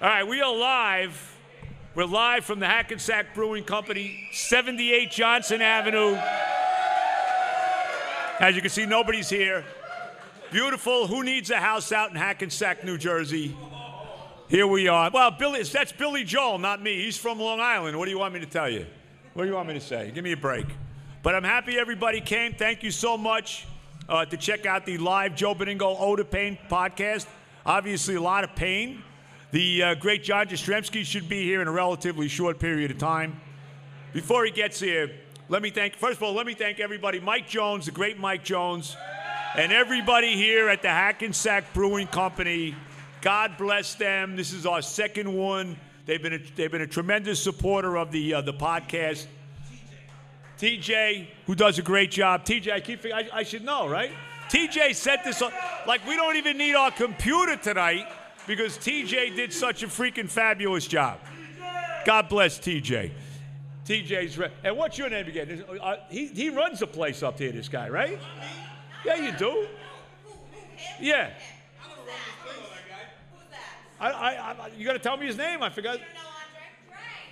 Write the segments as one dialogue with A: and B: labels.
A: All right, we are live. We're live from the Hackensack Brewing Company, 78 Johnson Avenue. As you can see, nobody's here. Beautiful. Who needs a house out in Hackensack, New Jersey? Here we are. Well, Billy, that's Billy Joel, not me. He's from Long Island. What do you want me to tell you? What do you want me to say? Give me a break. But I'm happy everybody came. Thank you so much uh, to check out the live Joe Beningo Ode to Pain podcast. Obviously, a lot of pain. The uh, great John Jastrzemski should be here in a relatively short period of time. Before he gets here, let me thank, first of all, let me thank everybody. Mike Jones, the great Mike Jones, and everybody here at the Hackensack Brewing Company. God bless them. This is our second one. They've been a, they've been a tremendous supporter of the uh, the podcast. TJ, who does a great job. TJ, I keep I, I should know, right? TJ set this up like we don't even need our computer tonight because TJ did such a freaking fabulous job. God bless TJ. TJ's re- and what's your name again? Is- uh, he he runs the place up here. This guy, right? Yeah, you do. Yeah. I, I, I you gotta tell me his name. I forgot.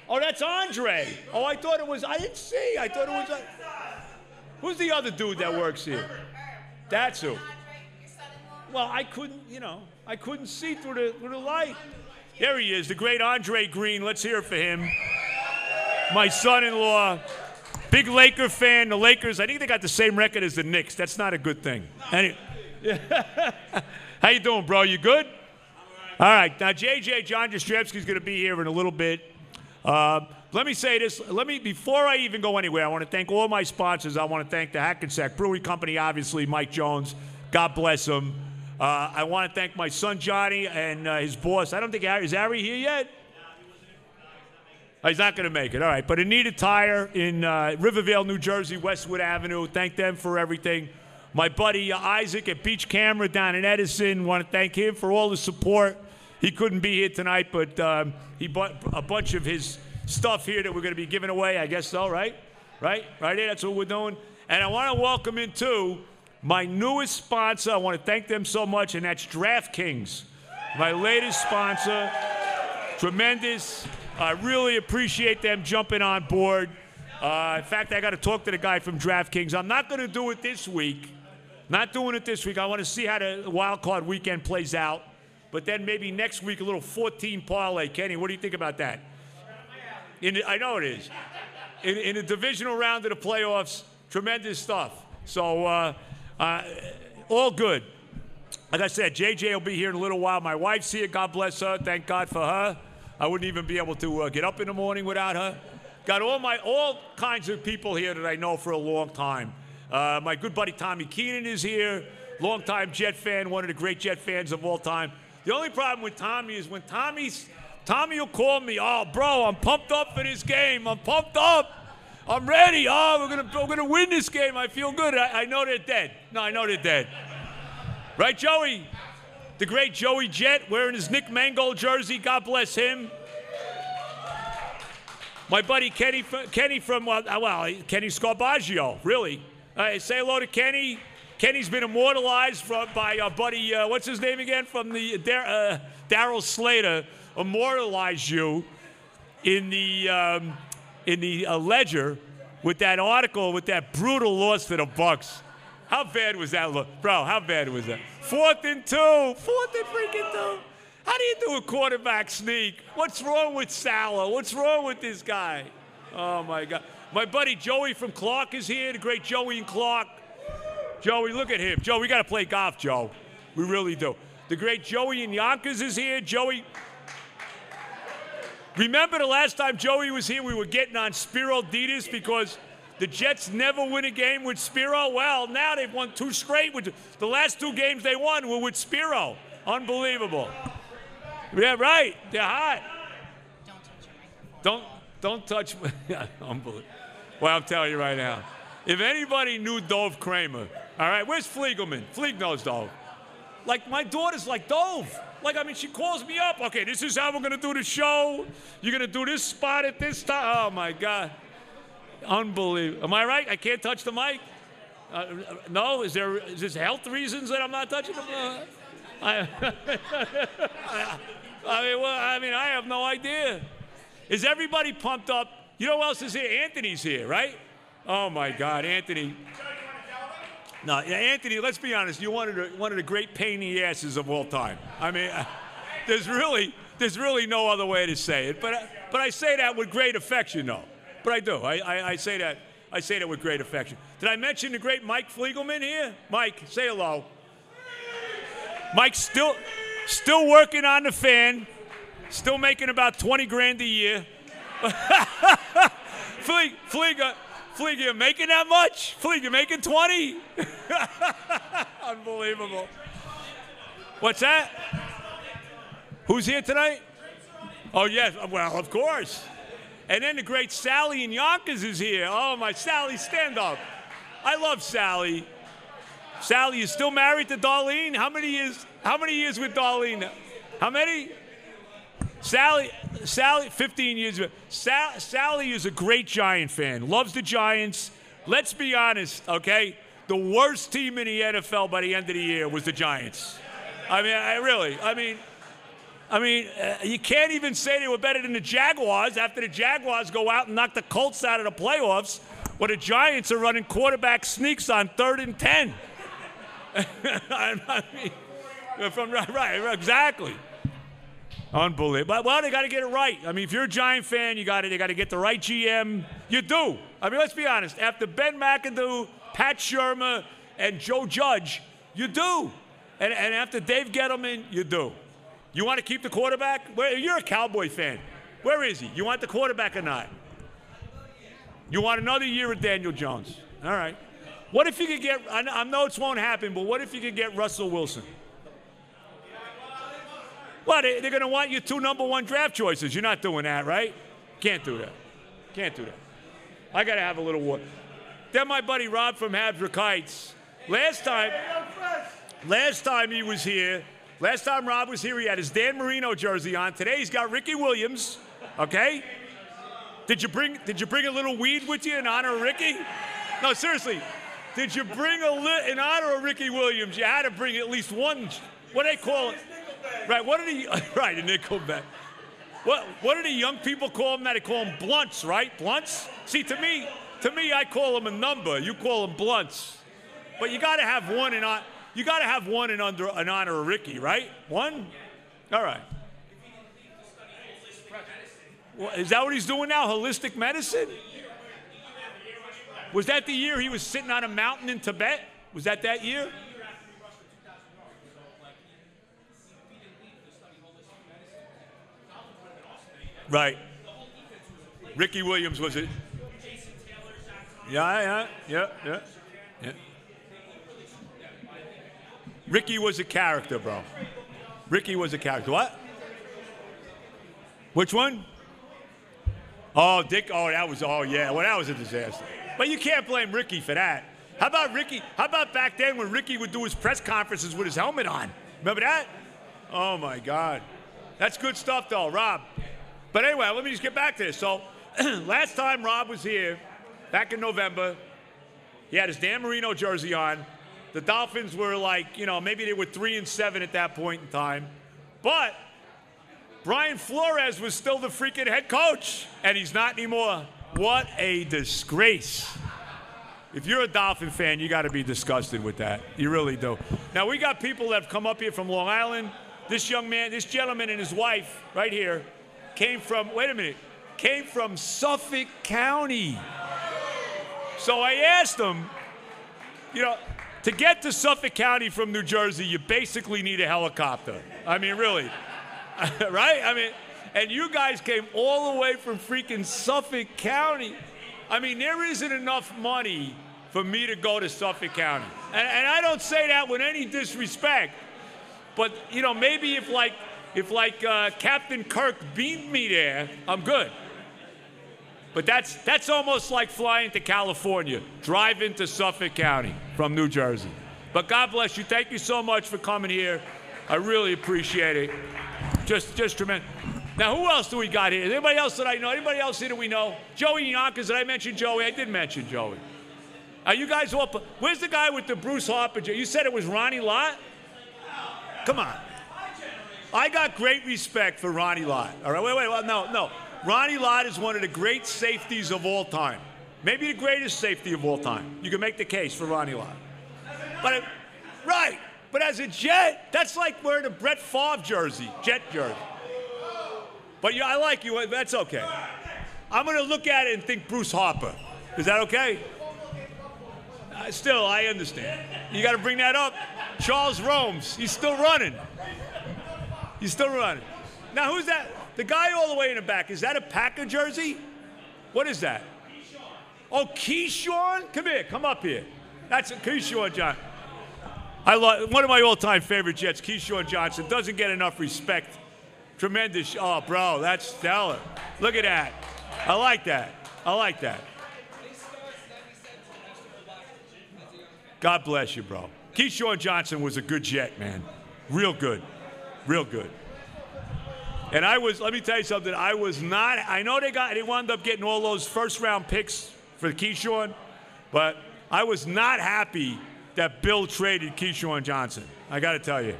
A: Oh, that's Andre. Oh, I thought it was. I didn't see. I thought it was. uh, who's the other dude that works here? That's who. Well, I couldn't. You know, I couldn't see through the through the light. There he is, the great Andre Green. Let's hear it for him. My son-in-law, big Laker fan. The Lakers. I think they got the same record as the Knicks. That's not a good thing. Any- How you doing, bro? You good? All right. Now, JJ John Jastrzemski's going to be here in a little bit. Uh, let me say this. Let me before I even go anywhere, I want to thank all my sponsors. I want to thank the Hackensack Brewing Company, obviously Mike Jones. God bless him. Uh, I want to thank my son Johnny and uh, his boss. I don't think Ari, is Ari here yet. Oh, He's not going to make it. All right. But Anita Tire in uh, Rivervale, New Jersey, Westwood Avenue. Thank them for everything. My buddy uh, Isaac at Beach Camera down in Edison. Want to thank him for all the support. He couldn't be here tonight, but um, he bought a bunch of his stuff here that we're going to be giving away. I guess so, right? Right? Right here. That's what we're doing. And I want to welcome in, too, my newest sponsor. I want to thank them so much, and that's DraftKings, my latest sponsor tremendous. I really appreciate them jumping on board. Uh, in fact, I got to talk to the guy from DraftKings. I'm not going to do it this week. Not doing it this week. I want to see how the wild card weekend plays out. But then maybe next week a little 14 parlay. Kenny, what do you think about that? In the, I know it is. In, in the divisional round of the playoffs, tremendous stuff. So uh, uh, all good. Like I said, JJ will be here in a little while. My wife's here. God bless her. Thank God for her. I wouldn't even be able to uh, get up in the morning without her. Got all my all kinds of people here that I know for a long time. Uh, my good buddy Tommy Keenan is here, longtime Jet fan, one of the great Jet fans of all time. The only problem with Tommy is when Tommy's Tommy will call me, oh bro, I'm pumped up for this game. I'm pumped up. I'm ready. Oh, we're gonna we're gonna win this game. I feel good. I, I know they're dead. No, I know they're dead. Right, Joey? The great Joey Jet wearing his Nick Mangold jersey. God bless him. My buddy Kenny, fr- Kenny from, uh, well, Kenny Scarbaggio, really. Uh, say hello to Kenny. Kenny's been immortalized from, by our buddy, uh, what's his name again? From the Dar- uh, Daryl Slater, immortalized you in the um, in the uh, ledger with that article with that brutal loss to the Bucks. How bad was that look, bro? How bad was that? Fourth and two, fourth and freaking two. How do you do a quarterback sneak? What's wrong with Salah? What's wrong with this guy? Oh my God! My buddy Joey from Clark is here. The great Joey and Clark. Joey, look at him. Joe, we got to play golf, Joe. We really do. The great Joey and Yonkers is here. Joey, Remember the last time Joey was here, we were getting on Spiro Ditas because the Jets never win a game with Spiro. Well, now they've won two straight. With the last two games they won were with Spiro. Unbelievable. Yeah, right. They're hot. Don't don't touch. Unbelievable. Well, I'm telling you right now, if anybody knew Dove Kramer, all right, where's Fliegelman? Flieg knows Dove. Like my daughter's like Dove. Like I mean, she calls me up. Okay, this is how we're gonna do the show. You're gonna do this spot at this time. Oh my God, unbelievable. Am I right? I can't touch the mic. Uh, uh, no, is there is this health reasons that I'm not touching the mic? I, I mean, well, I mean, I have no idea. Is everybody pumped up? You know who else is here? Anthony's here, right? Oh my God, Anthony. No, yeah, Anthony. Let's be honest. You're one of the one of the great pain in the asses of all time. I mean, there's really there's really no other way to say it. But I- but I say that with great affection, though. But I do. I, I, I say that I say that with great affection. Did I mention the great Mike Fliegelman here? Mike, say hello. Mike's still still working on the fan, still making about 20 grand a year. Flieg, Flieg, Flieg, you're making that much? Flieg, you're making 20? Unbelievable. What's that? Who's here tonight? Oh, yes. Well, of course. And then the great Sally in Yonkers is here. Oh, my Sally, stand up. I love Sally. Sally, you still married to Darlene? How many years? How many years with Darlene? How many? Sally, Sally, 15 years. Sa- Sally is a great Giant fan. Loves the Giants. Let's be honest, okay? The worst team in the NFL by the end of the year was the Giants. I mean, I really. I mean, I mean, uh, you can't even say they were better than the Jaguars after the Jaguars go out and knock the Colts out of the playoffs, where the Giants are running quarterback sneaks on third and ten. I mean, from right, right, exactly. Unbelievable. But, Well, they got to get it right. I mean, if you're a Giant fan, you got to they got to get the right GM. You do. I mean, let's be honest. After Ben McAdoo, Pat Shermer, and Joe Judge, you do. And, and after Dave Gettleman, you do. You want to keep the quarterback? Where, you're a Cowboy fan. Where is he? You want the quarterback or not? You want another year with Daniel Jones? All right. What if you could get? I know, I know it won't happen, but what if you could get Russell Wilson? Well, they, they're going to want your two number one draft choices. You're not doing that, right? Can't do that. Can't do that. I got to have a little water. Then my buddy Rob from Habs Heights. Last time, last time he was here, last time Rob was here, he had his Dan Marino jersey on. Today he's got Ricky Williams. Okay. Did you bring? Did you bring a little weed with you in honor of Ricky? No, seriously. Did you bring a lit in honor of Ricky Williams? You had to bring at least one. What do they call it? Right. What did he? Right, a nickel back. What What do the young people call them? That they call them blunts, right? Blunts. See, to me, to me, I call them a number. You call them blunts. But you got to have one in hon- you got to have one in under in honor of Ricky, right? One. All right. Well, Is that what he's doing now? Holistic medicine? Was that the year he was sitting on a mountain in Tibet? Was that that year? Right. Ricky Williams was it? Yeah, yeah, yeah, yeah, yeah. Ricky was a character, bro. Ricky was a character. What? Which one? Oh, Dick. Oh, that was. Oh, yeah. Well, that was a disaster. But you can't blame Ricky for that. How about Ricky? How about back then when Ricky would do his press conferences with his helmet on? Remember that? Oh my God, that's good stuff, though, Rob. But anyway, let me just get back to this. So, last time Rob was here, back in November, he had his Dan Marino jersey on. The Dolphins were like, you know, maybe they were three and seven at that point in time, but Brian Flores was still the freaking head coach, and he's not anymore. What a disgrace. If you're a Dolphin fan, you got to be disgusted with that. You really do. Now, we got people that have come up here from Long Island. This young man, this gentleman and his wife right here came from, wait a minute, came from Suffolk County. So I asked him, you know, to get to Suffolk County from New Jersey, you basically need a helicopter. I mean, really right? I mean, and you guys came all the way from freaking Suffolk County. I mean, there isn't enough money for me to go to Suffolk County. And, and I don't say that with any disrespect, but you know, maybe if like if like uh, Captain Kirk beamed me there, I'm good. But that's that's almost like flying to California, drive into Suffolk County from New Jersey. But God bless you. Thank you so much for coming here. I really appreciate it. Just just tremendous. Now who else do we got here? Is anybody else that I know? Anybody else here that we know? Joey Yonkers. Did I mention Joey? I did mention Joey. Are you guys all? Where's the guy with the Bruce Harper? jer- You said it was Ronnie Lott. Come on. I got great respect for Ronnie Lott. All right, wait, wait, well, no, no. Ronnie Lott is one of the great safeties of all time. Maybe the greatest safety of all time. You can make the case for Ronnie Lott. But it- right, but as a Jet, that's like wearing a Brett Favre jersey, Jet jersey. But you, I like you. That's okay. I'm gonna look at it and think Bruce Harper. Is that okay? Uh, still, I understand. You got to bring that up. Charles Rome's. He's still running. He's still running. Now, who's that? The guy all the way in the back. Is that a Packer jersey? What is that? Oh, Keyshawn? Come here. Come up here. That's a Keyshawn John. I love one of my all-time favorite Jets, Keyshawn Johnson, doesn't get enough respect. Tremendous. Oh, bro, that's stellar. Look at that. I like that. I like that. God bless you, bro. Keyshawn Johnson was a good Jet, man. Real good. Real good. And I was, let me tell you something. I was not, I know they got, they wound up getting all those first round picks for Keyshawn, but I was not happy that Bill traded Keyshawn Johnson. I got to tell you.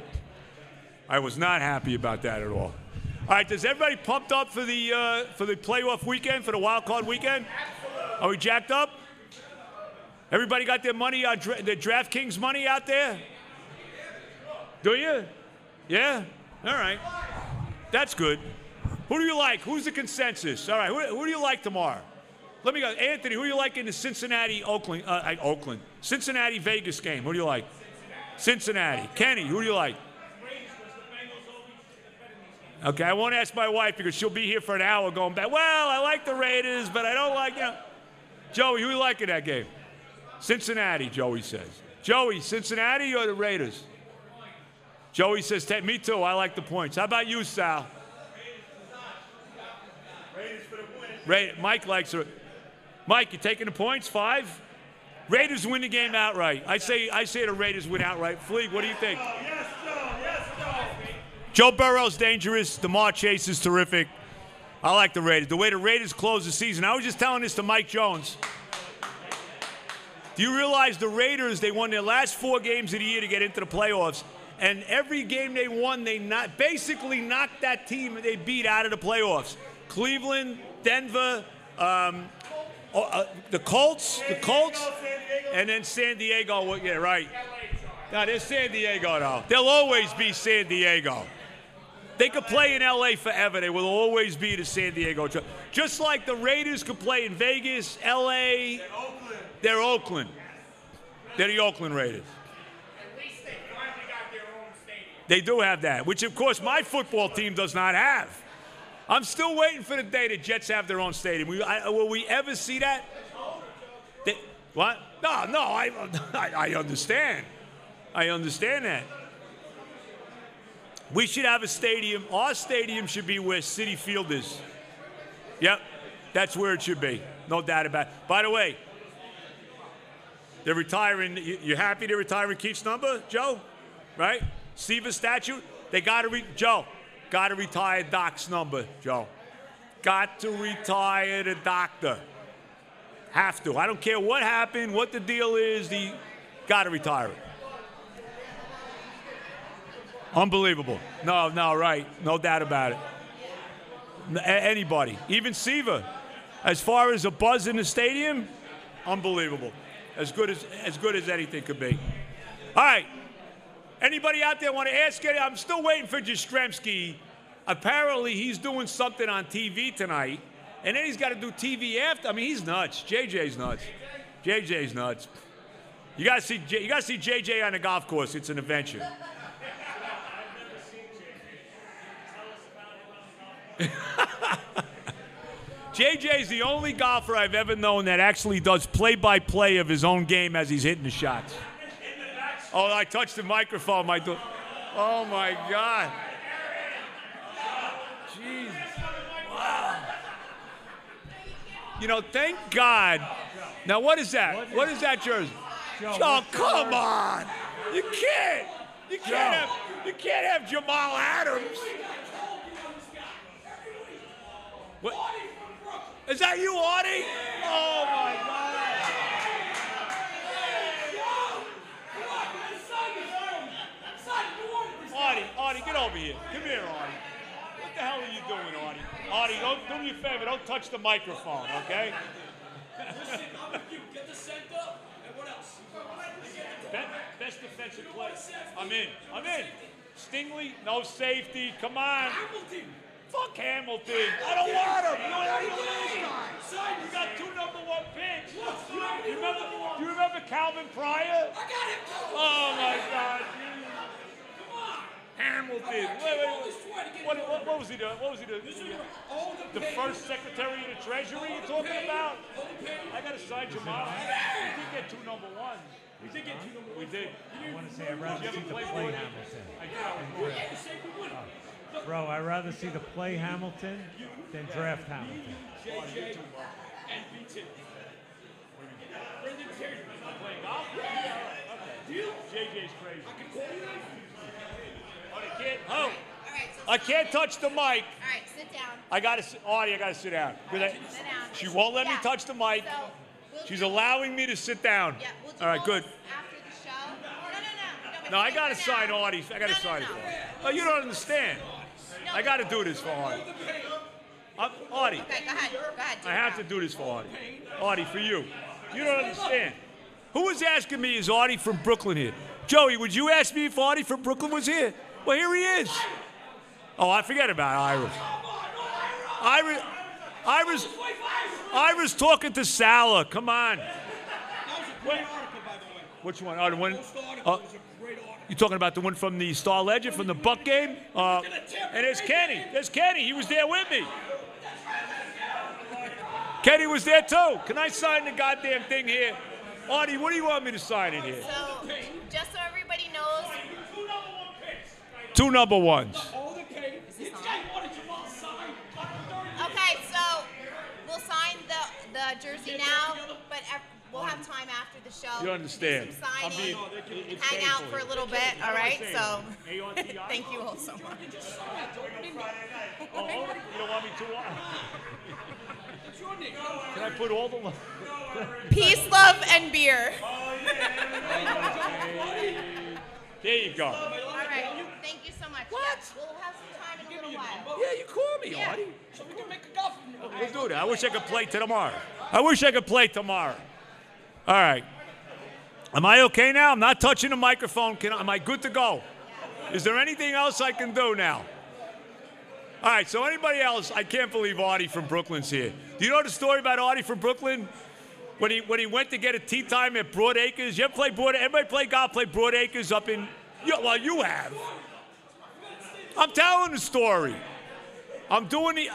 A: I was not happy about that at all. All right, does everybody pumped up for the uh, for the playoff weekend, for the wild card weekend? Are we jacked up? Everybody got their money on dra- their DraftKings money out there? Do you? Yeah. All right. That's good. Who do you like? Who's the consensus? All right. Who, who do you like tomorrow? Let me go. Anthony, who do you like in the Cincinnati Oakland uh, I- Oakland Cincinnati Vegas game? Who do you like? Cincinnati. Kenny, who do you like? Okay, I won't ask my wife because she'll be here for an hour going back. Well, I like the Raiders, but I don't like you. Know. Joey, who you like in that game? Cincinnati, Joey says. Joey, Cincinnati or the Raiders? Joey says, "Ta- me too. I like the points. How about you, Sal? Raiders, Mike likes her. Mike, you taking the points? Five? Raiders win the game outright. I say, I say the Raiders win outright. Fleeg, what do you think? Joe Burrow's dangerous. DeMar Chase is terrific. I like the Raiders. The way the Raiders close the season. I was just telling this to Mike Jones. Do you realize the Raiders, they won their last four games of the year to get into the playoffs. And every game they won, they not, basically knocked that team they beat out of the playoffs. Cleveland, Denver, um, oh, uh, the Colts, the Colts, and then San Diego. Well, Yeah, right. Now they're San Diego though. They'll always be San Diego. They could play in LA forever. They will always be the San Diego. Chargers. Just like the Raiders could play in Vegas, LA. They're Oakland. They're the Oakland Raiders. They do have that, which of course my football team does not have. I'm still waiting for the day the Jets have their own stadium. We- I- will we ever see that? They- what? No, no, I, I, I understand. I understand that. We should have a stadium. Our stadium should be where City Field is. Yep, that's where it should be. No doubt about it. By the way, they're retiring. You, you happy they're retiring Keith's number, Joe? Right? Steve's statue. They got to re- Joe. Got to retire Doc's number, Joe. Got to retire the doctor. Have to. I don't care what happened, what the deal is. The got to retire it. Unbelievable. No, no, right. No doubt about it. N- a- anybody, even Siva, as far as a buzz in the stadium, unbelievable. As good as as good as anything could be. All right. Anybody out there want to ask any? I'm still waiting for Jastrzemski. Apparently, he's doing something on TV tonight, and then he's got to do TV after. I mean, he's nuts. JJ's nuts. JJ's nuts. You gotta see. J- you gotta see JJ on the golf course. It's an adventure. JJ's the only golfer I've ever known that actually does play by play of his own game as he's hitting the shots. Oh, I touched the microphone. My do- oh, my God. Jesus. Wow. You know, thank God. Now, what is that? What is that jersey? Oh, come on. You can't. You can't, have, you can't have Jamal Adams. What? Is that you, Artie? Oh my God! Artie, Artie, get over here. Come here, Artie. What the hell are you doing, Artie? Artie, don't do me a favor. Don't touch the microphone, okay?
B: Listen, I'm with you. Get the scent up. And what else?
A: Best, best defensive play. I'm in. I'm in. Stingley, no safety. Come on.
B: Hamilton.
A: Fuck Hamilton. I don't want him. You know what I mean?
B: Simon.
A: You got two number one picks.
B: What's
A: You
B: wrong with
A: you remember,
B: number one?
A: you remember Calvin
B: I
A: Pryor?
B: got him.
A: Oh my God.
B: Come on.
A: Hamilton.
B: I
A: Wait, wait,
B: keep all this sweat to
A: wait.
B: get
A: What,
B: it
A: what, what was he doing? What was he doing?
B: These are all the
A: The
B: pain,
A: first secretary of the treasury you're talking
B: pain,
A: about?
B: All the pain.
A: I gotta sign Jamal. We did get two number ones.
B: You did get two number
A: We
B: one.
A: did.
C: I want to say I'd rather
A: you
C: see
A: ever
C: the
A: play
C: play
A: Lloyd?
C: Hamilton. Oh.
A: I did. I was wrong.
B: Yeah, you said we wouldn't.
C: Bro, I'd rather see the play Hamilton than draft Hamilton.
B: JJ and B2. Brendan Terry.
A: Playing golf?
B: Deal?
A: JJ's crazy.
B: I can call you that?
A: Oh, they can't. Oh,
D: All right, so
A: I can't touch the mic.
D: All right, sit down.
A: I gotta, s- Audie, I gotta sit down. 'Cause I-
D: Sit down.
A: she won't let me
D: Yeah.
A: touch the mic.
D: So, we'll
A: She's
D: do-
A: allowing me to sit down.
D: Yeah, we'll do
A: All right,
D: all
A: good.
D: this After the show. No, no, no. but
A: No, I
D: sit
A: gotta
D: down.
A: sign Audie. I gotta
D: No, no,
A: sign it.
D: no.
A: No, you don't understand. I gotta do this for Audie. I'm, Audie,
D: Okay, go ahead. Go ahead. do
A: I
D: it
A: have
D: now.
A: to do this for Audie. Audie, for you. You don't understand. Who was asking me, is Audie from Brooklyn here? Joey, would you ask me if Audie from Brooklyn was here? Well, here he is. Oh, I forget about Ira. Ira, Ira's, Ira's talking to Salah. Come on.
B: That was a great article, by the way.
A: Which one? Oh, the one.
B: Most article
A: Uh,
B: was a great article.
A: you talking about the one from the Star Legend from the Buck game? Uh, and there's Kenny. There's Kenny. He was there with me. Kenny was there too. Can I sign the goddamn thing here? Artie, what do you want me to sign in here?
D: So, just so everybody knows,
B: Two number one picks.
A: Two number ones.
B: All the pain. This guy wanted Jamal signed.
D: okay, so we'll sign the the jersey now, but ev- we'll have time after the show.
A: You
D: To
A: understand.
D: do some
A: I'm
D: signing,
A: being-
D: and hang out for a little bit. All right, so
A: A-R-T-I?
D: thank you all so much.
A: Oh, hold it. You don't want me too long.
B: What's your name?
A: Can I put all the? lo-
D: Peace, love, and beer.
A: There you go.
D: All
B: Oh,
D: right, thank you so much.
A: What?
D: Yeah, we'll have some time in a little while.
A: Yeah, you call me,
D: Yeah.
A: Artie.
B: So we can make a golf. All
A: We'll do that. I wish I could play tomorrow. I wish I could play tomorrow. All right. Am I okay now? I'm not touching the microphone. Can I, am I good to go? Is there anything else I can do now? All right. So anybody else? I can't believe Artie from Brooklyn's here. Do you know the story about Artie from Brooklyn? When he when he went to get a tea time at Broadacres. You ever play Broad? Everybody play golf. Play Broadacres up in. Yeah, well, you have. I'm telling the story. I'm doing the.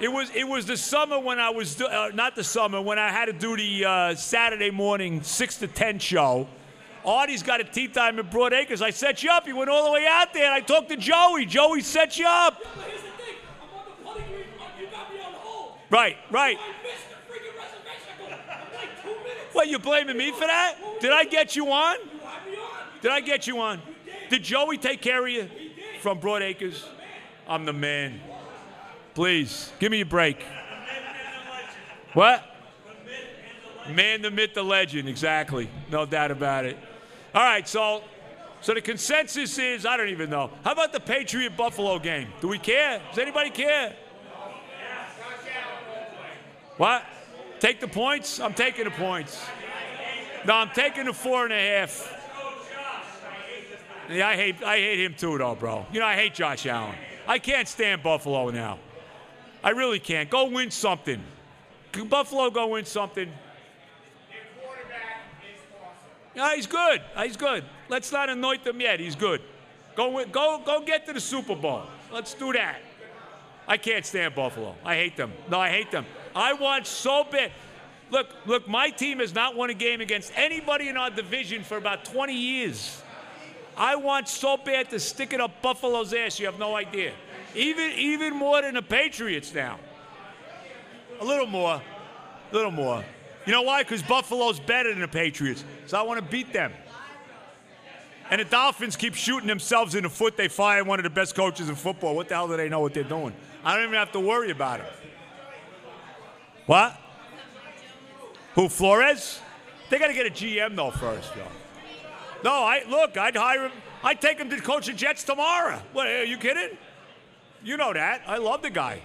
A: It was it was the summer when I was do- uh, not the summer when I had to do the uh, Saturday morning six to ten show. Artie's got a tea time in Broadacres. I set you up. You went all the way out there. And I talked to Joey. Joey set you up.
B: But here's the thing. I'm on the putting green. You got me on hold.
A: Right, right.
B: I missed the freaking reservation. I go, I'm like two minutes.
A: What you blaming me for that? Did I get you on?
B: You had me on.
A: Did I get you on? Did Joey take care of you from Broadacres? I'm the man. Please give me a break. What? Man, the myth, the legend. Exactly. No doubt about it. All right. So, so the consensus is I don't even know. How about the Patriot Buffalo game? Do we care? Does anybody care? What? Take the points. I'm taking the points. No, I'm taking the four and a half. Yeah, I hate I hate him too though, bro. You know I hate Josh Allen. I can't stand Buffalo now. I really can't. Go win something. Can Buffalo go win something? Their quarterback is awesome. Yeah, he's good. He's good. Let's not anoint them yet. He's good. Go win, go go get to the Super Bowl. Let's do that. I can't stand Buffalo. I hate them. No, I hate them. I want so bad. Look, look, my team has not won a game against anybody in our division for about 20 years. I want so bad to stick it up Buffalo's ass. You have no idea. Even even more than the Patriots now. A little more, a little more. You know why? Because Buffalo's better than the Patriots, so I want to beat them. And the Dolphins keep shooting themselves in the foot. They fire one of the best coaches in football. What the hell do they know what they're doing? I don't even have to worry about it. What? Who Flores? They got to get a GM though first, though. No, I look. I'd hire him. I'd take him to coach the Jets tomorrow. What? Are you kidding? You know that. I love the guy.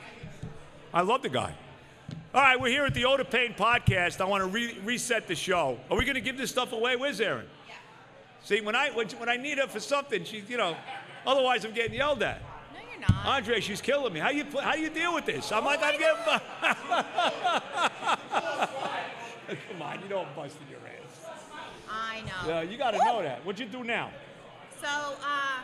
A: I love the guy. All right, we're here at the Oda Payne podcast. I want to re- reset the show. Are we going to give this stuff away? Where's Aaron? See, when I when, when I need her for something, she you know. Otherwise, I'm getting yelled at.
D: No, you're not.
A: Andre, she's killing me. How you pl- how you deal with this? I'm like I'm getting. bu- Come on, you know I'm busting your ass.
D: I know.
A: Yeah, you got to know that. What'd you do now?
D: So, uh,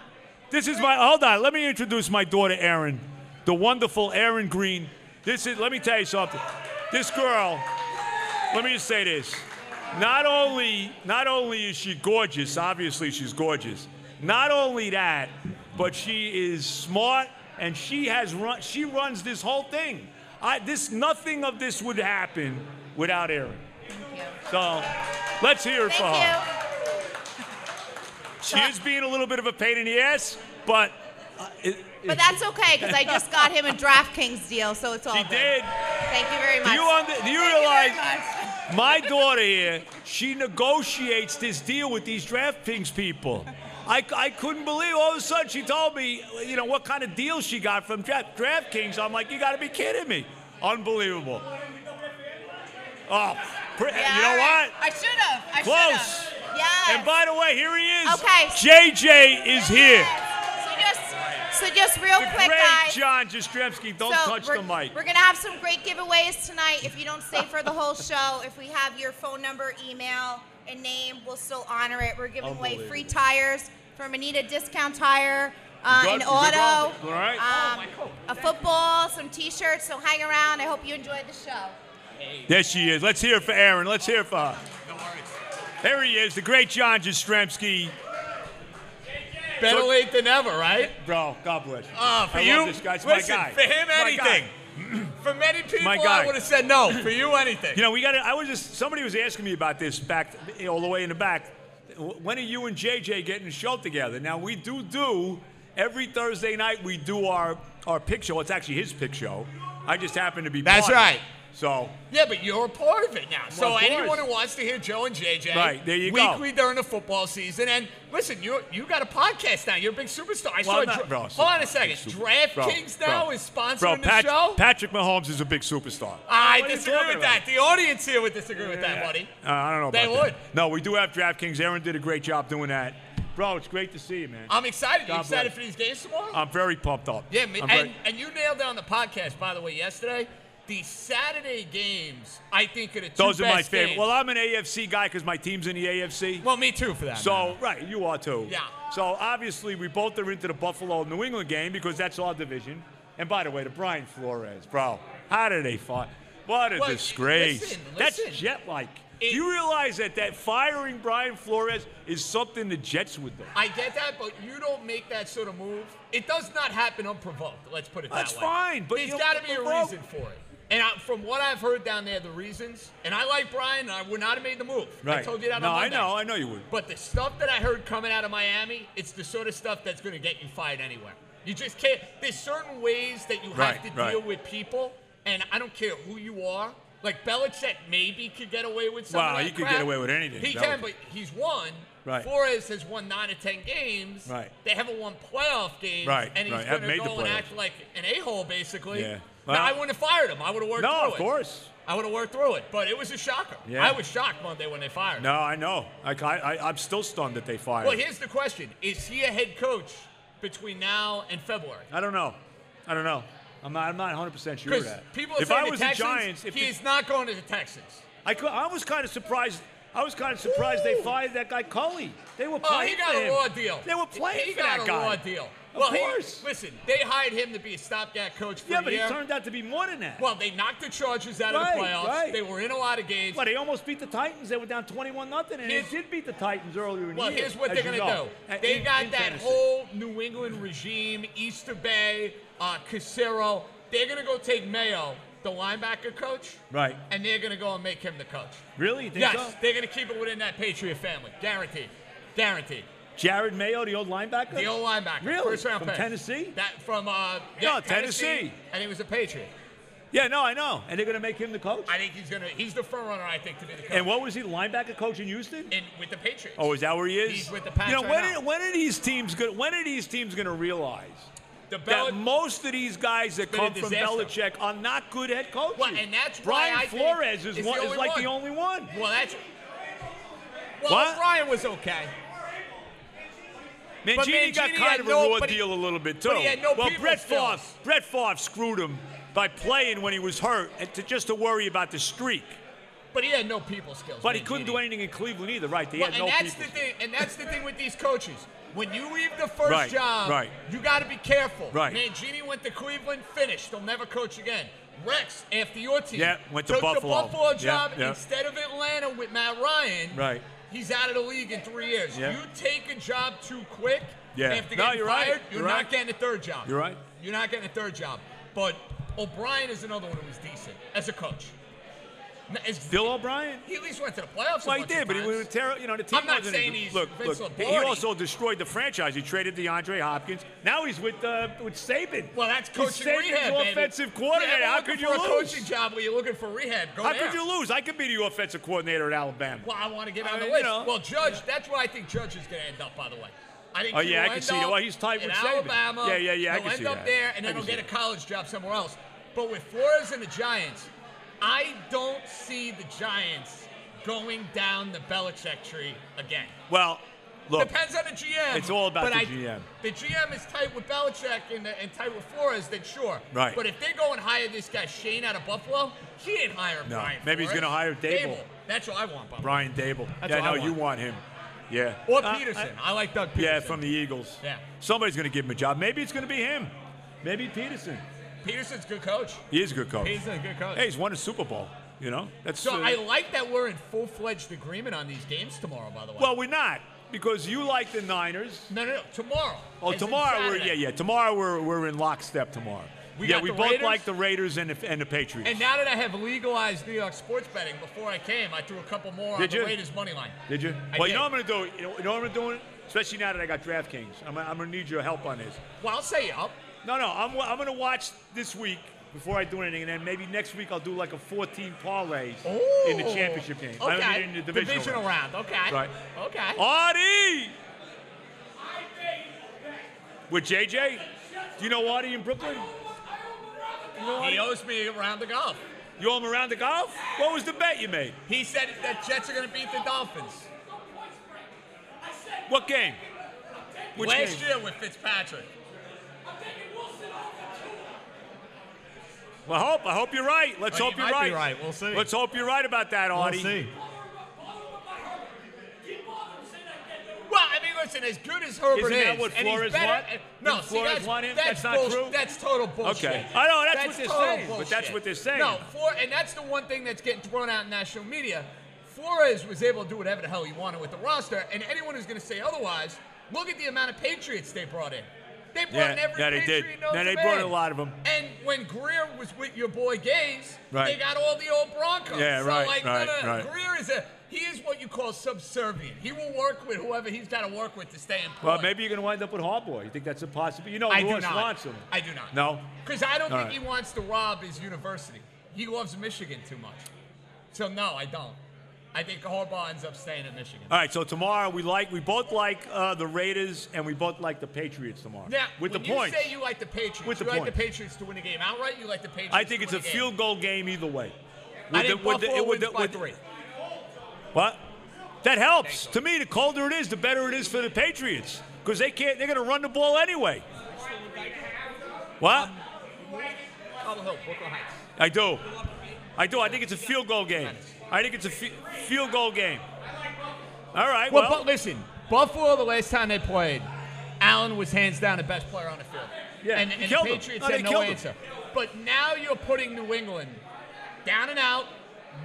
A: This is my hold on. Let me introduce my daughter, Erin, the wonderful Erin Green. This is. Let me tell you something. This girl. Let me just say this. Not only, not only is she gorgeous. Obviously, she's gorgeous. Not only that, but she is smart, and she has run. She runs this whole thing. I, this nothing of this would happen without Erin.
D: thank you.
A: So, let's hear it for her.
D: Thank you.
A: She is being a little bit of a pain in the ass, but. uh, it-
D: But that's okay because I just got him a DraftKings deal, so it's all
A: she
D: good.
A: did.
D: Thank you very much.
A: Do you, under, do you
D: Thank you very
A: realize
D: much.
A: my daughter here, she negotiates this deal with these DraftKings people. I, I couldn't believe all of a sudden she told me, you know, what kind of deal she got from Draft, DraftKings. I'm like, you got to be kidding me. Unbelievable. Oh, pre-
D: Yeah,
A: you know
D: all right.
A: what?
D: I should have. I
A: Close.
D: should have. Yes.
A: And by the way, here he is.
D: Okay.
A: JJ is here.
D: So just, so just real
A: The
D: quick,
A: great
D: guys.
A: John Jastrzemski. Don't
D: so
A: touch
D: we're,
A: the mic.
D: We're gonna have some great giveaways tonight. If you don't stay for the whole show, if we have your phone number, email, and name, we'll still honor it. We're giving away free tires from Anita Discount Tire, uh,
A: Good,
D: an
A: good
D: auto,
A: going. All right.
D: um, a football, some T-shirts. So hang around. I hope you enjoyed the show.
A: There she is. Let's hear it for Aaron. Let's hear it for her. There he is, the great John Jastrzemski.
E: Better late than never, right?
A: Bro, God bless you.
E: Uh, for
A: I
E: you,
A: love this guy. It's my
E: listen,
A: guy.
E: for him,
A: It's my guy.
E: anything. for many people,
A: My guy.
E: I would have said no. For you, anything.
A: You know, we got. I was just somebody was asking me about this back all the way in the back. When are you and JJ getting a show together? Now we do do every Thursday night. We do our our pick show. It's actually his pick show. I just happen to be.
E: That's
A: part of it.
E: right.
A: So
E: yeah, but you're a part of it now. So
A: of course.
E: anyone who wants to hear Joe and JJ,
A: Right, there you
E: weekly
A: go.
E: during the football season, and listen, you you got a podcast now. You're a big superstar. I
A: Well,
E: saw.
A: I'm not-
E: Dra-
A: bro,
E: hold on a second.
A: super- bro,
E: DraftKings
A: bro,
E: now is sponsoring
A: bro,
E: the
A: Pat-
E: show.
A: Patrick Mahomes is a big superstar.
E: I
A: What are you
E: disagree
A: talking
E: with
A: about?
E: that. The audience here would disagree with that, buddy.
A: Uh, I don't know about
E: They
A: that.
E: would.
A: No, we do have DraftKings. Aaron did a great job doing that. Bro, it's great to see you, man.
E: I'm excited. You
A: God
E: excited
A: bless.
E: for these games tomorrow?
A: I'm very pumped up.
E: Yeah, me,
A: I'm
E: and,
A: very-
E: and you nailed down the podcast, by the way, yesterday. The Saturday games, I think, are the two
A: those are
E: best
A: my favorite.
E: games.
A: Well, I'm an AFC guy because my team's in the AFC.
E: Well, me too, for that.
A: so, right, you are too.
E: Yeah.
A: So, obviously, we both are into the Buffalo New England game because that's our division. And by the way, the Brian Flores, bro, how did they fight? What a
E: Well,
A: disgrace.
E: listen, listen.
A: That's jet like. Do
E: It-
A: you realize that that firing Brian Flores is something the Jets would do?
E: I get that, but you don't make that sort of move. It does not happen unprovoked. Let's put it
A: That's
E: that way.
A: fine, but
E: there's
A: you-
E: got to be a
A: provoke-
E: reason for it. And I, from what I've heard down there, the reasons. And I like Brian, and I would not have made the move. I told you that.
A: No,
E: on
A: I
E: Monday.
A: know, I know you would.
E: But the stuff that I heard coming out of Miami, it's the sort of stuff that's going to get you fired anywhere. You just can't. There's certain ways that you
A: Right,
E: have to
A: right.
E: deal with people, and I don't care who you are. Like Belichick, maybe could get away with some. of
A: Wow,
E: that
A: he could get
E: crap.
A: away with anything,
E: He
A: Belichick.
E: can, but he's won.
A: Right.
E: Flores has won nine of ten games.
A: Right.
E: They haven't won playoff games.
A: Right,
E: And he's
A: right. Haven't
E: going to
A: made the
E: go and
A: playoffs.
E: act like an a-hole, basically.
A: Yeah. Well-
E: now I wouldn't have fired him. I would have worked
A: No,
E: through it.
A: of course.
E: I would have worked through it, but it was a shocker.
A: Yeah.
E: I was shocked Monday when they fired. him.
A: No, I know. I, I, I- I'm still stunned that they fired.
E: Well,
A: him.
E: here's the question: Is he a head coach between now and February?
A: I don't know. I don't know. I'm not. I'm not 100 percent sure of
E: Because
A: that.
E: people are
A: if
E: saying
A: I
E: the
A: was
E: Texans,
A: the Giants, if
E: he
A: the-
E: is not going to the Texans.
A: I, cou- I was kind of surprised. I was kind of surprised they
E: Woo!
A: fired that guy Cully. They were
E: Oh,
A: playing
E: he got
A: for
E: a
A: him.
E: raw deal.
A: They were
E: He-
A: playing
E: he
A: for that
E: got a
A: guy.
E: raw deal.
A: Of
E: well,
A: course.
E: He, listen, they hired him to be a stopgap coach for
A: yeah,
E: a
A: but
E: year.
A: he turned out to be more than that.
E: well, they knocked the Chargers out
A: Right,
E: of the playoffs.
A: right.
E: They were in a lot of games.
A: but they almost beat the Titans. They were down 21 nothing, and they
E: Here's-
A: did beat the Titans earlier in
E: well,
A: the year.
E: here's what
A: as
E: they're
A: you
E: going to
A: know,
E: do.
A: at-
E: They
A: in-
E: got
A: in
E: that
A: Tennessee.
E: whole New England regime, Easter Bay, uh, Casero. They're going to go take Mayo, the linebacker coach,
A: Right.
E: and they're going to go and make him the coach.
A: Really? You think
E: Yes,
A: so?
E: they're going to keep it within that Patriot family. Guaranteed. Guaranteed.
A: Jared Mayo, the old linebacker.
E: The old linebacker.
A: Really?
E: First round
A: From
E: pick.
A: Tennessee?
E: That from uh
A: No, Tennessee.
E: And he was a Patriot.
A: Yeah, no, I know. And they're going to make him the coach?
E: I think he's gonna. He's the front runner. I think to be the coach.
A: And what was he, linebacker coach in Houston?
E: in, with the Patriots.
A: Oh, is that where he is?
E: He's with the Pats
A: You know,
E: right
A: when,
E: now.
A: are, when are these teams going? When are these teams going to realize
E: the
A: that
E: Bel-
A: most of these guys that
E: been a
A: come from
E: disaster.
A: Belichick are not good head coaches?
E: Well, and that's why
A: Brian
E: I think
A: Flores is,
E: it's
A: one,
E: the
A: is
E: only
A: like
E: one.
A: the only one.
E: Well, that's. Well,
A: What?
E: Brian was okay.
A: Mangini, got
E: Mangini
A: kind
E: had
A: of a raw
E: nobody-
A: deal a little bit too.
E: but he had no
A: well,
E: people
A: Brett
E: skills.
A: Favre, Brett Favre screwed him by playing when he was hurt and to, just to worry about the streak.
E: But he had no people skills.
A: But he couldn't do
E: anything.
A: anything in Cleveland either, right? They
E: Well,
A: had
E: and
A: no
E: that's
A: people.
E: the thing. And that's the thing with these coaches. When you leave the first
A: Right,
E: job,
A: right.
E: you got to be careful.
A: Right.
E: Mangini went to Cleveland, finished. They'll never coach again. Rex, after your team,
A: Yeah, went to
E: took
A: Buffalo.
E: the Buffalo
A: Yeah,
E: job
A: yeah.
E: instead of Atlanta with Matt Ryan.
A: Right.
E: He's out of the league in three years.
A: Yeah.
E: You take a job too quick.
A: Yeah.
E: After
A: No,
E: getting
A: you're right.
E: fired, you're,
A: You're
E: not
A: right.
E: getting a third job.
A: You're right.
E: You're not getting a third job. But O'Brien is another one who was decent as a coach. Now, is-
A: Bill O'Brien.
E: he at least went to the playoffs. a
A: Well, he
E: bunch
A: did,
E: of
A: but he
E: times.
A: was terrible. You know, the team
E: I'm not
A: wasn't
E: saying
A: as,
E: he's
A: look,
E: Vince
A: look, he
E: Lombardi.
A: also destroyed the franchise. He traded DeAndre Hopkins. Now he's with uh, with Saban.
E: Well, that's
A: He's
E: coaching
A: Saban's
E: rehab. baby.
A: offensive coordinator.
E: Yeah,
A: How
E: looking
A: could you
E: for
A: lose?
E: a coaching job when you're looking for rehab? Go
A: How
E: there.
A: could you lose? I could be the offensive coordinator at Alabama.
E: Well, I want to get
A: I
E: on the
A: mean, Uh, you
E: list.
A: know.
E: well, Judge, that's where I think Judge is going to end up. By the way, I think.
A: Oh,
E: he
A: yeah, I
E: will
A: can
E: end
A: see that.
E: up
A: Well, he's tied
E: in
A: with Saban.
E: Alabama.
A: Yeah, yeah, yeah, I
E: He'll
A: can
E: end
A: see
E: up
A: that.
E: there, and
A: I
E: then
A: can
E: he'll get
A: see
E: a college job somewhere else. But with Flores and the Giants, I don't see the Giants going down the Belichick tree again.
A: Well, look,
E: Depends on the GM.
A: Oh. It's all about
E: but
A: the
E: I-
A: GM.
E: The GM is tight with Belichick and, uh, and tight with Flores, then sure.
A: Right.
E: But if they go and hire this guy Shane out of Buffalo, he didn't hire
A: No.
E: Brian.
A: Maybe he's
E: Flores.
A: gonna hire Dable.
E: That's what I want, Bob.
A: Brian Dable.
E: That's
A: yeah,
E: what I
A: no, you
E: want.
A: want him. Yeah.
E: Or
A: Uh,
E: Peterson. I, like Doug Peterson.
A: Yeah, from the Eagles.
E: Yeah.
A: Somebody's going to give him a job. Maybe it's going to be him. Maybe Peterson.
E: Peterson's a good coach.
A: He is a good coach.
E: Peterson's a good coach.
A: Hey, he's won a Super Bowl. You know, that's
E: so
A: uh,
E: I like that we're in full fledged agreement on these games tomorrow, by the way.
A: well, we're not because you like the Niners.
E: no, no, no. Tomorrow.
A: Oh,
E: As in
A: tomorrow we're
E: Saturday.
A: yeah yeah tomorrow we're we're in lockstep tomorrow.
E: We
A: yeah,
E: got
A: we
E: the
A: both
E: Raiders.
A: like the Raiders and the, and the Patriots.
E: And now that I have legalized New York sports betting, before I came, I threw a couple more
A: Did
E: on
A: you?
E: the Raiders money line.
A: Did you?
E: I
A: well,
E: did.
A: you know what I'm going to do. You know, you know what I'm doing? Especially now that I got DraftKings, I'm, I'm going to need your help on this.
E: Well, I'll say up.
A: No, no, I'm, I'm going to watch this week before I do anything, and then maybe next week I'll do like a 14 parlays in the
E: Ooh.
A: championship game.
E: Okay.
A: I mean, in the divisional. round.
E: round. Okay.
A: Right.
E: Okay.
A: Artie! With JJ? Do you know Artie in Brooklyn?
E: he owes me a round of golf.
A: You owe him around the golf? What was the bet you made?
E: He said that Jets are going to beat the Dolphins
A: What game? Which
E: last
A: game?
E: year with Fitzpatrick.
A: Well, I hope, I hope you're right. Let's
E: Well,
A: hope
E: Oh, you
A: you're
E: might be
A: right.
E: right. We'll see.
A: Let's hope you're right about that,
C: We'll
A: Artie.
C: see.
E: Well, I mean, listen, as good as Herbert
A: Isn't
E: is,
A: that what
E: and he's
A: Flores
E: better,
A: want?
E: No,
A: Didn't
E: see,
A: Flores
E: that's,
A: want him?
E: That's,
A: That's not
E: bullsh-
A: true?
E: That's total bullshit.
A: Okay. I know, that's what they're
E: total
A: saying, but that's
E: bullshit.
A: what they're saying.
E: No, Flores, and that's the one thing that's getting thrown out in national media. Flores was able to do whatever the hell he wanted with the roster, and anyone who's going to say otherwise, look at the amount of Patriots they brought in. They brought
A: Yeah,
E: in every
A: yeah, they
E: Patriot
A: did.
E: known
A: Yeah,
E: to
A: they brought in
E: man.
A: a lot of 'em.
E: And when Greer was with your boy Gaze,
A: Right.
E: they got all the old Broncos.
A: Yeah,
E: so
A: right,
E: like, no,
A: right,
E: no,
A: right.
E: Greer is a he is what you call subservient. He will work with whoever he's got to work with to stay employed.
A: Well, maybe you're going to wind up with Harbaugh. You think that's a possibility? You know,
E: I do
A: Ross
E: not.
A: wants him.
E: I do not.
A: No?
E: because I don't
A: All
E: think
A: right.
E: he wants to rob his university. He loves Michigan too much. So no, I don't. I think Harbaugh ends up staying at Michigan.
A: All right, so tomorrow we like we both like uh, the Raiders and we both like the Patriots tomorrow.
E: Now,
A: with the
E: when you
A: points.
E: say you like the Patriots,
A: With the
E: you like
A: points.
E: the Patriots to win a game outright. You like the Patriots.
A: I think
E: to
A: it's
E: win
A: a
E: game.
A: field goal game either way.
E: I
A: With the-
E: think
A: with the-
E: Buffalo
A: with the-
E: wins by
A: with the-
E: three.
A: What? That helps. To me, the colder it is, the better it is for the Patriots because they can't. They're going to run the ball anyway. What?
E: Cobble Hill, Brooklyn Heights.
A: I do. I do. I think it's a field goal game. I think it's a fi- field goal game. All right.
E: Well,
A: Well,
E: but listen, Buffalo, the last time they played, Allen was hands down the best player on the field.
A: Yeah,
E: and,
A: he
E: and the
A: killed 'em.
E: Patriots
A: No, they
E: had no
A: killed 'em.
E: answer. But now you're putting New England down and out.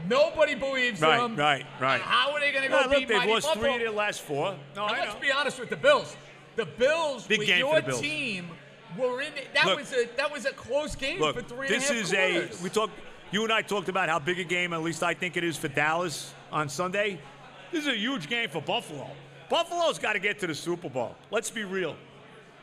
E: Nobody believes
A: Right,
E: them.
A: right, right.
E: And how are they going to go
A: Nah, look,
E: beat
A: they've
E: mighty
A: lost
E: Buffalo?
A: three of their last four. No,
E: And
A: I
E: let's
A: know.
E: be honest with the Bills. The Bills
A: Big
E: with
A: game for
E: your
A: the Bills.
E: team were in. That
A: Look.
E: was a that was a close game
A: Look,
E: for three and a
A: this
E: half
A: is
E: quarters.
A: a we talked. You and I talked about how big a game, at least I think it is for Dallas on Sunday. This is a huge game for Buffalo. Buffalo's got to get to the Super Bowl. Let's be real.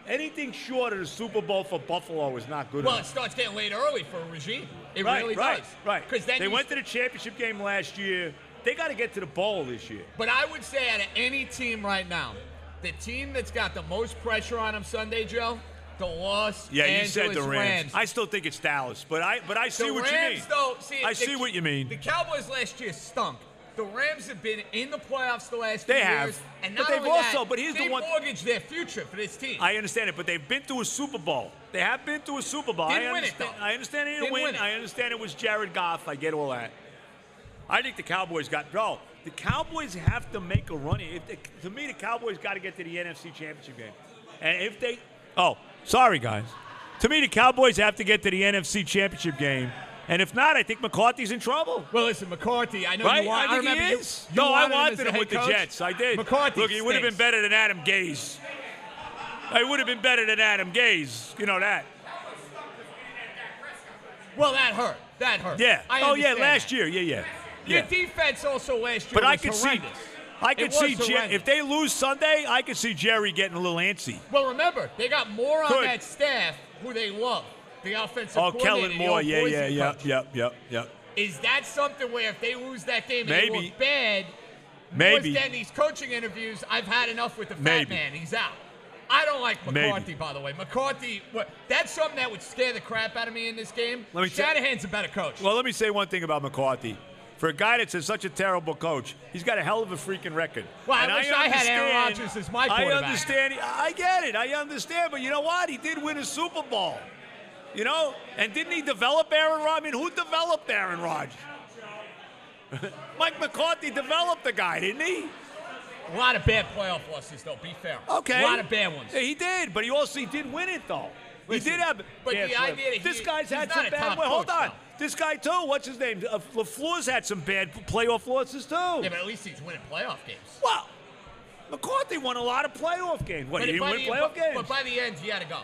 A: anything short of the Super Bowl for Buffalo is not good
E: Well, it
A: enough.
E: starts getting late early for a regime. It
A: right,
E: really
A: right,
E: does.
A: right.
E: Because then
A: they
E: you
A: went to the championship game last year. They got to get to the bowl this year.
E: But I would say out of any team right now, the team that's got the most pressure on them Sunday, Joe, the Los
A: Yeah,
E: Angeles
A: you said the Rams.
E: Rams.
A: I still think it's Dallas, but I but I see
E: the
A: what
E: Rams,
A: you mean.
E: though, see,
A: I
E: the-
A: see what you mean.
E: The Cowboys last year stunk. The Rams have been in the playoffs the last
A: They
E: few
A: have.
E: years, and
A: But
E: not
A: they've
E: only
A: also-
E: that,
A: but here's the
E: they
A: one-
E: mortgaged their future for this team.
A: I understand it, but they've been to a Super Bowl. They have been to a Super Bowl. I
E: Didn't win it,
A: understand,
E: though.
A: I understand they didn't,
E: Didn't
A: win.
E: win it.
A: I understand it was Jared Goff. I get all that. I think the Cowboys got bro. The Cowboys have to make a run. here. If they, to me, the Cowboys got to get to the NFC Championship game, and if they, oh, sorry guys. To me, the Cowboys have to get to the NFC Championship game, and if not, I think McCarthy's in trouble.
E: well, listen, McCarthy. I know
A: Right?
E: you want.
A: I think
E: remember
A: he
E: you-
A: is.
E: you
A: no, I
E: wanted him as
A: wanted
E: the
A: him,
E: head
A: with the
E: coach.
A: Jets. I did.
E: McCarthy.
A: Look, he would have been
E: stinks.
A: better than Adam Gaze. He would have been better than Adam Gaze. You know that.
E: Well, Oh, that hurt. That hurt.
A: Yeah.
E: I
A: oh yeah,
E: understand
A: last
E: that.
A: year. Yeah, yeah.
E: Your
A: yeah.
E: defense also last year
A: But
E: was
A: I could see.
E: horrendous.
A: I could
E: It was
A: see Jer-
E: horrendous.
A: if they lose Sunday, I could see Jerry getting a little antsy.
E: Well, remember, they got more on
A: Good.
E: that staff who they love. The offensive
A: Oh,
E: coordinator,
A: Kellen
E: the
A: Moore.
E: old
A: Yeah,
E: Boise
A: yeah, yeah,
E: coach.
A: yep, yep, yep.
E: Is that something where if they lose that game and they
A: Maybe.
E: look bad,
A: Maybe.
E: worse than these coaching interviews, I've had enough with the fat
A: Maybe.
E: man. He's out. I don't like
A: Maybe.
E: McCarthy, by the way. McCarthy, what, that's something that would scare the crap out of me in this game.
A: Let me tell-
E: Shanahan's a better coach.
A: Well, let me say one thing about McCarthy. For a guy that's such a terrible coach, he's got a hell of a freaking record.
E: Well, I wish I had Aaron
A: understand-
E: Rodgers as my
A: I
E: quarterback.
A: understand. I get it. I understand. But you know what? He did win a Super Bowl. You know? And didn't he develop Aaron Rodgers? I mean, who developed Aaron Rodgers? Mike McCarthy developed the guy, didn't he?
E: a lot of bad playoff losses, though. Be fair.
A: Okay.
E: A lot of bad ones.
A: Yeah, he did, but he also he did win it though.
E: Listen,
A: he did have.
E: but
A: bad
E: the
A: play.
E: idea that
A: this
E: he-
A: guy's
E: he's
A: had
E: not
A: some
E: a
A: bad.
E: top
A: Well, hold
E: coach,
A: on.
E: though.
A: This guy too. What's his name? Uh, Lafleur's had some bad playoff losses too.
E: Yeah, but at least he's winning playoff games.
A: Wow. McCarthy won a lot of playoff games. What, he didn't
E: by
A: win
E: the-
A: playoff
E: but-
A: games?
E: But by the end, he had to go.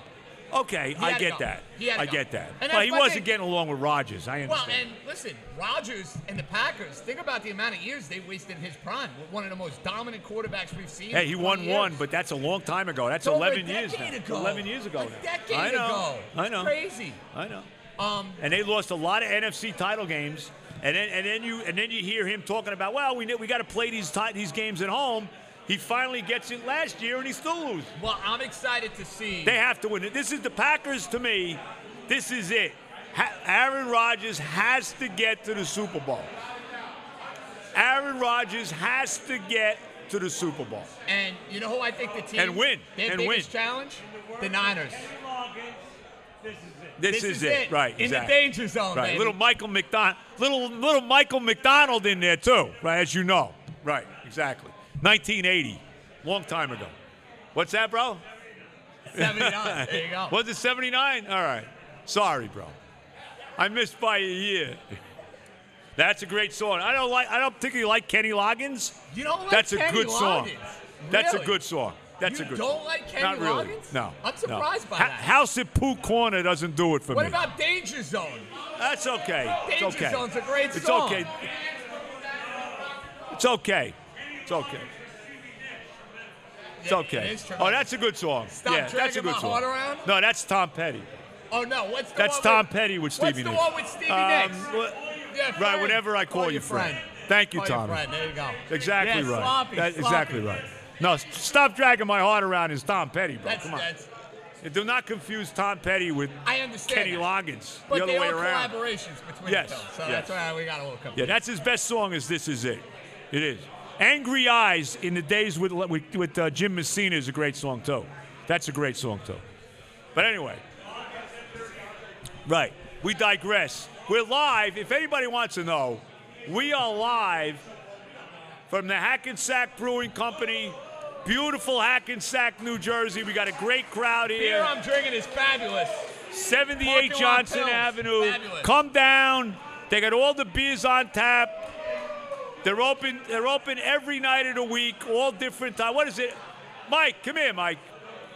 A: okay, I
E: had to
A: get
E: go.
A: that.
E: He had to
A: I
E: go.
A: get that.
E: And
A: Well,
E: that's
A: he
E: my
A: wasn't
E: thing.
A: getting along with Rodgers. I
E: Well,
A: understand.
E: and listen, Rodgers and the Packers, think about the amount of years they wasted in his prime. We're One of the most dominant quarterbacks we've seen.
A: hey, he
E: in
A: won
E: 20 years.
A: one, but that's a long time ago. That's
E: It's over
A: 11
E: a
A: years now.
E: decade ago.
A: 11 years ago.
E: A
A: now.
E: decade
A: I know.
E: ago.
A: I
E: It's
A: know.
E: crazy.
A: I know.
E: Um,
A: and they lost a lot of NFC title games. And then and then you and then you hear him talking about, well, we kn- we got to play these ti- these games at home. He finally gets it last year, and he still loses.
E: well, I'm excited to see.
A: They have to win it. This is the Packers to me. This is it. Ha- Aaron Rodgers has to get to the Super Bowl. Aaron Rodgers has to get to the Super Bowl.
E: and you know who I think the team
A: And win.
E: Their
A: And
E: biggest
A: win.
E: challenge, the Niners.
C: This is it.
A: This, is, it. right?
E: In
A: exactly.
E: the danger zone,
A: right?
E: baby.
A: Little Michael McDonald, little little Michael McDonald in there too, right? As you know, right? Exactly. 1980, long time ago. What's that, bro?
E: 79. There you go.
A: Was it 79? All right. Sorry, bro. I missed by a year. That's a great song. I don't like. I don't particularly like Kenny Loggins.
E: You don't like
A: That's a
E: Kenny
A: good song.
E: Loggins?
A: That's a
E: Really?
A: good song. That's
E: You
A: a good.
E: don't
A: song.
E: like Kenny
A: Not really.
E: Loggins?
A: No.
E: I'm
A: no.
E: surprised by
A: Ha-
E: that.
A: House at Pooh Corner doesn't do it for
E: What
A: me.
E: about Danger Zone?
A: That's okay. It's
E: Danger
A: okay.
E: Zone's a great
A: it's
E: song.
A: okay. It's okay. It's okay. It's
E: Yeah,
A: okay.
E: it is
A: Oh,
E: tremendous.
A: that's a good song.
E: Stop
A: yeah, that's a
E: dragging
A: good
E: my
A: song.
E: heart around?
A: No, that's Tom Petty.
E: Oh no, what's the
A: That's
E: one
A: Tom
E: with,
A: Petty with
E: What's
A: Stevie
E: the
A: Nicks.
E: one with Stevie
A: Um,
E: Nicks?
A: what-
E: Yeah,
A: right,
E: friend.
A: whenever I call, you
E: your
A: friend. Thank you,
E: Call your
A: Tommy.
E: friend. There you go.
A: Exactly
E: Yeah,
A: right.
E: sloppy,
A: That's
E: sloppy.
A: exactly right. No, s- stop dragging my heart around is Tom Petty, bro.
E: That's,
A: Come on.
E: that's
A: Do not confuse Tom Petty with
E: I understand.
A: Kenny
E: that.
A: Loggins
E: But
A: the
E: they
A: other way
E: are
A: around.
E: collaborations between
A: Yes,
E: the films, so
A: yes.
E: that's why we got a little couple.
A: Yeah, that's his best song. Is this is it? It is. Angry Eyes in the days with with, with uh, Jim Messina is a great song too. That's a great song too. But anyway, right. We digress. We're live. If anybody wants to know, we are live from the Hackensack Brewing Company. Beautiful Hackensack, New Jersey. We got a great crowd here.
E: Beer I'm drinking is fabulous.
A: 78
E: Parking lot
A: Johnson
E: pills.
A: Avenue.
E: Fabulous.
A: Come down. They got all the beers on tap. They're open. They're open every night of the week, all different time. What is it? Mike, come here, Mike.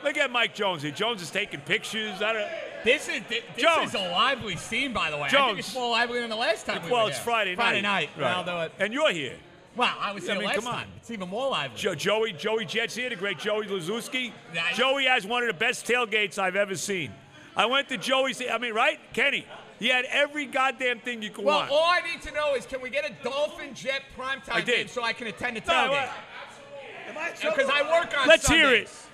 A: Look at Mike Jones here. Jones is taking pictures. I don't.
E: This is this
A: Jones.
E: is a lively scene, by the way. I think
A: Jones.
E: it's more lively than the last time we
A: well,
E: were
A: it's
E: there.
A: Friday night.
E: Friday night.
A: Right.
E: I'll do it.
A: And you're here.
E: Wow, I was
A: I
E: there
A: mean,
E: last
A: come on.
E: time. It's even more lively.
A: Jo- Joey Joey Jets here, the great Joey Lazuski.
E: Yeah, I-
A: Joey has one of the best tailgates I've ever seen. I went to Joey's. I mean, right, Kenny? He had every goddamn thing you could
E: well,
A: want.
E: all I need to know is can we get a Dolphin Jet
A: I
E: primetime
A: did.
E: game so I can attend the
A: No, I-
E: tailgate?
A: Am I in trouble?
E: Because I work on
A: Let's hear it.
E: Sundays.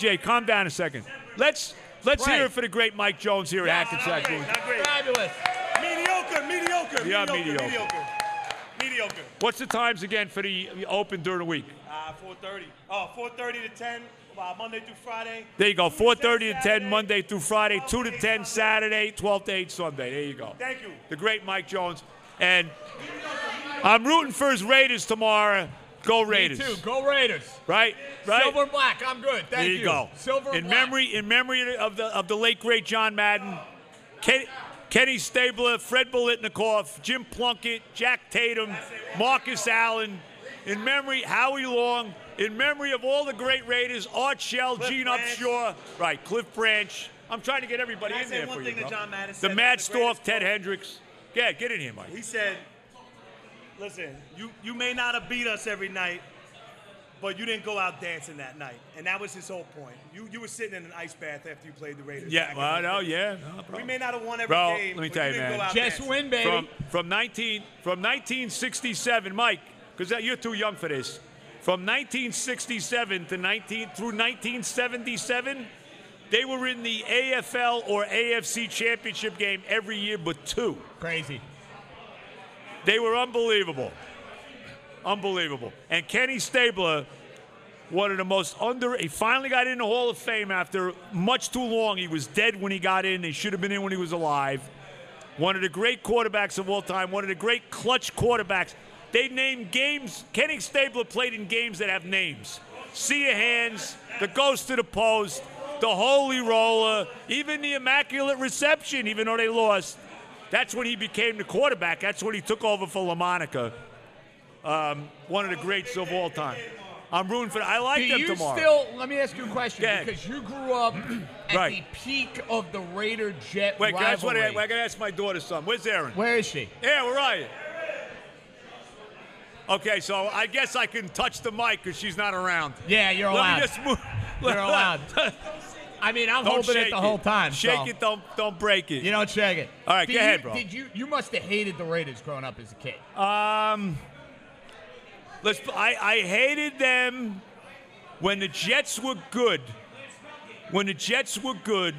A: JJ, calm down a second. Let's let's
E: Right.
A: hear it for the great Mike Jones here at Hackensack. Brewing.
E: Fabulous.
F: Mediocre, mediocre,
A: Yeah,
F: mediocre,
A: mediocre.
F: mediocre. Mediocre.
A: What's the times again for the open during the week?
F: Uh, 4.30. Oh, 4.30 to 10, uh, Monday through Friday.
A: There you go. 4:30 to 10
F: Saturday,
A: Monday through Friday, 2 to 10
F: Sunday.
A: Saturday, 12 to 8 Sunday. There you go.
F: Thank you.
A: The great Mike Jones, and I'm rooting for his Raiders tomorrow. Go Raiders!
E: Me too. Go Raiders.
A: Right, right.
E: Silver and black. I'm good. Thank
A: there you,
E: you.
A: go.
E: Silver
A: in
E: and black.
A: memory, in memory of the of the late great John Madden, Ken, Kenny Stabler, Fred Bolitnikoff, Jim Plunkett, Jack Tatum, Marcus Allen. In memory, Howie Long. In memory of all the great Raiders, Art Shell,
F: Cliff
A: Gene
F: Branch.
A: Upshaw, right, Cliff Branch. I'm trying to get everybody
F: Can I
A: in
F: say
A: there
F: one
A: for
F: thing
A: you.
F: that
A: bro.
F: John Madden
A: the
F: said
A: Mad
F: is the greatest
A: Storff, Ted Hendricks. Yeah, get in here, Mike.
F: He said, listen, you, you may not have beat us every night, but you didn't go out dancing that night. And that was his whole point. You you were sitting in an ice bath after you played the Raiders.
A: Yeah,
F: back
A: well, I
F: in the
A: know,
F: day.
A: yeah. no
F: We
A: problem.
F: may not have won every
A: Bro,
F: game,
A: let me
F: but
A: tell
F: you
A: you,
F: didn't
A: man.
F: go out
E: Just
F: dancing.
E: win, baby.
A: from from 19 from 1967, Mike, because you're too young for this. From 1967 to 19 through 1977, they were in the AFL or AFC championship game every year but two.
E: Crazy.
A: They were unbelievable, unbelievable. And Kenny Stabler, one of the most under. He finally got in the Hall of Fame after much too long. He was dead when he got in. He should have been in when he was alive. One of the great quarterbacks of all time. One of the great clutch quarterbacks. They named games. Kenny Stabler played in games that have names. See your hands. The ghost to the post. The holy roller. Even the immaculate reception. Even though they lost, that's when he became the quarterback. That's when he took over for LaMonica. Um, one of the greats of all time. I'm rooting for. I like
E: Do
A: them
E: you
A: tomorrow.
E: still? Let me ask you a question
A: Go ahead.
E: because you grew up at
A: Right.
E: the peak of the Raider Jet
A: Wait,
E: rivalry.
A: that's what I, I gotta ask my daughter something. Where's Aaron?
E: Where is she?
A: Yeah, where are you? Okay, so I guess I can touch the mic because she's not around.
E: Yeah, you're
A: Let
E: allowed.
A: me just move.
E: You're allowed. I mean, I'm
A: don't
E: holding
A: shake
E: it the whole time.
A: Shake
E: so
A: it, don't don't break it.
E: You don't shake it.
A: All right,
E: did
A: go
E: you,
A: ahead, bro.
E: Did you? You must have hated the Raiders growing up as a kid.
A: Um, let's. I, I hated them when the Jets were good. When the Jets were good,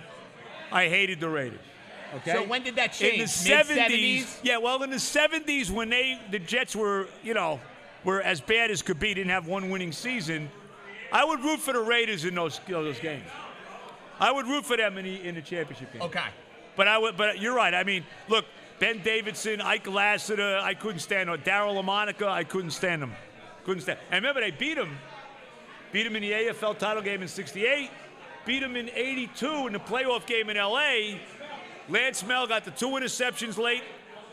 A: I hated the Raiders. Okay.
E: So when did that change?
A: In the
E: Mid-seventies?
A: seventies. Yeah. Well, in the seventies, when they the Jets were, you know, were as bad as could be, didn't have one winning season. I would root for the Raiders in those those games. I would root for them in the in the championship game.
E: Okay.
A: But I would. But you're right. I mean, look, Ben Davidson, Ike Lassiter, I couldn't stand them. Daryl LaMonica, I couldn't stand them. Couldn't stand. And remember, they beat him. Beat him in the AFL title game in '68. Beat him in '82 in the playoff game in LA. Lance Mel got the two interceptions late.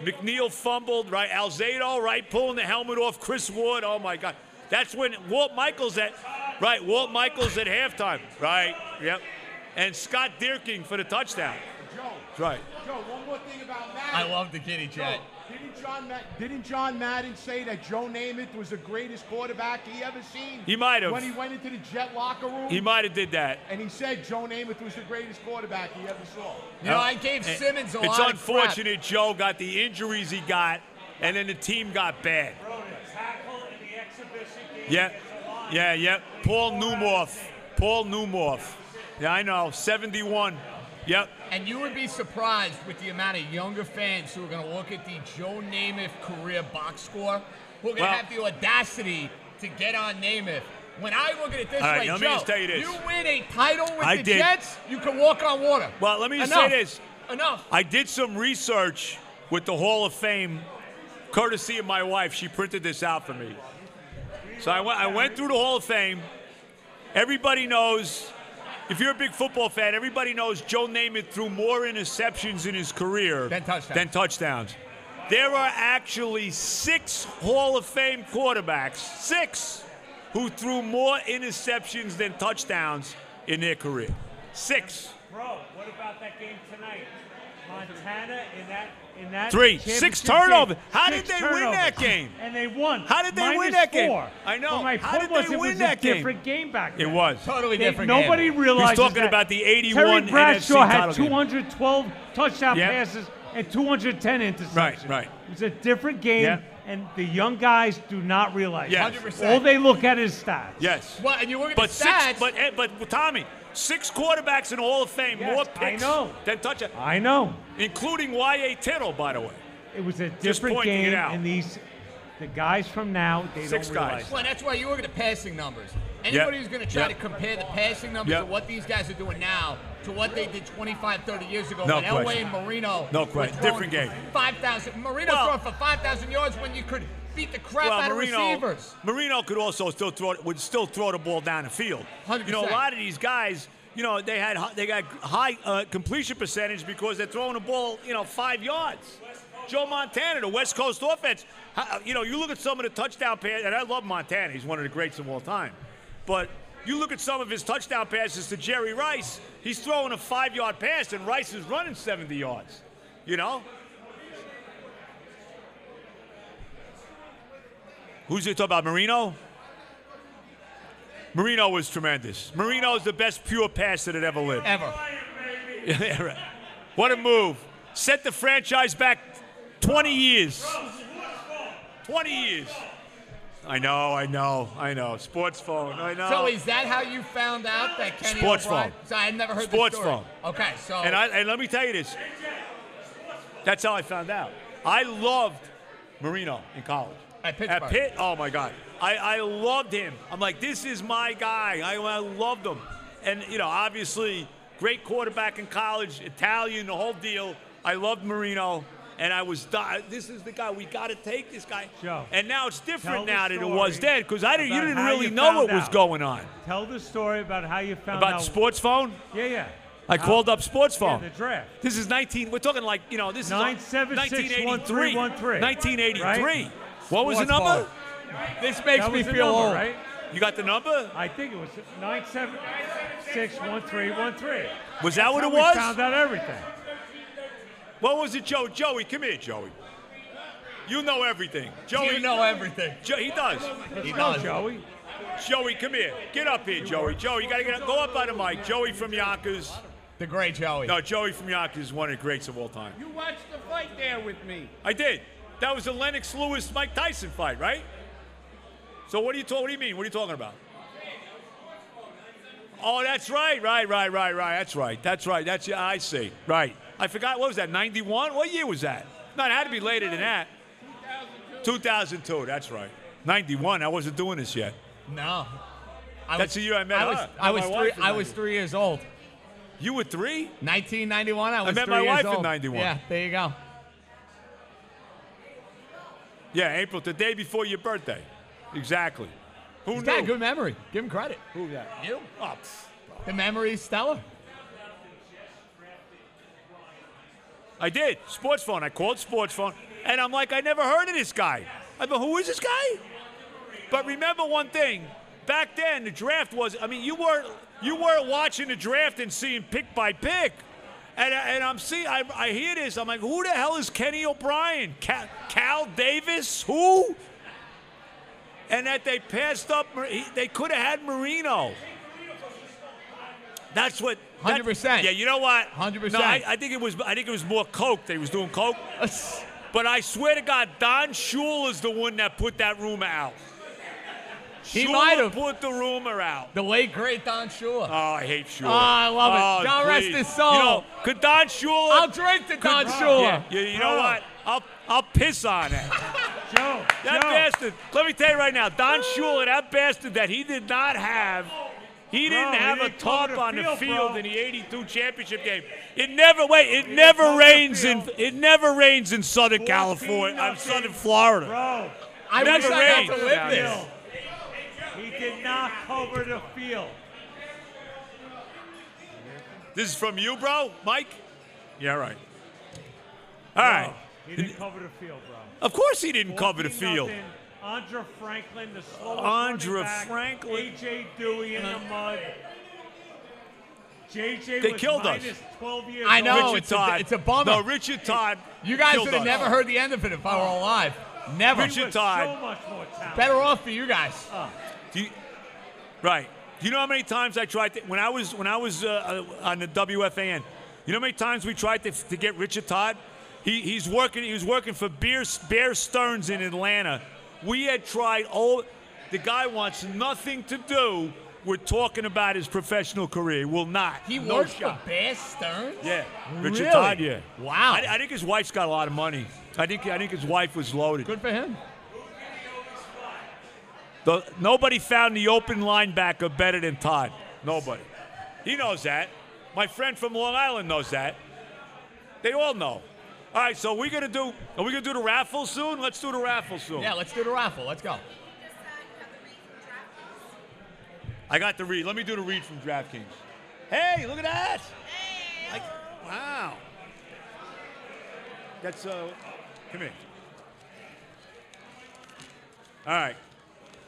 A: McNeil fumbled, right? Alzado, right? Pulling the helmet off. Chris Wood, oh my God. That's when Walt Michaels at, right? Walt Michaels at halftime, right? Yep. And Scott Dierking for the touchdown. That's right.
G: Joe, one more thing about Madden.
E: I love the kitty jet.
G: Joe, Didn't John, Ma- didn't John Madden say that Joe Namath was the greatest quarterback he ever seen?
A: He might have.
G: When he went into the Jet locker room,
A: He might have did that.
G: and he said Joe Namath was the greatest quarterback he ever saw.
E: You know, I gave
A: And
E: Simmons a
A: Oh, eh, It's
E: lot of crap.
A: unfortunate Joe got the injuries he got, and then the team got bad. Yeah, yeah, yeah. Paul Newmorf. Paul Newmorf. Yeah, I know. 71. Yep.
E: And you would be surprised with the amount of younger fans who are going to look at the Joe Namath career box score, who are going to
A: Well-
E: have the audacity to get on Namath. When I look at it this
A: All right,
E: way,
A: let me
E: Joe,
A: just tell you this.
E: win a title with
A: I
E: the
A: did.
E: Jets, you can walk on water.
A: Well, let me just
E: Enough.
A: say this.
E: Enough.
A: I did some research with the Hall of Fame, courtesy of my wife. She printed this out for me. So I went, I went through the Hall of Fame. Everybody knows, if you're a big football fan, everybody knows Joe Namath threw more interceptions in his career
E: Than touchdowns.
A: than touchdowns. There are actually six Hall of Fame quarterbacks, six, who threw more interceptions than touchdowns in their career. Six.
C: Bro, what about that game tonight? Montana in that in that
A: Three. Six
C: championship
A: turnovers.
C: game,
A: How did
C: six
A: they win
C: turnovers.
A: that game?
C: And they won.
A: How did they win
C: Minus
A: that game?
C: four.
A: I know.
C: But my
A: How did
C: point was
A: they
C: it
A: win
C: was
A: that
C: a
A: game?
C: different game back
A: It
C: then.
A: was.
E: Totally
C: They-
E: different. game.
C: nobody realized.
A: talking about the 81
C: Terry
A: NFC
C: Bradshaw
A: title
C: had
A: game.
C: 212 touchdown
A: Yep.
C: passes and 210 interceptions.
A: right.
C: It was a different game,
A: Yep.
C: and the young guys do not realize.
A: Yes.
E: 100%.
C: All they look at is stats.
A: Yes.
E: Well, and you look at
A: But
E: the
A: six.
E: stats.
A: But eh, but Tommy, six quarterbacks in the Hall of Fame,
C: Yes,
A: more
C: I
A: picks
C: know.
A: than touchdowns,
C: I know.
A: including Y.A. Tittle, by the way.
C: It was a
A: Just
C: different
A: pointing it
C: game,
A: out.
C: and these the guys from now they
A: Six
C: don't
A: guys.
C: realize.
E: Well, that's why you look at the passing numbers. Anybody
A: Yep.
E: who's going to try
A: Yep.
E: to compare the passing numbers
A: Yep.
E: of what these guys are doing now to what they did 25, 30 years ago
A: No
E: when Elway
A: question.
E: and Marino.
A: No
E: were
A: question.
E: throwing
A: Different game.
E: 5,000. Marino
A: Well-
E: throwing for 5,000 yards when you could beat the crap out of receivers.
A: Marino could also still throw would still throw the ball down the field. You know, a
E: 100%.
A: lot of these guys, you know, they had hi- they got high uh, completion percentage because they're throwing the ball, you know, five yards. Joe Montana, the West Coast offense. how- You know, you look at some of the touchdown passes, and I love Montana. He's one of the greats of all time. But you look at some of his touchdown passes to Jerry Rice. He's throwing a five-yard pass, and Rice is running 70 yards. You know, Who's you talking about? Marino? Marino was tremendous. Marino is the best pure passer that ever lived.
E: Ever.
A: Yeah, right. what a move. Set the franchise back 20 years. 20 years. I know, I know, I know. Sports phone, I know.
E: So is that how you found out that Kenny
A: uh, Sports
E: O'Brien?
A: phone.
E: So I had never heard
A: Sports
E: the story.
A: phone.
E: Okay, so
A: And, I, and let me tell you this. That's how I found out. I loved Marino in college.
E: At Pittsburgh.
A: At Pitt, oh my God. I, I loved him. I'm like, this is my guy. I, I loved him. And, you know, obviously, great quarterback in college, Italian, the whole deal. I loved Marino. And I was, di- this is the guy. We got to take this guy.
C: Joe,
A: and now it's different
C: tell the
A: now than it was
C: story
A: then because I didn't, you
C: about
A: didn't
C: how
A: really
C: you
A: know what
C: found
A: was
C: out.
A: going on.
C: Tell the story about how you found
A: About
C: out.
A: sports phone?
C: Yeah, yeah.
A: I
C: How-
A: called up sports
C: yeah,
A: phone.
C: the draft.
A: This is 19. We're talking like you know this
C: Nine,
A: is
C: seven, six,
A: 1983.
C: one, three, one, three.
A: 1983.
C: Right?
A: What was the
E: Sports
A: number?
E: this makes
C: That
E: me
C: was the
E: feel
C: number,
E: old.
C: right?
A: You got the number?
C: I think it was nine seven six one three one three.
A: Was that what it
C: We
A: was?
C: found out everything.
A: What was it, Joe? Joey, come here, Joey. You know everything, Joey.
E: You know everything.
A: Jo- he does.
C: Let's
E: He
C: go,
E: does.
C: Joey.
A: Joey, come here. Get up here, Joey. Joey, you gotta get up. Go up by the mic. Joey from Yonkers.
E: The great Joey.
A: No, Joey from Yonkers is one of the greats of all time.
G: You watched the fight there with me.
A: I did. That was the Lennox Lewis Mike Tyson fight, right? So what do you talk, what do you mean? What are you talking about? Oh, that's right, right, right, right, right. That's right. That's right. That's yeah, I see. Right. I forgot what was that? 91? What year was that? No, it had to be later than that. 2002. That's right. 91. I wasn't doing this yet.
E: No. I
A: That's the year I met
E: I was,
A: her.
E: I
A: And
E: was
A: my
E: three.
A: wife in
E: I was three years old.
A: You were 3?
E: 1991. I was
A: met
E: three
A: my
E: years
A: wife in
E: old.
A: 91.
E: Yeah, there you go.
A: Yeah, April, the day before your birthday. Exactly. Who
E: He's
A: knew?
E: got a good memory. Give him credit.
A: Who that?
E: You?
A: Oh, pff.
E: The memory is stellar.
A: I did. Sports phone. I called sports phone, and I'm like, I never heard of this guy. I go, who is this guy? But remember one thing. Back then, the draft was. I mean, you weren't you weren't watching the draft and seeing pick by pick. And, I- and I'm see I, I hear this. I'm like, who the hell is Kenny O'Brien? Cal, Cal Davis? Who? And that they passed up. Mar- he- They could have had Marino. That's what. that-
E: 100%.
A: Yeah, you know what?
E: 100%.
A: No, I, I think it was. I think it was more coke. They was doing coke. But I swear to God, Don Shula is the one that put that rumor out.
E: He
A: Shula
E: might have.
A: put the rumor out.
E: The late great Don Shula.
A: Oh, I hate Shula.
E: Oh, I love it.
A: Oh,
E: God rest
A: please.
E: his soul.
A: You know, could Don Shula?
E: I'll drink to Don Oh. Shula.
A: Yeah, you, you know what? I'll I'll piss on it.
C: Joe.
A: That
C: Joe.
A: bastard. Let me tell you right now, Don Shula, that bastard that he did not have. He didn't
C: he
A: have a
C: didn't cover
A: top
C: the
A: on the
C: field,
A: field
C: bro.
A: in the '82 championship game. It never wait. It
C: cover
A: never
C: the
A: rains in.
C: field.
A: It never rains in Southern
C: 14
A: California. I'm Southern
C: nothing.
A: Florida.
C: Bro,
E: I
A: Never
E: wish I got to
A: rained.
E: live this.
A: Downhill.
C: he did not cover the field.
A: This is from you, bro, Mike. Yeah, right. All right.
C: He didn't cover the field, bro.
A: Of course, he didn't cover the field.
C: 14 Andre Franklin, the slowest
A: Andre
C: running back,
A: Franklin.
C: A.J. Dewey in the mud. JJ
A: They
C: was
A: killed us.
C: minus 12 years
E: I
C: old.
E: know.
A: Richard
E: it's a-
A: Todd.
E: it's a bummer.
A: No, Richard Todd.
E: You guys
A: killed
E: would have
A: us.
E: never heard the end of it if I were alive. Never.
C: He was
A: Richard Todd.
C: So much more talented.
E: Better off for you guys.
A: Uh, Do you, right. Do you know how many times I tried to when I was when I was uh, uh, on the WFAN? You know how many times we tried to, to get Richard Todd? He, he's working. He was working for Bear, Bear Stearns in Atlanta. We had tried all. The guy wants nothing to do with talking about his professional career. He Will not.
E: He
A: no
E: works
A: shot.
E: for Bear Stearns?
A: Yeah, Richard
E: Really?
A: Todd. Yeah.
E: Wow.
A: I, I think his wife's got a lot of money. I think I think his wife was loaded.
E: Good for him.
A: The, nobody found the open linebacker better than Todd. Nobody. He knows that. My friend from Long Island knows that. They all know. All right, so we're gonna do. Are we gonna do the raffle soon? Let's do the raffle soon.
E: Yeah, let's do the raffle. Let's go.
A: I got the read. Let me do the read from DraftKings. Hey, look at that! Like, wow. That's uh. Come here. All right.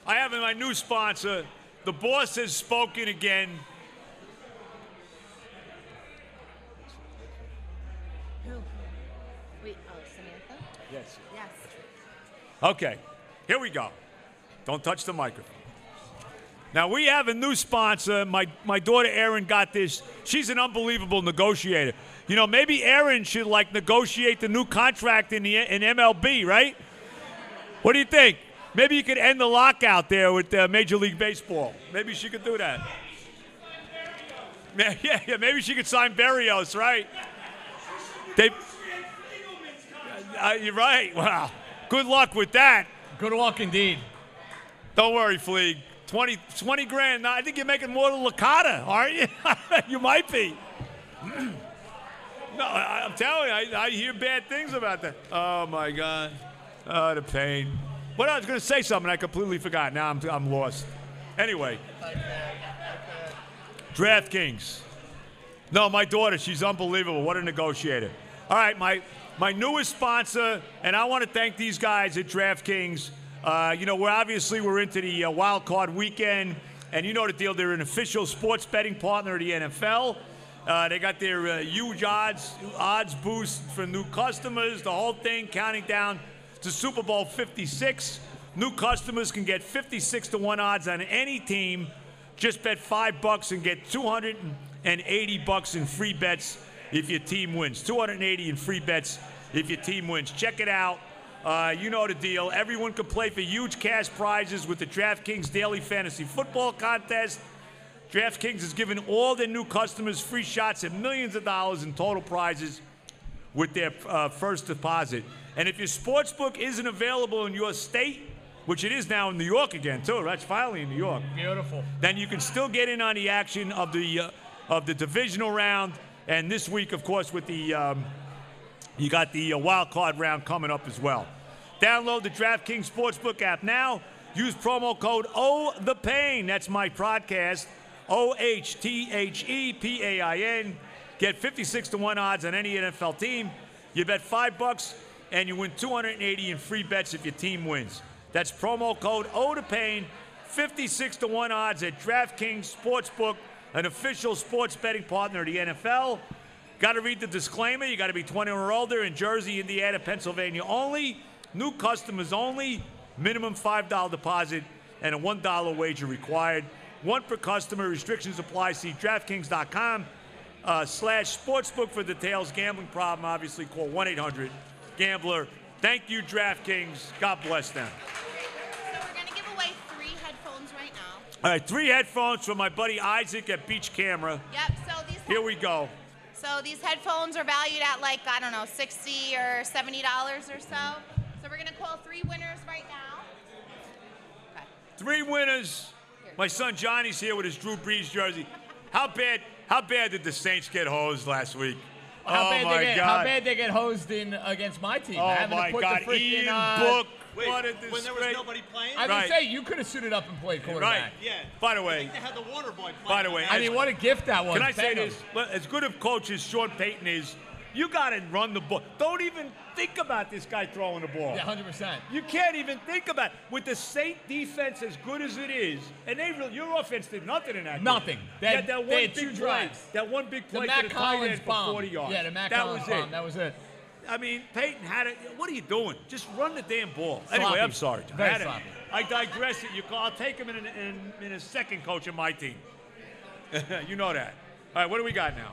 A: I have my new sponsor. The boss has spoken again.
D: Who? Wait, oh, Samantha?
A: Yes.
D: Yes.
A: Okay, here we go. Don't touch the microphone. Now we have a new sponsor. My my daughter Erin got this. She's an unbelievable negotiator. You know, maybe Erin should like negotiate the new contract in the in MLB, right? What do you think? Maybe you could end the lockout there with uh, Major League Baseball. Maybe she could do that. Yeah, yeah, yeah, maybe she could sign Barrios, right? They, uh, you're right. Wow. Good luck with that.
E: Good luck indeed.
A: Don't worry, Fleeg. 20, 20 grand. Now, I think you're making more than Licata, aren't you? you might be. no, I, I'm telling you, I, I hear bad things about that. Oh, my God. Oh, the pain. What I was going to say something, I completely forgot. Now I'm, I'm lost. Anyway, DraftKings. No, my daughter, she's unbelievable. What a negotiator. All right, my my newest sponsor, and I want to thank these guys at DraftKings. Uh, you know, we're obviously we're into the uh, wild card weekend, and you know the deal. They're an official sports betting partner of the NFL. Uh, they got their uh, huge odds odds boost for new customers. The whole thing counting down to Super Bowl 56. New customers can get 56 to one odds on any team. Just bet five bucks and get 280 bucks in free bets if your team wins. 280 in free bets if your team wins. Check it out. Uh, you know the deal. Everyone can play for huge cash prizes with the DraftKings Daily Fantasy Football Contest. DraftKings is giving all their new customers free shots at millions of dollars in total prizes with their uh, first deposit. And if your sports book isn't available in your state, which it is now in New York again too, that's finally in New York
E: Beautiful.
A: then you can still get in on the action of the uh, of the divisional round, and this week, of course, with the um, you got the uh, wild card round coming up as well. Download the DraftKings Sportsbook app now. Use promo code O E the Pain. That's my podcast. O H T H E P A I N. Get 56 to 1 odds on any NFL team. You bet 5 bucks and you win 280 in free bets if your team wins. That's promo code O E to Pain. 56 to 1 odds at DraftKings Sportsbook, an official sports betting partner of the NFL. Got to read the disclaimer. You got to be 21 or older in Jersey, Indiana, Pennsylvania only. New customers only. Minimum $5 deposit and a $1 wager required. One per customer. Restrictions apply. See DraftKings.com uh, slash sportsbook for details. Gambling problem, obviously, call 1 800 Gambler. Thank you, DraftKings. God bless them.
D: So we're going to give away three headphones right now.
A: All right, three headphones from my buddy Isaac at Beach Camera.
D: Yep. So these
A: Here we go.
D: so these headphones are valued at like I don't know, sixty or seventy dollars or so. So we're gonna call three winners right now. Okay.
A: Three winners. My son Johnny's here with his Drew Brees jersey. How bad? How bad did the Saints get hosed last week?
E: How,
A: oh
E: bad
A: my
E: they get,
A: God!
E: how bad they get hosed in against my team.
A: oh
E: having
A: my
E: to put
A: God!
E: The freaking,
A: Ian
E: uh,
A: Book.
H: Wait,
A: what a
H: when there was
A: disgrace.
H: nobody playing?
E: I was
A: Right.
E: gonna say you could have suited up and played
A: Right.
E: quarterback.
H: yeah.
A: By the
H: I
A: way,
H: think they had the Warner boy playing.
A: By the way,
E: I mean, what a gift that was.
A: can I say
E: Thank him.
A: this? Well, As good of coach as Sean Payton is, You got to run the ball. Don't even think about this guy throwing the ball.
E: Yeah, 100%.
A: You can't even think about it. with the Saint defense as good as it is, and they really, your offense did nothing in that. game.
E: Nothing. They
A: Yeah,
E: had-
A: that one
E: they had
A: big
E: two
A: play,
E: drives.
A: That one big
E: The
A: play to
E: Matt
A: the tight
E: Collins
A: end for
E: bomb.
A: 40 yards.
E: Yeah, the Matt
A: that
E: Collins
A: was
E: bomb.
A: It.
E: That was it.
A: I mean, Peyton had it. What are you doing? Just run the damn ball. Anyway,
E: Sloppy.
A: I'm sorry. John.
E: Very
A: I had it.
E: sloppy.
A: I digress. It. You call. I'll take him in, a- in, in a second, coach of my team. you know that. All right, what do we got now?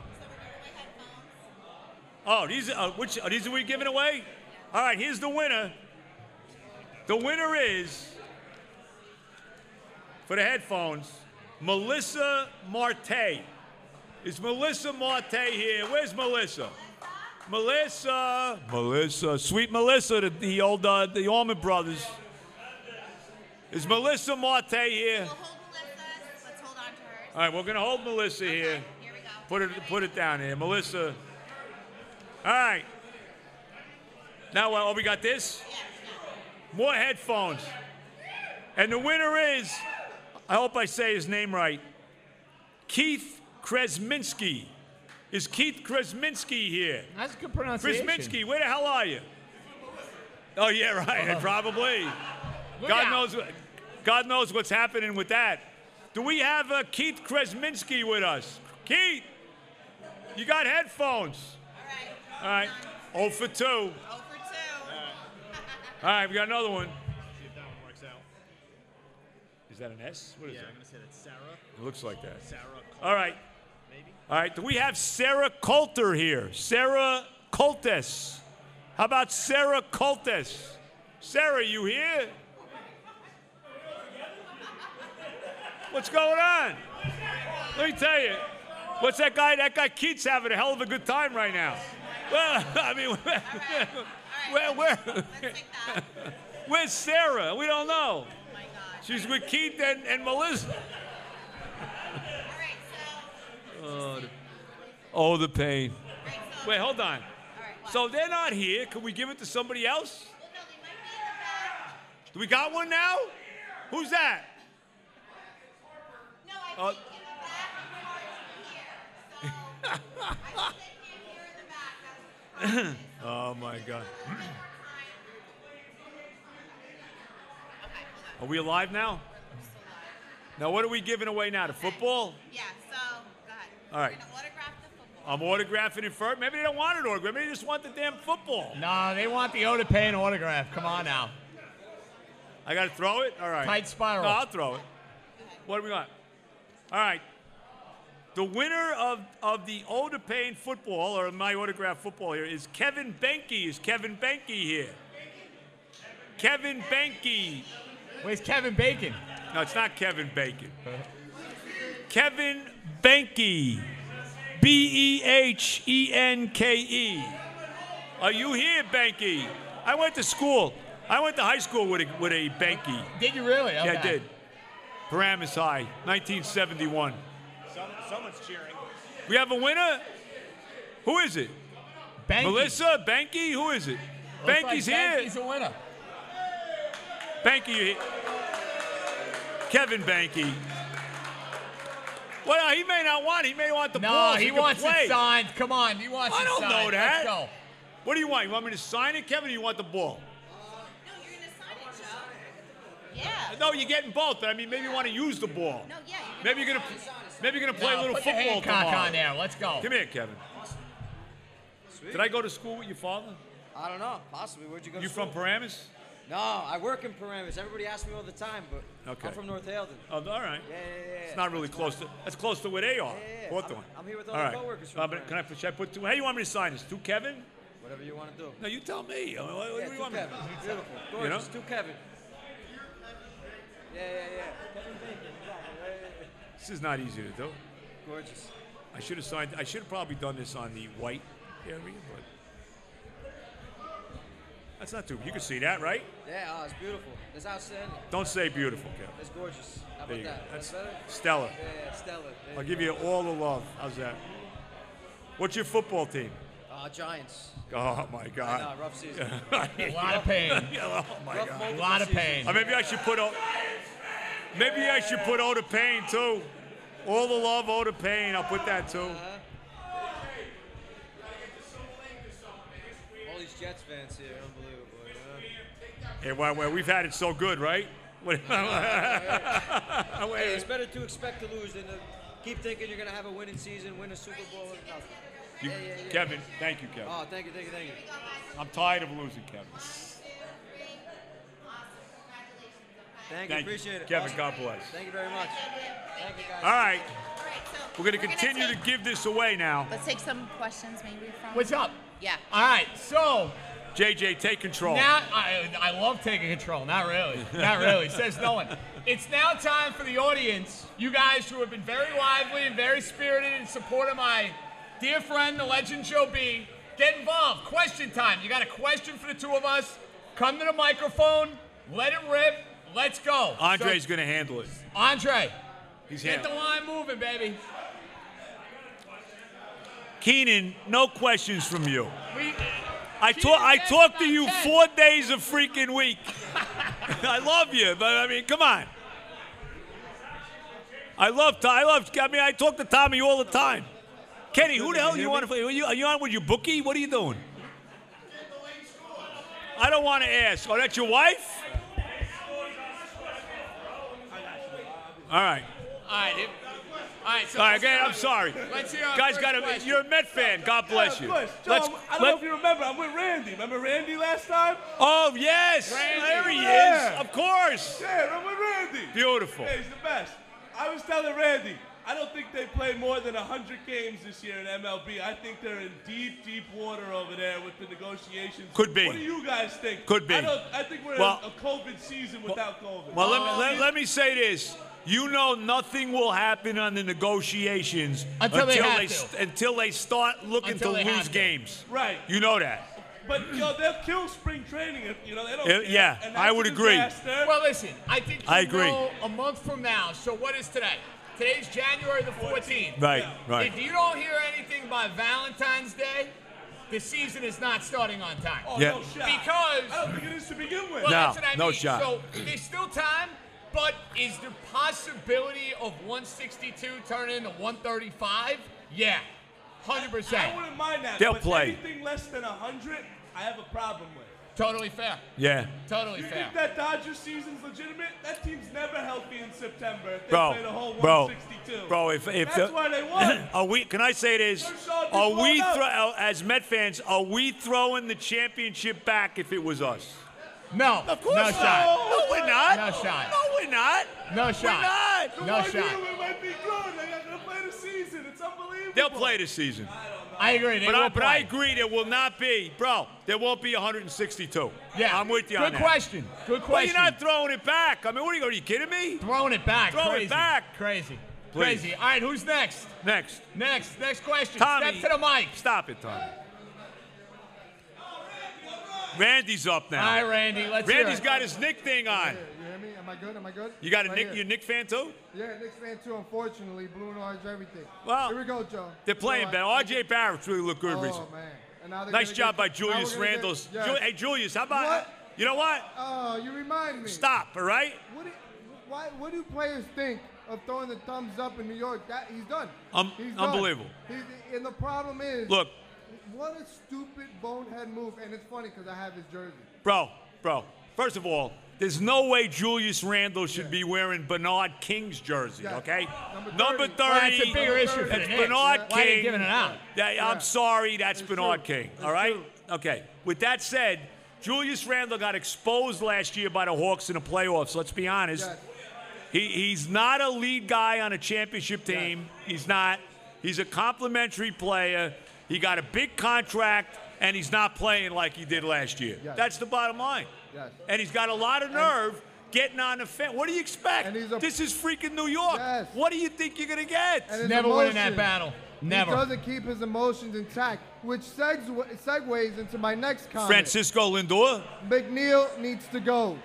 A: Oh, these are, uh, which are these are we giving away? All right, here's the winner. The winner is for the headphones, Melissa Marte. Is Melissa Marte here? Where's Melissa? Melissa, Melissa, sweet Melissa, the, the old uh, the Allman Brothers. Is Melissa Marte here?
D: We'll hold Melissa. Let's hold on to hers.
A: All right, we're gonna hold Melissa here.
D: Okay, here we go.
A: Put it put it down here, Melissa. All right. Now what? Oh, we got this. More headphones. And the winner is, I hope I say his name right, Keith Kresminski. Is Keith Kresminski here?
E: That's a good pronunciation.
A: Kresminski, where the hell are you? Oh yeah, right. Probably.
E: Uh-huh. Look
A: God
E: out.
A: knows. what- God knows what's happening with that. Do we have uh, Keith Kresminski with us? Keith, you got headphones.
D: All right.
A: All right. 0 for 2. All
D: Oh for two.
A: right, we got another one. Is that an S? What is that?
H: gonna say that's Sarah.
A: It looks like that.
H: Sarah.
A: All right. All right. Do we have Sarah Coulter here? Sarah Coltes. How about Sarah Coltes? Sarah, you here? What's going on? Let me tell you. What's that guy? That guy Keats having a hell of a good time right now. Well, I mean, where, where,
D: Let's take that.
A: where's Sarah? We don't know.
D: Oh my God.
A: She's with Keith and, and Melissa.
D: All right. So.
A: Oh, the pain.
D: All right. So.
A: Wait, hold on.
D: All right. What?
A: So if they're not here. Can we give it to somebody else?
D: Well, no, they might be in the back.
A: Do we got one now? Who's that?
D: No, I
A: Oh.
D: think in the back the car's here. So. I think they can't hear in the back. That's what the problem is.
A: Oh my God.
D: Okay. Hold on.
A: Are we alive now?
D: We're still live.
A: Now what are we giving away now? The football?
D: Yeah. So. Go ahead.
A: All right.
D: We're gonna autograph the football.
A: I'm autographing it first. Maybe they don't want it autographed. Maybe they just want the damn football.
E: Nah, they want the Oda Payne autograph. Come on now.
A: I gotta throw it? All right.
E: Tight spiral.
A: No, I'll throw it. What do we got? All right. The winner of, of the Oda Payne football, or my autograph football here, is Kevin Benke. Is Kevin Benke here? Kevin Benke.
E: Where's Kevin Bacon? Uh-huh.
A: No, it's not Kevin Bacon. Kevin Benke. B E H E N K E. Are you here, Benke? I went to school. I went to high school with a, with a Benke.
E: Did you really? Okay.
A: Yeah, I did. Paramus High, 1971.
H: Some, someone's cheering.
A: We have a winner? Who is it?
E: Benke.
A: Melissa? Benke? Who is it?
E: Looks like
A: Benke's here.
E: Benke's a winner.
A: Benke. you- Kevin Benke. Well, he may not want it. He may want the
E: No,
A: balls.
E: he,
A: can
E: wants
A: play.
E: it signed. Come on, he wants
A: I
E: it
A: don't
E: signed.
A: know
E: Let's
A: that.
E: go.
A: What do you want? You want me to sign it, Kevin, or you want the ball?
D: No, you're gonna sign it, Joe. Yeah.
A: No, you're getting both, but I mean, maybe you want to use the ball.
D: No, yeah. You're
A: Maybe you're gonna maybe you're gonna play
E: No,
A: a little
E: put the
A: football
E: Hancock
A: tomorrow.
E: on there. Let's go.
A: Come here, Kevin. Did I go to school with your father?
H: I don't know. Possibly. Where'd you go? to
A: You from
H: school?
A: Paramus?
H: No, I work in Paramus. Everybody asks me all the time, but
A: Okay.
H: I'm from North Haledon.
A: Oh, all right.
H: Yeah, yeah, yeah.
A: It's not really close to. That's close to where they are.
H: yeah, yeah.
A: Hawthorne.
H: I'm- I'm here with all
A: All
H: the
A: right.
H: coworkers from
A: Uh, but can I, should I put two? How do you want me to sign this? Two Kevin?
H: Whatever you want to do.
A: No, you tell me. I mean, what, what
H: Yeah,
A: do you
H: do
A: want me to
H: Kevin. Beautiful.
A: You know?
H: Gorgeous. Do Kevin. Yeah, yeah, yeah. Kevin Bacon. exactly, right, right, right.
A: This is not easy to do.
H: Gorgeous.
A: I should have signed. I should have probably done this on the white area, but that's not too. You can see that, right?
H: Yeah, oh, it's beautiful. It's outstanding.
A: Don't say beautiful, Kevin.
H: It's gorgeous. How
A: There
H: about
A: you go.
H: that?
A: That's
H: That's better?
A: stellar.
H: Yeah, yeah, stellar. There
A: I'll give you all the love. How's that? What's your football team?
H: go. Uh, Giants.
A: Oh my
H: I
A: God.
H: know, rough season.
E: A lot of pain.
A: Yeah, oh my
H: rough
A: God.
E: A
H: multiple
E: lot of
H: season.
E: pain.
A: Or maybe I should put O. Maybe I should put O to pain too. All the love, O to pain. I'll put that too.
H: Jets fans here, unbelievable. You know?
A: Hey, why, why, we've had it so good, right? What-
H: Hey,
A: Wait,
H: it's better to expect to lose than to keep thinking you're gonna have a winning season, win a Super Bowl. and nothing.
A: you- Kevin, thank you, Kevin.
H: Oh, thank you, thank you, thank you.
A: I'm tired of losing, Kevin.
H: Thank you,
A: Thank
H: appreciate
A: you.
H: it.
A: Kevin,
H: Awesome.
A: God bless.
H: Thank you very much. Thank you, guys.
A: All right,
D: All right, so
A: we're going to continue to
D: take-
A: give this away now.
D: Let's take some questions maybe from.
E: What's up?
D: Yeah.
E: All right, so
A: JJ, take control.
E: Now I, I love taking control. Not really. Not really. Says no one. It's now time for the audience, you guys who have been very lively and very spirited in support of my dear friend, the legend Joe B. Get involved. Question time. You got a question for the two of us? Come to the microphone. Let it rip. Let's go.
A: Andre's going to handle it.
E: So, Andre,
A: He's
E: get the
A: handling
E: line moving, baby.
A: Keenan, no questions from you.
E: We,
A: I
E: Keenan
A: talk, I
E: asked
A: talk to
E: about
A: you
E: Ted.
A: four days a freaking week. I love you, but I mean, come on. I love, Tom- I love. I mean, I talk to Tommy all the time. Kenny, who the hell you want to? Are you, are you on with your bookie? What are you doing? I don't want to ask. Oh, that's your wife? All right.
E: all right. It, all right. So
A: All right, okay, I'm sorry.
E: Let's hear our
A: Guys,
E: first
A: got to.
E: question.
A: You're a Met fan. God bless you.
I: Of course. Joe,
A: Let's-
I: I'm- I don't
A: let-
I: know if you remember. I'm with Randy. Remember Randy last time?
A: Oh yes,
E: Randy.
A: there he is.
I: Yeah.
A: Of course,
I: Yeah, I'm with Randy.
A: beautiful.
I: Yeah, he's the best. I was telling Randy, I don't think they play more than 100 games this year in MLB. I think they're in deep, deep water over there with the negotiations.
A: Could be.
I: What do you guys think?
A: Could be.
I: I, don't, I think we're
A: Well-
I: in a COVID season without COVID. Oh,
A: Well, let me, let, let me say this. You know, nothing will happen on the negotiations
E: Until they have to.
A: st- until they start looking
E: Until
A: to
E: they have
A: lose
E: to.
A: games.
I: Right.
A: You know that.
I: But, you know, they'll kill spring training if, you know, they don't
A: Yeah,
I: care.
A: yeah,
I: And
A: I
I: that's a
A: would agree.
I: disaster.
E: Well, listen, I think you
A: I agree.
E: know a month from now. So what is today? Today's January the 14th.
A: Right, right.
E: If you don't hear anything by Valentine's Day, the season is not starting on time.
I: Oh,
A: Yeah.
I: no shot.
E: Because-
I: I don't think it is to begin
E: Well,
I: with.
A: No,
E: that's what I
A: no
E: mean.
A: shot.
E: So there's still time, but is the possibility of 162 turning into 135? Yeah, 100%.
I: I wouldn't mind that.
A: They'll
I: but
A: play.
I: Anything less than 100, I have a problem with.
E: totally fair.
A: Yeah.
E: Totally
I: You
E: fair.
I: think that Dodgers season's legitimate? That team's never healthy in September. If they
A: Bro,
I: play the whole
A: bro,
I: 162.
A: bro. If if
I: that's
A: the-
I: why they won.
A: are we? Can I say this?
I: First shot,
A: Are
I: just
A: we
I: blown up.
A: throw as Met fans? Are we throwing the championship back if it was us?
E: No, no
A: not.
E: shot.
A: No, we're not.
E: No shot.
A: No, we're not.
E: No shot.
A: We're not.
E: No
I: One year
E: shot.
I: we might be good. They're not gonna play the season. It's unbelievable.
A: They'll play this season.
E: I agree. They
A: But I,
E: will
A: but
E: play.
A: I agree, there will not be, bro. There won't be 162.
E: Yeah,
A: I'm with you
E: Good
A: on that.
E: question. Good
A: Well,
E: question.
A: you're not throwing it back. I mean, what are you? Are you kidding me?
E: Throwing it back.
A: Throw it
E: Crazy.
A: back.
E: Crazy.
A: Please.
E: Crazy. All right, who's next?
A: Next,
E: Next, next question.
A: Tommy.
E: Step to the mic.
A: Stop it, Tommy. Randy's up
E: All
A: now.
E: right, Randy. Let's
A: Randy's
E: hear it.
A: got his Nick thing on.
J: You hear me? Am I good? Am I good?
A: You got a
J: Right
A: Nick?
J: here.
A: You a Nick fan too?
J: Yeah, Knicks fan too. Unfortunately, blue and orange everything.
A: Well,
J: here we go, Joe.
A: They're playing
J: You
A: bad.
J: know, I-
A: R.J. Barrett's really looked good
J: Oh
A: recently.
J: man. And now they're
A: Nice
J: gonna
A: job
J: get-
A: by
J: now
A: Julius
J: we're gonna get-
A: Randle's.
J: yes.
A: Ju- Hey, Julius, how about
J: What?
A: you know what?
J: Oh, you remind me.
A: Stop, all right?
J: What do, why, what do players think of throwing the thumbs up in New York? That he's done.
A: Um,
J: he's
A: unbelievable.
J: Done. He's, and the problem is,
A: Look,
J: what a stupid bonehead move. And it's funny because I have his jersey.
A: Bro, bro. First of all, there's no way Julius Randle should be wearing Bernard King's jersey,
J: Yeah.
A: okay?
J: Number
A: Number 30.
J: 30.
E: Well, that's a bigger issue for the
A: That's
E: Knicks.
A: Bernard
E: Why they
A: King.
E: giving it out?
A: Yeah,
J: Yeah.
A: I'm sorry, that's
J: It's
A: Bernard
J: true.
A: King,
J: It's
A: all right?
J: true.
A: Okay. With that said, Julius Randle got exposed last year by the Hawks in the playoffs, let's be honest.
J: Yes.
A: He, he's not a lead guy on a championship team. He's not. He's a complimentary player. He got a big contract, and he's not playing like he did last year.
J: Yes.
A: That's the bottom line.
J: Yes.
A: And he's got a lot of nerve getting on the fence. What do you expect?
J: And he's a-
A: this is freaking New York.
J: Yes.
A: What do you think you're going to get?
J: And his
E: Never winning that
J: emotions-
E: battle. Never.
J: He doesn't keep his emotions intact, which segs- segues into my next comment.
A: Francisco Lindor?
J: McNeil needs to go.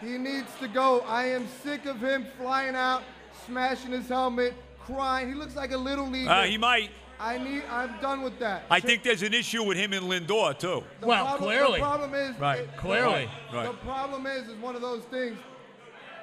J: He needs to go. I am sick of him flying out, smashing his helmet, crying. He looks like a little leaguer.
A: Uh, he might.
J: I need. I'm done with that.
A: I think there's an issue with him and Lindor, too.
J: The
E: Well,
J: problem-
E: clearly.
J: The problem is.
A: Right.
J: it-
E: Clearly.
A: Right.
J: The problem is, is one of those things.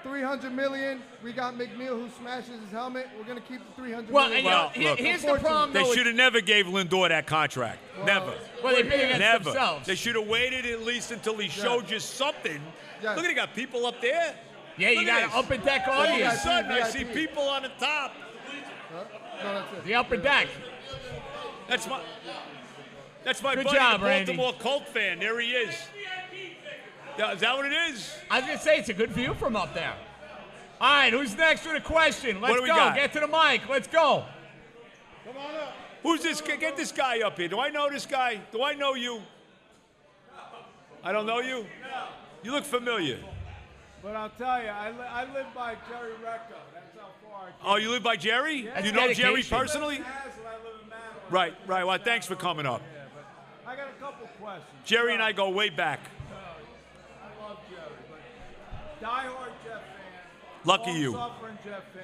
J: 300 million. We got McNeil who smashes his helmet. We're gonna keep the 300
E: Well,
J: million.
E: and you know, he-
A: look,
E: here's the problem.
A: They
E: though, with-
A: should have never gave Lindor that contract. never.
E: Well, they bid against
A: never.
E: themselves.
A: They should have waited at least until he showed you something. Look at it, got people up there.
E: Yeah, you
A: Look
E: got
A: at
E: an
A: this.
E: upper deck
A: All of a
E: audience.
A: sudden, I
E: VIP.
A: see people on the top.
E: The upper deck.
A: That's my. That's my
E: Good
A: buddy,
E: job,
A: the
E: Randy.
A: Baltimore Colt fan. There he is. Yeah, Is that what it is?
E: I was gonna say it's a good view from up there. All right, who's next with a question? Let's
A: do we
E: go.
A: got?
E: Get to the mic. Let's go.
A: Who's this? guy? Get this guy up here. Do I know this guy? Do I know you? I don't know you. You look familiar.
K: But I'll tell you, I, li- I live by Jerry Recco. That's how far. I
A: Oh, you live by Jerry?
K: That's
A: you know Jerry
K: dedication.
A: personally?
K: live in Hazel, I live in Madeline.
A: Right, right. Well, thanks for coming up.
K: I got a couple questions.
A: Jerry and I go way back.
K: I love Jerry, but diehard Jeff fan.
A: Lucky you.
K: Suffering Jeff fan.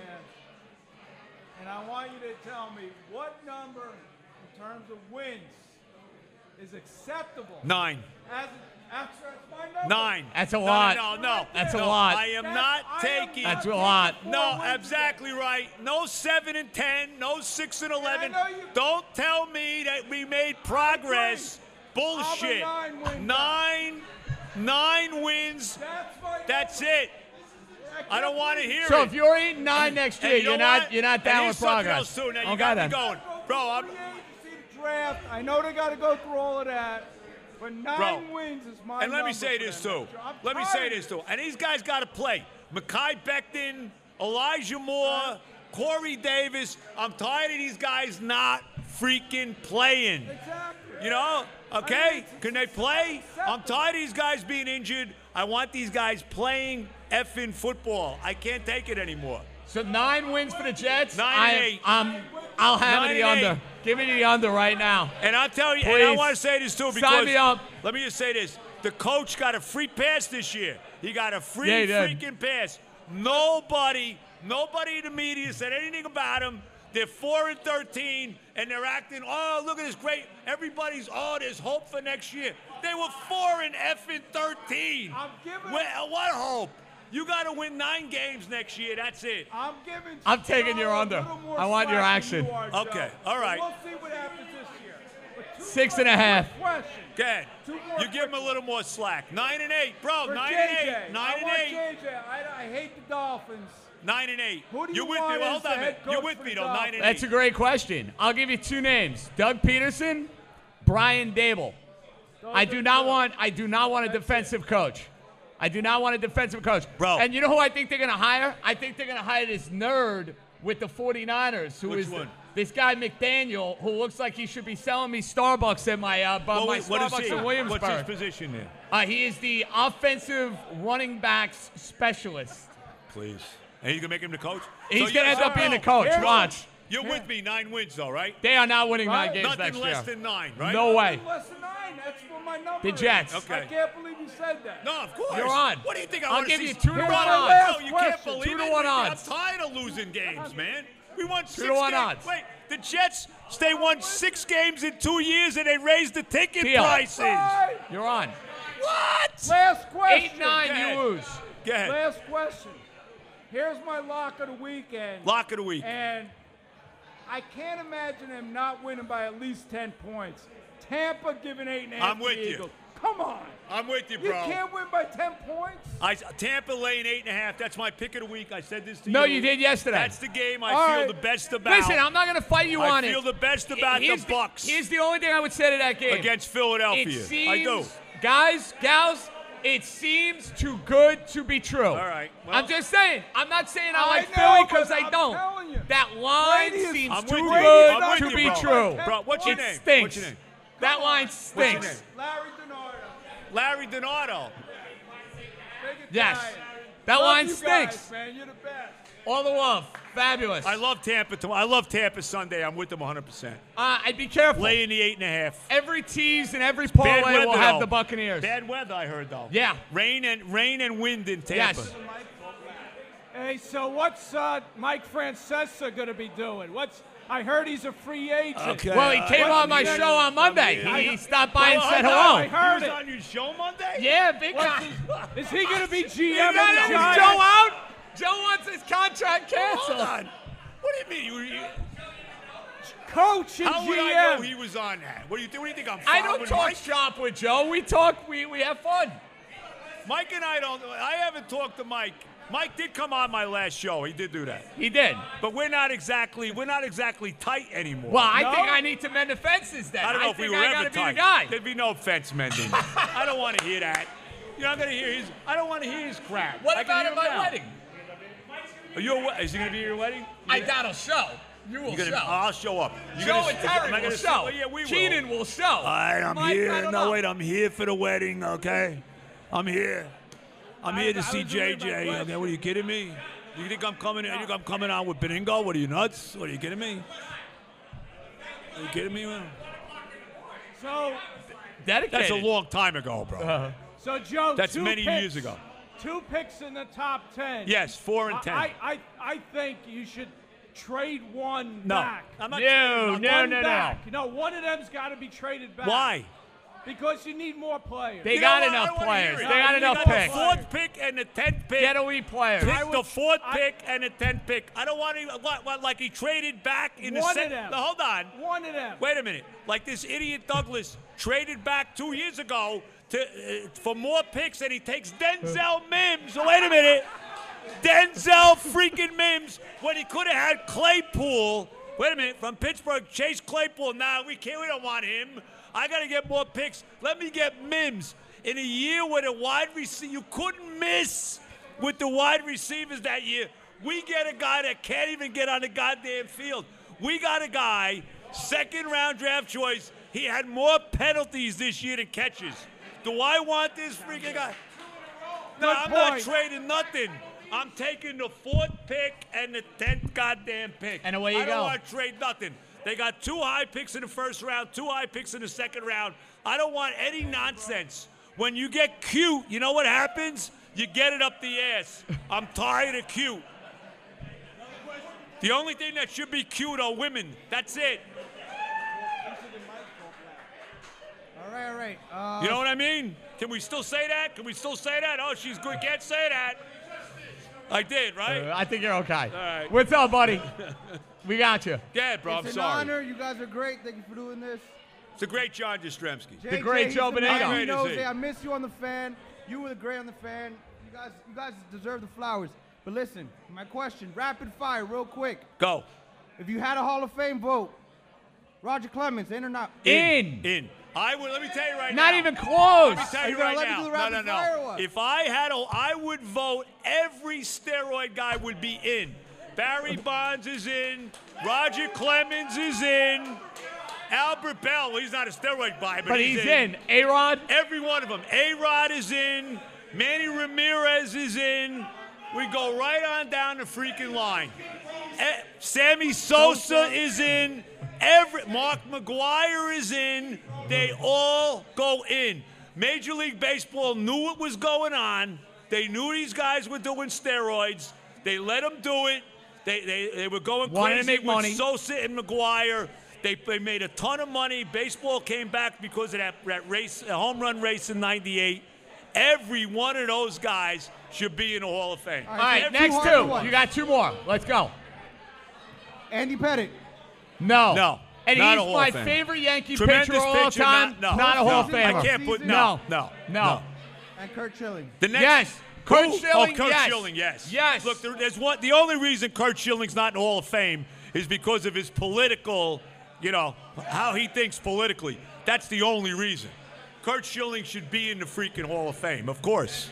K: And I want you to tell me what number in terms of wins is acceptable.
A: Nine.
K: As that's, that's my number.
A: Nine.
E: That's a
A: No,
E: lot.
A: No, no, no.
E: That's a
A: No,
E: lot.
A: I am
K: That's-
A: not
K: I am
A: taking.
E: That's a lot.
A: No, exactly right. No seven and ten. No six and eleven.
K: know you-
A: Don't tell me that we made progress. Bullshit.
K: I'm a nine-win
A: Nine, nine wins.
K: That's my
A: That's it. I don't want to hear
E: So
A: it.
E: if you're eating nine next
A: And
E: year,
A: you know
E: you're not
A: what?
E: you're not
A: And
E: down
A: here's
E: with
A: something
E: progress.
A: else, too. Now you
E: oh,
A: got me
E: that.
A: going. Bro, I'm-
K: Free agency to draft. I know they got to go through all of that, but nine wins is my.
A: And let me
K: number
A: say
K: for
A: this
K: them.
A: too.
K: I'm
A: Let me say
K: tired.
A: this too. And these guys got to play. Makai Becton, Elijah Moore, Corey Davis. I'm tired of these guys not freaking playing.
K: Exactly.
A: You know?
K: I mean,
A: Okay?
K: it's-
A: Can they play? I'm tired of these guys being injured. I want these guys playing effing football. I can't take it anymore.
E: So nine wins for the Jets.
A: Nine
E: I,
A: and eight.
E: I'm, I'll have
A: Nine
E: it the
A: and
E: under.
A: eight.
E: Give me the under right now.
A: And I'll tell you, and I
E: Please.
A: want to say this too
E: Sign
A: because
E: me up.
A: let me just say this: the coach got a free pass this year. He got a free
E: Yeah, he did.
A: freaking pass. Nobody, nobody in the media said anything about him. They're four and thirteen, and they're acting. Oh, look at this great! Everybody's oh, there's hope for next year. They were four and effing thirteen.
K: I'm giving-
A: Well, what hope? You got to win nine games next year. That's it.
K: I'm giving.
E: I'm taking your
K: Cesaro a
E: under.
K: little more
E: I want your
K: slack than
E: action.
K: you are, Joe.
A: Okay, all right.
K: But We'll see what happens this year. But two
E: Six and a
K: more
E: half.
K: questions.
A: Good.
K: Two more
A: You give him a
K: quick
A: little more slack. Nine and eight, bro.
K: For
A: nine
K: JJ,
A: and eight. Nine
K: I
A: and
K: want
A: eight.
K: JJ. I, I hate the Dolphins.
A: Nine and eight.
K: Who do
A: You're
K: you
A: with
K: want
A: me. Well,
K: as
A: hold
K: the
A: on a minute.
K: head
A: You're
K: coach
A: with
K: for
A: me
K: the
A: though. Nine
K: Dolphins?
A: and
E: That's a
A: eight.
E: great question. I'll give you two names: Doug Peterson, Brian Dable. I do not want. I do not want a defensive coach. I do not want a defensive coach,
A: Bro.
E: And you know who I think they're going to hire? I think they're going to hire this nerd with the 49ers, who is
A: Which
E: the-
A: one?
E: this guy McDaniel, who looks like he should be selling me Starbucks at my uh, by
A: Well,
E: my
A: wait, what is
E: Starbucks
A: he?
E: in Williamsburg.
A: What's his position there?
E: Uh, he is the offensive running backs specialist.
A: Please. And he's gonna make him the coach.
E: He's
A: So
E: gonna
A: you-
E: end up
A: so
E: being the
A: Bill,
E: coach.
A: Bill,
E: Watch.
A: You're with me. Nine wins though, right?
E: They are not winning nine
K: Right.
E: games
A: Nothing
E: next year.
A: less than nine, right?
E: No way.
K: Less than nine. That's what my
E: The
K: number.
E: Jets.
K: Is.
A: Okay.
K: I can't believe you said that.
A: No, of course.
E: You're on.
A: What do you think I
E: I'll
A: want
E: give
A: see?
E: you two to
A: Bro,
E: one
K: odds.
A: No, you can't
K: Question.
A: believe
E: Two to
A: it.
E: one
A: I'm
E: odds.
A: tired of losing games, man. We won six
E: to one
A: games.
E: odds.
A: Wait, the Jets, they won six games in two years and they raised the ticket
E: Deal.
A: prices.
K: Right.
E: You're on.
A: What?
K: Last question.
E: Eight nine,
A: ahead.
E: you lose.
A: Go ahead.
K: Last question. Here's my lock of the weekend.
A: Lock of the week.
K: And I can't imagine him not winning by at least 10 points. Tampa giving eight and a half.
A: I'm with
K: to the
A: you.
K: Eagles. Come on.
A: I'm with you,
K: You
A: bro.
K: can't win by 10 points?
A: I, Tampa Lane eight and a half. That's my pick of the week. I said this to you.
E: No, you did yesterday.
A: That's the game I
K: All
A: feel
K: right.
A: the best about.
E: Listen, I'm not going to fight you
A: I
E: on it.
A: feel the best about the
E: here's
A: Bucks.
E: here's the only thing I would say to that game.
A: against
E: it
A: Philadelphia.
E: seems,
A: I do.
E: guys, gals, it seems too good to be true. All
A: right, well-
E: I'm just saying. I'm not saying I
K: I
E: like
K: know,
E: Philly because
K: but
E: I
K: I'm
E: don't.
K: telling you.
E: that line
K: Brady is-
E: seems
A: I'm with
E: too
A: you.
E: good
A: I'm
E: to
A: with
E: be
A: you, bro.
E: true.
A: Bro, what's your
E: it
A: name?
E: Stinks.
A: What's your name?
E: That line
A: your
E: stinks.
A: name?
K: Larry Donardo.
A: Larry Donato.
K: Big
E: Yes.
K: Italian.
E: That
K: Love
E: line
K: you
E: stinks.
K: Guys, man, you're the best.
E: All the love. Fabulous.
A: I love Tampa. tom- I love Tampa Sunday. I'm with them 100. percent
E: uh, I'd be careful.
A: Lay in the eight and a half.
E: Every tease and every
A: Bad
E: parlay
A: weather
E: will have
A: though.
E: the Buccaneers.
A: Bad weather, I heard though.
E: Yeah.
A: Rain and rain and wind in Tampa.
E: Yes.
K: Hey, so what's uh, Mike Francesa going to be doing? What's I heard he's a free agent.
A: Okay.
E: Well, he
A: Uh,
E: came
K: what-
E: on my
K: yeah,
E: show on Monday.
A: yeah.
E: He stopped by and
A: Well,
E: said
A: I know.
E: hello.
K: I heard
A: he
K: it.
A: was on your show Monday.
E: Yeah, big
K: What's
E: time.
K: his- is he going to be GM
E: You
K: of the
E: got his
K: Giants?
E: Joe out? Joe wants his contract canceled.
A: Hold on. What do you mean? You, you,
K: Coach and
A: how would I know
K: GM.
A: he was on that? What do you think? What do you think I'm?
E: I don't
A: following
E: talk
A: Mike?
E: shop with Joe. We talk. We, we have fun.
A: Mike and I don't. I haven't talked to Mike. Mike did come on my last show. He did do that.
E: He did.
A: But we're not exactly we're not exactly tight anymore.
E: Well, I think I need to mend the fences then.
A: I don't know if we
E: think
A: were
E: I
A: ever
E: gotta be
A: tight.
E: the guy.
A: There'd be no fence mending. I don't want to hear that. You're not gonna hear his. I don't want to hear his crap.
E: What
A: I
E: about
A: can hear
E: at
A: him
E: my
A: now.
E: wedding?
A: Are you? a- Is he gonna be at your wedding?
E: I doubt I'll show. You will
A: You're gonna,
E: show.
A: I'll show up. You're
E: Joe
A: gonna,
E: and
A: is- am I
E: Terry
A: gonna
E: will
A: sit-
E: show.
A: Oh, yeah, we will.
E: Keenan will show.
A: All right, I'm
E: Mike, I
A: here.
E: don't
A: No,
E: know.
A: wait, I'm here for the wedding, okay? I'm here. I'm
K: I-
A: here to
K: I
A: see
K: was worried about
A: JJ.
K: Wes.
A: Okay, what are you kidding me? You think I'm coming? You think I'm coming out with Beningo? What are you nuts? What are you kidding me? Are you kidding me? Man?
K: So,
E: Dedicated.
A: That's a long time ago, bro.
K: so Joe.
A: That's
K: two
A: many
K: picks,
A: years ago.
K: Two picks in the top ten.
A: Yes, four and
K: I-
A: ten.
K: I, I, I think you should trade one
A: No.
K: back.
A: I'm not
E: No,
A: trading
E: no,
A: nothing.
K: One back. no. one of them's got to be traded back.
A: Why?
K: Because you need more players.
E: They
A: You know
E: got
A: what? I
E: enough
A: don't wanna hear
E: players.
A: it.
E: They got
A: You
E: enough
A: the
E: picks.
A: Fourth pick and the tenth pick.
E: Getaway players.
A: Pick the fourth
K: I-
A: pick and the tenth pick. I don't want to what, what, like he traded back in the
K: One of
A: second.
K: them.
A: Hold on.
K: One of them.
A: Wait a minute. Like this idiot Douglas traded back two years ago to uh, for more picks, and he takes Denzel Mims. Wait a minute. Denzel freaking Mims when he could have had Claypool. Wait a minute. From Pittsburgh, Chase Claypool. Nah, we can't. We don't want him. I gotta get more picks. Let me get Mims in a year where the wide receiver you couldn't miss with the wide receivers that year. We get a guy that can't even get on the goddamn field. We got a guy, second round draft choice. He had more penalties this year than catches. Do I want this freaking guy? No,
K: Good
A: I'm not
K: point.
A: trading nothing. I'm taking the fourth pick and the tenth goddamn pick.
E: And away you
A: I don't
E: go.
A: want to trade nothing. They got two high picks in the first round, two high picks in the second round. I don't want any nonsense. When you get cute, you know what happens? You get it up the ass. I'm tired of cute. The only thing that should be cute are women. That's it.
G: All right, all right. Uh,
A: You know what I mean? Can we still say that? Can we still say that? Oh, she's good. Can't say that. I did, right?
E: Uh, I think you're okay. All
A: right.
E: What's up, buddy? we got you.
A: Yeah, bro. I'm
J: it's an
A: sorry.
J: honor. You guys are great. Thank you for doing this.
A: It's a great John Jastrzemski.
J: JJ,
E: The great
J: he's
E: Joe
J: the man.
E: Bonanno.
J: He
A: Great is
J: knows
A: he.
J: it. I miss you on the fan. You were the great on the fan. You guys, you guys deserve the flowers. But listen, my question, rapid fire, real quick.
A: Go.
J: If you had a Hall of Fame vote, Roger Clemens, in or not?
E: In.
A: In. I would. Let me tell you right now.
E: Not even close.
A: Let me tell
J: Are
A: you,
J: you gonna
A: right
J: let me
A: now.
J: do the
A: no,
J: rapid
A: no,
J: fire or
A: no.
J: what?
A: If I had a, I would vote every steroid guy would be in. Barry Bonds is in. Roger Clemens is in. Albert Bell. Well, he's not a steroid guy, but,
E: But he's in. A Rod.
A: Every one of them. A Rod is in. Manny Ramirez is in. We go right on down the freaking line. E- Sammy Sosa is in. Every Mark McGuire is in. They all go in. Major League Baseball knew what was going on. They knew these guys were doing steroids. They let them do it. They, they, they were going
E: Wanted to
A: crazy
E: make
A: with
E: money.
A: Sosa and McGuire. They, they made a ton of money. Baseball came back because of that, that race, uh, home run race in '98. Every one of those guys should be in the Hall of Fame.
E: All right,
J: Every
E: next
J: hard
E: two.
J: one.
E: You got two more. Let's go.
J: Andy Pettit.
E: No.
A: No.
E: And
A: Not a
E: he's
A: Hall
E: my
A: of Famer.
E: favorite Yankee
A: Tremendous
E: pitcher of all
A: pitcher,
E: time.
A: not- no.
E: a Hall of
J: No.
E: Famer.
A: I can't put
E: no.
A: no, no,
E: No.
J: And Kurt Schilling.
A: The next,
E: Yes. Kurt
A: Who?
E: Schilling,
A: Oh, Kurt
E: yes.
A: Schilling, yes.
E: Yes.
A: Look, there, there's one. The only reason Kurt Schilling's not in the Hall of Fame is because of his political, you know, how he thinks politically. That's the only reason. Kurt Schilling should be in the freaking Hall of Fame, of course,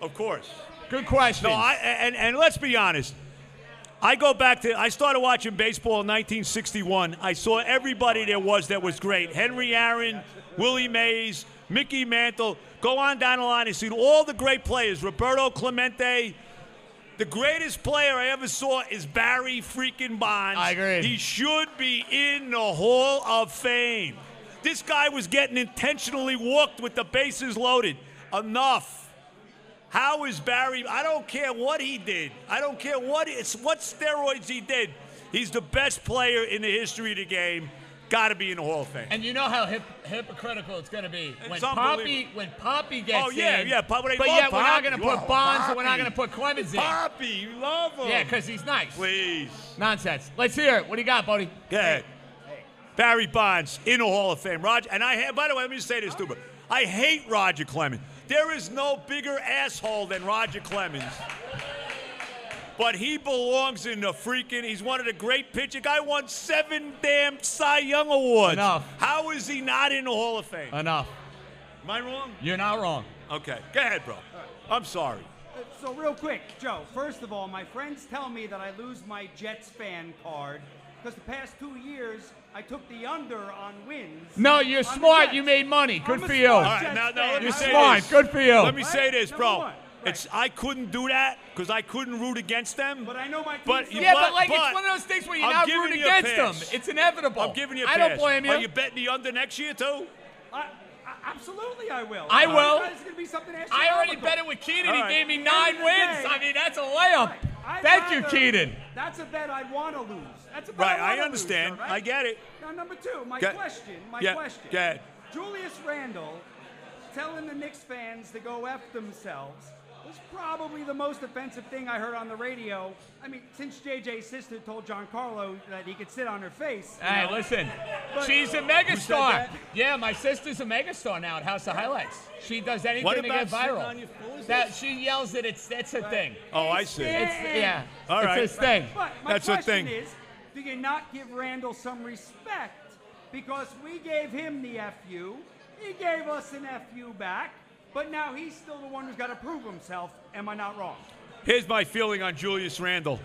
A: of course.
E: Good question.
A: No, I, and, and let's be honest. I go back to I started watching baseball in 1961. I saw everybody there was that was great. Henry Aaron, Willie Mays, Mickey Mantle. Go on down the line and see all the great players. Roberto Clemente. The greatest player I ever saw is Barry freaking Bonds.
E: I agree.
A: He should be in the Hall of Fame. This guy was getting intentionally walked with the bases loaded. Enough. How is Barry? I don't care what he did. I don't care what it's what steroids he did. He's the best player in the history of the game. got to be in the Hall of Fame.
E: And you know how hip, hypocritical it's going to be when
A: It's
E: Poppy
A: unbelievable.
E: when Poppy gets
A: Oh, yeah,
E: in,
A: yeah, Poppy- they
E: but
A: love
E: yeah, we're not
A: Poppy.
E: going to
A: Oh,
E: put Bonds, and we're not
A: Poppy.
E: going to put Clemens in.
A: Poppy, you love him.
E: Yeah, because he's nice.
A: Please.
E: Nonsense. Let's hear it. What do you got, buddy?
A: Yeah. Barry Bonds in the Hall of Fame. Roger, and I have. By the way, let me say this, Duba. I hate Roger Clemens. There is no bigger asshole than Roger Clemens. But he belongs in the freaking. He's one of the great pitching. Guy won seven damn Cy Young awards.
E: Enough.
A: How is he not in the Hall of Fame?
E: Enough.
A: Am I wrong?
E: You're not wrong.
A: Okay. Go ahead, bro. I'm sorry.
L: Uh, So real quick, Joe. First of all, my friends tell me that I lose my Jets fan card because the past two years I took the under on wins.
E: No, you're
L: on the
E: smart.
L: Jets.
E: You made money. Good
L: I'm a
E: for you.
L: smart
A: All right,
L: Jets
A: now, now
L: fan.
A: let me
E: You're
A: say
E: smart.
A: this.
E: Good for you.
A: Let me say
L: Right?
A: this,
L: Number
A: bro.
L: one.
A: It's I couldn't do that because I couldn't root against them. But
L: I know my.
A: But
E: yeah, but, like it's one of those things where you're
A: I'm
E: not
A: giving
E: rooting
A: you a
E: against them.
A: pass.
E: It's inevitable.
A: I'm giving you a
E: I don't
A: pass.
E: blame you.
A: Are you betting the under next year too?
L: I, I, absolutely, I will. Uh,
E: I will.
L: It's gonna be something
E: I already
L: astronomical.
E: bet it with Keaton.
A: All right.
E: He gave me
L: End of
E: nine
L: the
E: wins.
L: day-
E: I mean, that's a layup.
L: I'd
E: Thank you,
L: rather-
E: Keaton.
L: That's a bet I'd want to lose. That's a bet
A: Right,
L: I, wanna
A: I understand.
L: Lose, though, right?
A: I get it.
L: Now, number two, my
A: Get-
L: question. My
A: yeah,
L: question.
A: go ahead.
L: Julius Randle telling the Knicks fans to go f themselves was probably the most offensive thing I heard on the radio. I mean, since JJ's sister told Giancarlo that he could sit on her face. you
E: Hey,
L: know.
E: listen.
L: But-
E: She's a
L: said
E: megastar.
L: that?
E: Yeah, my sister's a megastar now at House of Highlights. She does anything
A: What
E: to get
A: about sitting on
E: viral.
A: your- what was
E: That
A: this?
E: she yells that it's that's a thing.
A: Oh, I see.
E: It's yeah.
A: All
E: it's
A: right.
E: his thing.
L: But my
A: That's the
L: question
A: thing.
L: is, do you not give Randall some respect? Because we gave him the FU, he gave us an FU back, but now he's still the one who's got to prove himself. Am I not wrong?
A: Here's my feeling on Julius Randle.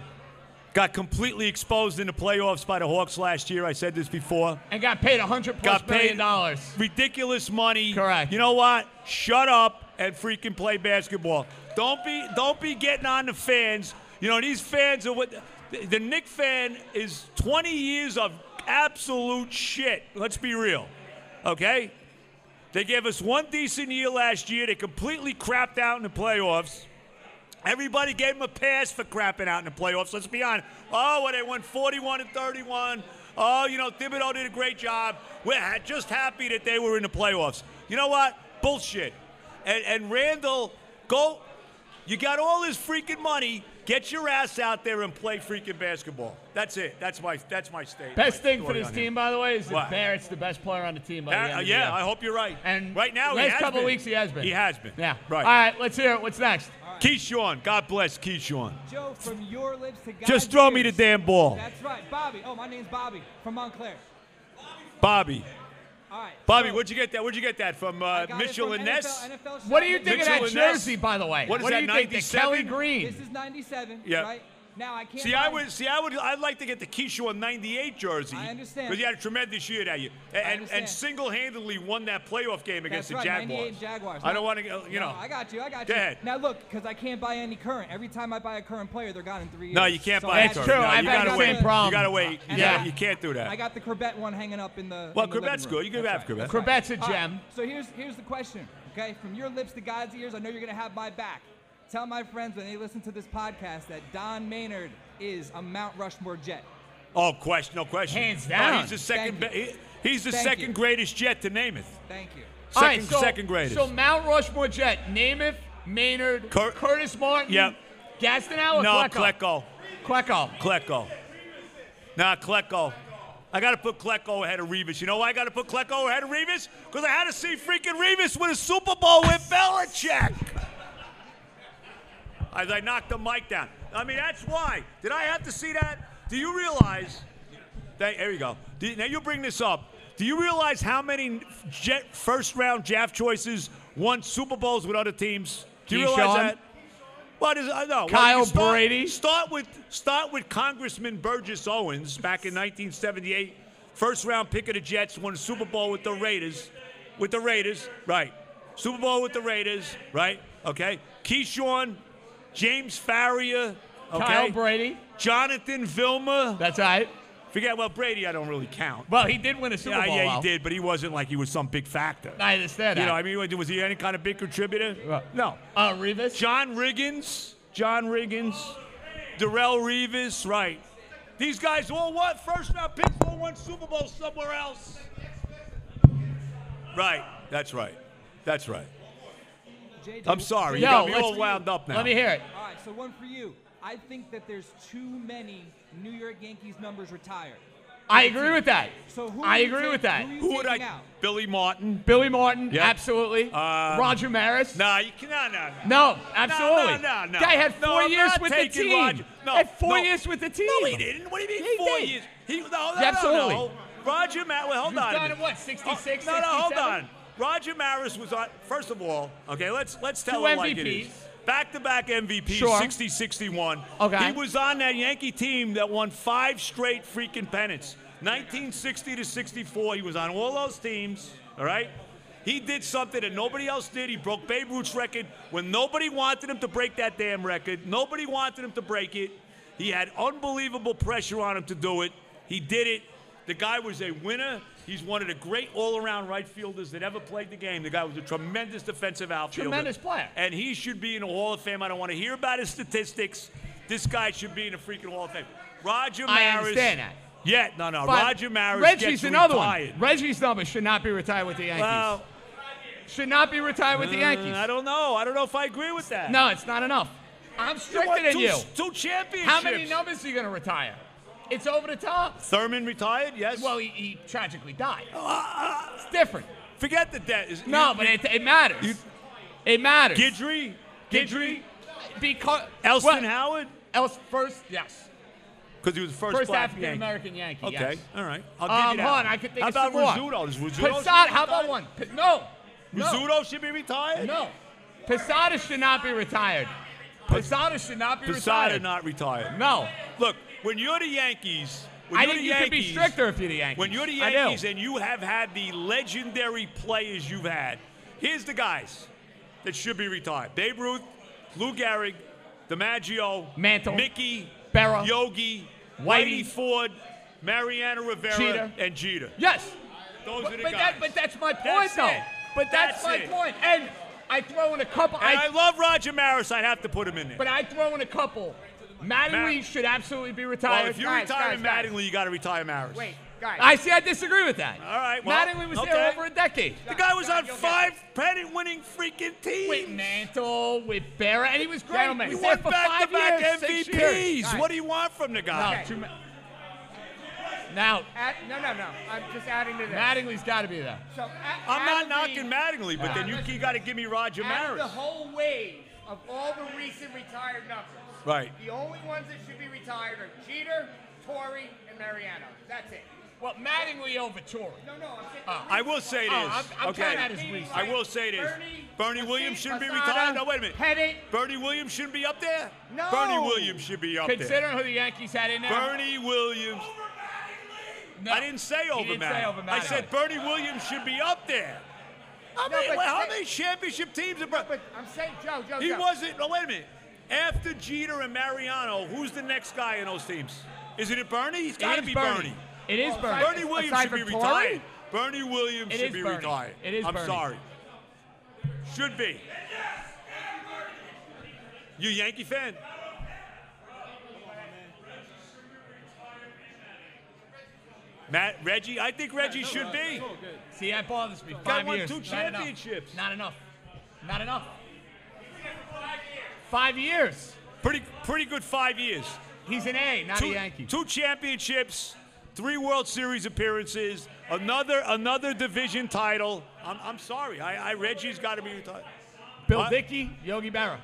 A: Got completely exposed in the playoffs by the Hawks last year. I said this before.
E: And got paid a hundred plus
A: Got
E: million
A: paid
E: dollars.
A: ridiculous money.
E: Correct.
A: You know what? Shut up and freaking play basketball. Don't be don't be getting on the fans. You know these fans are what the, the Nick fan is 20 years of absolute shit. Let's be real. Okay? They gave us one decent year last year. They completely crapped out in the playoffs. Everybody gave him a pass for crapping out in the playoffs. Let's be honest. Oh, well, they won 41 and 31. Oh, you know, Thibodeau did a great job. We're ha- just happy that they were in the playoffs. You know what? Bullshit. And, and Randall, go. You got all this freaking money. Get your ass out there and play freaking basketball. That's it. That's my that's my statement.
E: Best
A: my
E: thing for
A: story
E: this
A: on him.
E: team, by the way, is that
A: What?
E: Barrett's the best player on the team. By the
A: Barrett-
E: end of the
A: yeah,
E: year.
A: I hope you're right.
E: And
A: right now, he
E: last
A: has
E: couple
A: been.
E: weeks, he has been.
A: He has been.
E: Yeah.
A: Right.
E: All right. Let's hear it. What's next?
A: Keyshawn, God bless Keyshawn.
M: Joe, from your lips to God's
A: Just throw me
M: ears.
A: the damn ball.
M: That's right, Bobby. Oh, my name's Bobby from Montclair.
A: Bobby.
M: All right.
A: Bobby, where'd you get that? Where'd you get that from uh,
M: I got it
A: Mitchell
M: from
A: and
M: NFL
A: Ness?
M: NFL
E: What do you
M: shop.
E: think of that
A: Mitchell and Ness?
E: jersey, by the way?
A: What is
E: do
A: that,
E: you think? The
A: 97?
E: Kelly Green.
M: This is 97,
A: Yeah.
M: right? Now I can't.
A: See, I
M: find-
A: would see, I would, I'd like to get the Keyshawn '98 jersey.
M: I understand.
A: Because he had a tremendous year that year, A- and and
M: understand.
A: single-handedly won that playoff game against
M: That's
A: the
M: right,
A: Jaguars.
M: 98 Jaguars.
A: I don't
M: Now-
A: want to, you
M: No,
A: know.
M: I got you. I got
A: Go
M: you.
A: ahead.
M: Now look, because I can't buy any current. Every time I buy a current player, they're gone in three years.
A: No, you can't
M: So
A: buy.
M: I
A: it.
M: had to-
A: No, you gotta wait. You gotta wait.
M: And
A: yeah,
M: I-
A: you can't do that.
M: I got the Corbett one hanging up in the.
A: Well,
M: in the living
A: Corbett's
M: room.
A: good. You can
M: That's
A: have
M: right.
A: Corbett.
M: That's
E: Corbett's a
M: right.
E: gem.
M: All right, So here's here's the question, okay? From your lips to God's ears, I know you're gonna have my back. Tell my friends when they listen to this podcast that Don Maynard is a Mount Rushmore Jet.
A: Oh, question, no question.
M: Hands
A: Oh,
M: down.
A: he's the
M: Thank
A: second. Be-
M: you.
A: he- he's the
M: Thank
A: second
M: you.
A: greatest jet to name it.
M: Thank you.
A: Second,
E: All right, so,
A: second greatest.
E: So Mount Rushmore Jet, Namath, Maynard, Curtis Martin,
A: Yep.
E: Gaston Allen,
A: no,
E: Klecko.
A: Klecko.
E: Klecko.
A: Klecko. Nah, Klecko. I got to put Klecko ahead of Revis. You know why I got to put Klecko ahead of Revis? Because I had to see freaking Revis win a Super Bowl with Belichick. As I knocked the mic down. I mean, that's why. Did I have to see that? Do you realize? Thank, there you go. Do you- now you bring this up. Do you realize how many jet first round draft choices won Super Bowls with other teams? Do you realize
E: Keyshawn?
A: that? What is I know?
E: Kyle
A: you start,
E: Brady?
A: Start with start with Congressman Burgess Owens back in 1978. First round pick of the Jets won a Super Bowl with the Raiders. With the Raiders, right? Super Bowl with the Raiders, right? Okay. Keyshawn, James Farrier, okay.
E: Kyle Brady.
A: Jonathan Vilma.
E: That's right.
A: Forget well Brady. I don't really count.
E: Well, he did win a Super
A: yeah,
E: Bowl.
A: yeah,
E: Al.
A: he did, but he wasn't like he was some big factor.
E: I understand
A: You
E: that.
A: know, I mean, was- was he any kind of big contributor? No.
E: Uh, Revis.
A: John Riggins. John Riggins. Darrell Revis. Right. These guys all what? First round picks, all won Super Bowl somewhere else. Right. That's right. That's right.
M: JJ,
A: I'm sorry. You
E: Yo,
A: got me
E: let's-
A: all wound up now.
E: let me hear it.
M: All right, so one for you. I think that there's too many New York Yankees numbers retired.
E: I agree with that.
M: So who
E: I
M: are you
E: agree
M: ta-
E: with that.
M: who are you
E: would
M: taking
E: I?
M: out?
A: Billy Martin. Uh,
E: Billy Martin, absolutely. Roger Maris.
A: Nah, you can, nah, nah.
E: No, absolutely.
A: No, no, no, no.
E: Guy had four
A: No, I'm
E: years
A: not
E: with the
A: taking
E: team.
A: Roger. No,
E: had four
A: no.
E: years with the team.
A: No, he didn't. What do you mean
E: Yeah, he
A: four
E: did.
A: years? He no, no, no,
E: Absolutely.
A: no. Roger Maris. Well, hold
E: You've
A: on. a
E: done
A: minute.
E: what, 66,
A: Oh, no, no, hold
E: 67?
A: on. Roger Maris was on. First of all, okay, let's let's tell
E: Two
A: him like it
E: MVPs.
A: is. Back-to-back MVP,
E: Sure.
A: 60-61.
E: Okay.
A: He was on that Yankee team that won five straight freaking pennants. 1960 to 64, he was on all those teams, all right? He did something that nobody else did. He broke Babe Ruth's record when nobody wanted him to break that damn record. Nobody wanted him to break it. He had unbelievable pressure on him to do it. He did it. The guy was a winner. He's one of the great all-around right fielders that ever played the game. The guy was a tremendous defensive outfielder.
E: Tremendous player.
A: And he should be in the Hall of Fame. I don't want to hear about his statistics. This guy should be in the freaking Hall of Fame. Roger
E: I
A: Maris.
E: understand that.
A: Yeah, no, no.
E: But
A: Roger Maris
E: Reggie's
A: gets
E: another
A: retired.
E: one. Reggie's number should not be retired with the Yankees.
A: Well-
E: should not be retired with the
A: Uh,
E: Yankees.
A: I don't know. I don't know if I agree with that.
E: No, it's not enough. I'm stricter
A: won
E: than
A: two-
E: you.
A: two championships.
E: How many numbers are you going to retire? It's over the top.
A: Thurman retired. Yes. Uh,
E: Well, he, he tragically died. it's different.
A: Forget the debt. Is-
E: No,
A: you-
E: but it, it matters. it matters.
A: Guidry, Guidry,
E: because
A: Elston Howard.
E: Else first, yes.
A: Because he was the first,
E: First
A: black
E: African American
A: Yankee.
E: Yankee,
A: Okay,
E: yes.
A: all right. I'll give
E: um,
A: you that.
E: hold on,
A: one.
E: I could think
A: How
E: of some
A: about
E: more.
A: Rizzuto? Does Rizzuto
E: Posada,
A: should
E: how about
A: retire?
E: one? P- no. no.
A: Rizzuto should be retired?
E: No. Posada should not be retired. Posada should not be
A: Posada
E: retired.
A: not retired.
E: No.
A: Look, when you're the Yankees, when
E: I
A: you're
E: think
A: the
E: you could be
A: Yankees-
E: stricter if you're the Yankees.
A: When you're the
E: I do.
A: Yankees and you have had the legendary players you've had, here's the guys that should be retired: Babe Ruth, Lou Gehrig, DiMaggio,
E: Mantle,
A: Mickey,
E: Berra,
A: Yogi,
E: Whitey,
A: Whitey Ford, Mariana Rivera,
E: Jeter.
A: and Jeter.
E: Yes.
A: Those
E: but,
A: are the
E: but
A: guys.
E: That, but that's my point,
A: That's
E: though.
A: it.
E: But that's,
A: That's
E: my
A: it.
E: point. And I throw in a couple.
A: and I, love Roger Maris. I'd have to put him in there.
E: But I throw in a couple. Mattingly should absolutely be retired.
A: well, Oh, if you're
E: Guys,
A: retiring
E: guys, guys.
A: Mattingly, you got to retire Maris.
E: Wait, guys. I see. I disagree with that.
A: All right. Well,
E: Mattingly was
A: okay.
E: there over a decade.
A: The guy was on
E: you'll get
A: five pennant-winning freaking teams.
E: With Mantle, with Barra, and he was great.
A: Gentlemen,
E: He
A: we
E: was
A: won
E: there for five
A: back-to-back
E: years, six
A: MVPs.
E: years.
A: What do you want from the guy?
E: No, too ma- now,
N: Add, no, no, no. I'm just adding to this.
E: Mattingly's got to be there.
N: So, a-
A: I'm not
N: add
A: knocking Mattingly, but
E: Yeah.
A: then you, you got to give me Roger
N: the, add
A: Maris.
N: the whole wave of all the recent retired numbers.
A: Right.
N: The only ones that should be retired are Jeter, Torrey, and Mariano. That's it.
E: Well, Mattingly over Torrey.
N: No, no, I'm saying.
A: I will say this.
E: Oh, I'm- I'm
A: okay.
E: trying out his reason.
A: I will say this. Bernie, Williams shouldn't be
N: Posada,
A: retired. No, wait a minute.
N: Pettit.
A: Bernie Williams shouldn't be up there.
N: No.
A: Bernie Williams should be up
E: Considering who the Yankees had in
A: there.
E: there.
A: Bernie Williams.
E: No.
A: I didn't say over
E: didn't say over
A: Mattingly. I said
E: Mattingly.
A: Bernie Williams should be up there. How,
N: No,
A: many,
N: but
A: how
N: say-
A: many championship teams are
N: But I'm saying, Joe, Joe,
A: He
N: Joe.
A: wasn't. No, wait a minute. After Jeter and Mariano, who's the next guy in those teams? Is it Bernie? It's got to
E: is
A: be
E: Bernie.
A: Bernie.
E: It is Bernie.
A: Bernie Williams
E: Aside
A: should be
E: from Torrey?
A: retired. Bernie Williams
E: It
A: should
E: is
A: be
E: Bernie.
A: retired.
E: It is
A: I'm
E: Bernie.
A: sorry. Should be. You Yankee fan? Matt Reggie, I think Reggie should be.
E: See, that bothers me.
A: Guy
E: Five
A: won
E: years.
A: two
E: Not enough.
A: championships.
E: Not enough. Not enough. Five years.
A: Pretty, pretty good five years.
E: He's an A, not
A: two,
E: a Yankee.
A: Two championships, three World Series appearances, another another division title. I'm, I'm sorry, I, I Reggie's got to be retired.
E: Bill
A: I-
E: Dickey, Yogi Berra,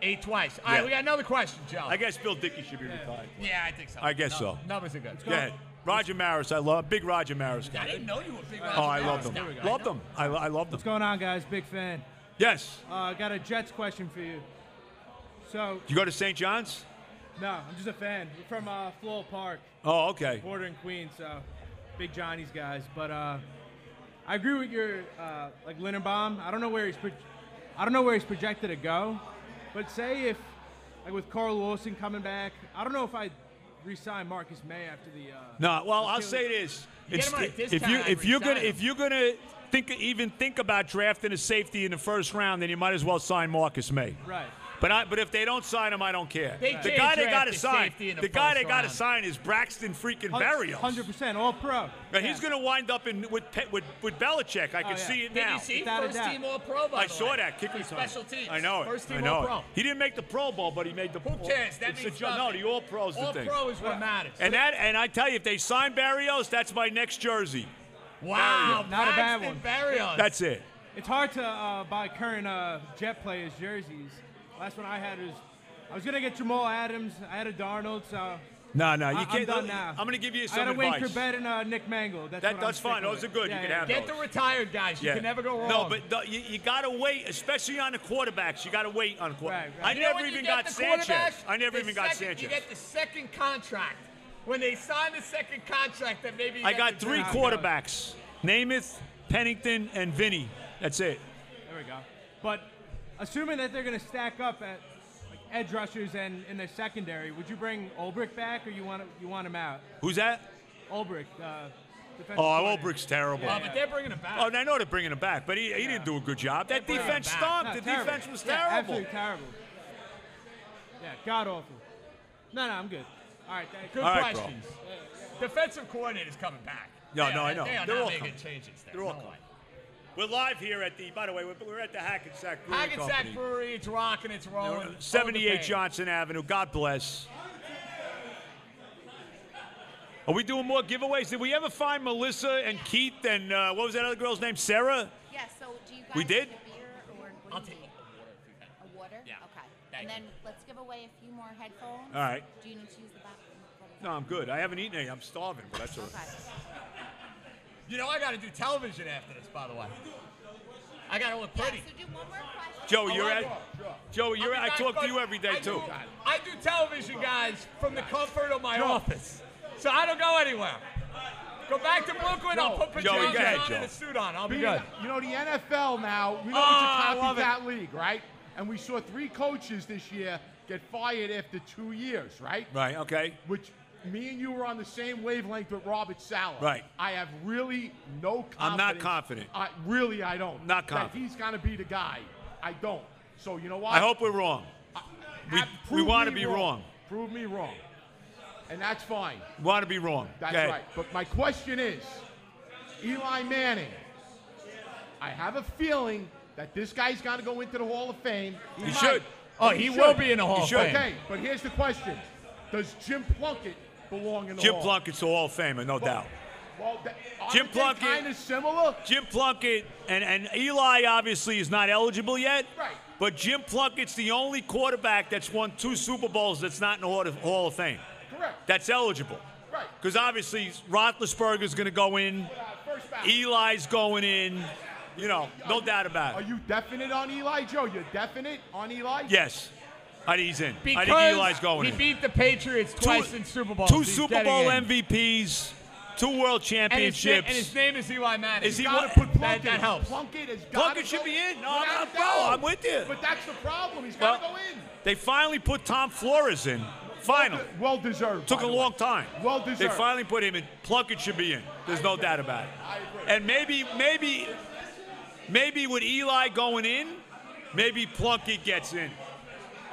E: eight twice. All right,
A: Yeah.
E: we got another question, Joe.
A: I guess Bill Dickey should be retired.
E: Yeah, I think so.
A: I guess
E: Num-
A: so.
E: Numbers are good.
A: Go ahead. Roger Maris, I love big Roger Maris guy.
E: I didn't know you were a big Roger
A: Oh, I
E: Maris
A: loved him.
E: guy.
A: Loved him. I, lo- I loved him.
K: What's going on, guys? Big fan.
A: Yes.
K: Uh, I got a Jets question for you. So,
A: You go to St. John's?
K: no, I'm just a fan. We're from uh, Floral Park.
A: Oh, okay.
K: Border in Queens, so big Johnny's guys. But uh, I agree with your uh, like Linderbaum. I don't know where he's pro- I don't know where he's projected to go, but say if like with Carl Wilson coming back, I don't know if I re-sign Marcus May after the. Uh,
A: No, well, I'll
K: Achilles-
A: say this.
K: You get him on a
A: Inst- if
K: discount,
A: you
K: I'd
A: if you're gonna
K: resign
A: if you're gonna think even think about drafting a safety in the first round, then you might as well sign Marcus May.
K: Right.
A: But I, but if they don't sign him, I don't care.
E: They
A: the
E: can't
A: guy they
E: draft
A: got to
E: a
A: sign,
E: safety in the
A: the guy they
E: first
A: got to
E: round.
A: sign is Braxton freaking Berrios.
K: Hundred percent, all pro.
A: And he's going to wind up in with Pe- with with Belichick. I
E: Oh,
A: can
E: yeah.
A: see it
E: Did
A: now.
E: you see? Without a First doubt. team All-Pro, by
A: I
E: the
A: saw
E: way.
A: that kick
E: For
A: return.
E: special teams.
A: I know it.
E: First team
A: I know
E: All-Pro.
A: It. He didn't make the Pro Bowl, but he made the. Who
E: cares? That means
A: no.
E: nothing.
A: The All Pros.
E: All
A: the thing.
E: Pro is what matters.
A: And that and I tell you, if they sign Barrios, that's my next jersey.
E: Wow,
A: Berrios.
K: Not a bad one.
A: That's it.
K: It's hard to uh, buy current uh, Jet players' jerseys. Last one I had was I was gonna get Jamal Adams. I had a Darnold, so
A: No, no, you
K: I- I'm
A: can't.
K: done now.
A: I'm going to give you
K: I
A: some
K: had a Wayne
A: advice.
K: Corbett and uh, Nick Mangold. That's
A: That-
K: what
A: that's
K: I'm
A: fine.
K: sticking
A: Those
K: with.
A: are good. You can have
E: Get the
A: those.
E: retired guys. You
A: Yeah.
E: can never go wrong.
A: No, but the, you, you got to wait, especially on the quarterbacks. You got to wait on quarterbacks. I
E: You know
A: never
E: when you
A: even
E: get
A: got
E: the
A: Sanchez.
E: quarterback?
A: I never
E: The
A: even got
E: second-
A: Sanchez.
E: You get the second contract. When they sign the second contract, then maybe you
A: I
E: get
A: got
E: the
A: three
E: draft.
A: quarterbacks: Namath, Pennington, and Vinny. That's it.
K: There we go. But assuming that they're gonna stack up at like, edge rushers and in their secondary, would you bring Ulbrich back or you want you want him out?
A: Who's that?
K: Ulbrich. Uh,
A: Oh,
K: defensive coordinator.
A: Olbrich's terrible.
K: Yeah, Oh, but yeah.
E: they're bringing him back.
A: Oh, and I know they're bringing him back, but he, he didn't do a good job. That
K: They're
A: defense
K: bringing him back.
A: stopped.
K: No,
A: the
K: terrible.
A: defense was
K: Yeah,
A: terrible.
K: absolutely terrible. Yeah, god awful. No, no, I'm good. All right, thank you.
E: Good
A: All right, bro.
E: questions. Defensive coordinator's coming back.
A: No,
E: They
A: no,
E: are-
A: I know.
E: They are
A: They're
E: not
A: all
E: making
A: coming.
E: changes there.
A: They're all
E: No
A: coming.
E: way.
A: We're live here at the. By the way, we're, we're at the Hackensack Brewing
E: Hackensack
A: Company.
E: Brewery, it's rocking, it's rolling. Hold the
A: 78
E: pain.
A: Johnson Avenue. God bless. Are we doing more giveaways? Did we ever find Melissa and Keith and uh, what was that other girl's name? Sarah?
D: Yeah, so do you guys
A: We did?
D: need a beer or what do
E: I'll
D: you
E: take
D: need? A water?
E: Yeah.
D: Okay. and
E: Thank you.
D: then let's give away a few more headphones.
A: All right.
D: Do you need to use the bathroom?
A: No, I'm good. I haven't eaten any. I'm starving, but that's all right.
E: You know, I got to do television after this, by the way. I got to look pretty.
D: so do one more question.
A: Joe, you're
E: I
A: at-
E: will.
A: Joe, you're
E: I'll be
A: at- I
E: back,
A: talk to
E: but
A: you every day,
E: I
A: too.
E: Do, I do television, guys, from the comfort of my office. So I don't go anywhere. Go back to Brooklyn. I'll put
A: Joe,
E: pajamas
A: go ahead,
E: on and
A: Joe.
E: a suit on. I'll be
G: Beat it
E: good.
G: up. You know, the NFL now, we know
E: Ah, I
G: it's a
E: love it.
G: copycat league, right? And we saw three coaches this year get fired after two years, right?
A: Right, okay.
G: Which me and you were on the same wavelength with Robert Sala.
A: Right.
G: I have really no confidence.
A: I'm not confident.
G: I, really, I don't.
A: Not
G: That
A: confident.
G: he's going to be the guy. I don't. So, you know what?
A: I hope we're wrong. We, we
G: Prove
A: want to
G: me
A: be wrong.
G: Prove me wrong. And that's fine.
A: Want to be wrong.
G: That's
A: Go ahead.
G: right. But my question is Eli Manning, I have a feeling that this guy's got to go into the Hall of Fame.
A: He
G: might.
A: should. Oh, he will be in the Hall He of should. Fame.
G: Okay, but here's the question Does Jim Plunkett belong in the
A: Jim
G: Hall?
A: Plunkett's a Hall of Famer, no doubt.
G: Well, that,
A: Jim Plunkett.
G: Kind of similar.
A: Jim Plunkett and, and Eli obviously is not eligible yet.
G: Right.
A: But Jim Plunkett's the only quarterback that's won two Super Bowls that's not in the Hall of, Hall of Fame.
G: Correct.
A: That's eligible.
G: Right.
A: Because obviously Roethlisberger's going to go in.
G: first ballot.
A: Eli's going in. You know, no doubt about
G: Are
A: it.
G: you definite on Eli, Joe? You're definite on Eli?
A: Yes. I think he's in. I
E: Because
A: think Eli's going
E: he
A: in.
E: beat the Patriots
A: Two-
E: twice in Super Bowls.
A: Two
E: He's
A: Super
E: getting
A: Bowl
E: in.
A: MVPs, two world
E: And his, na- and
A: championships.
E: his name is Eli Manning.
A: Is he
E: Gotta
A: one-
E: put
A: that-
E: Plunkett.
A: that helps.
G: Plunkett has got
A: Plunkett should be in. No, I'm not- no, I'm with you.
G: But that's the problem. He's got to
A: Well-
G: go in.
A: They finally put Tom Flores in. Finally.
G: Well deserved.
A: Took a long time.
G: Well
A: They
G: deserved.
A: finally put him in. Plunkett should be in. There's no doubt about it.
G: I agree.
A: And maybe, maybe, maybe with Eli going in, maybe Plunkett gets in.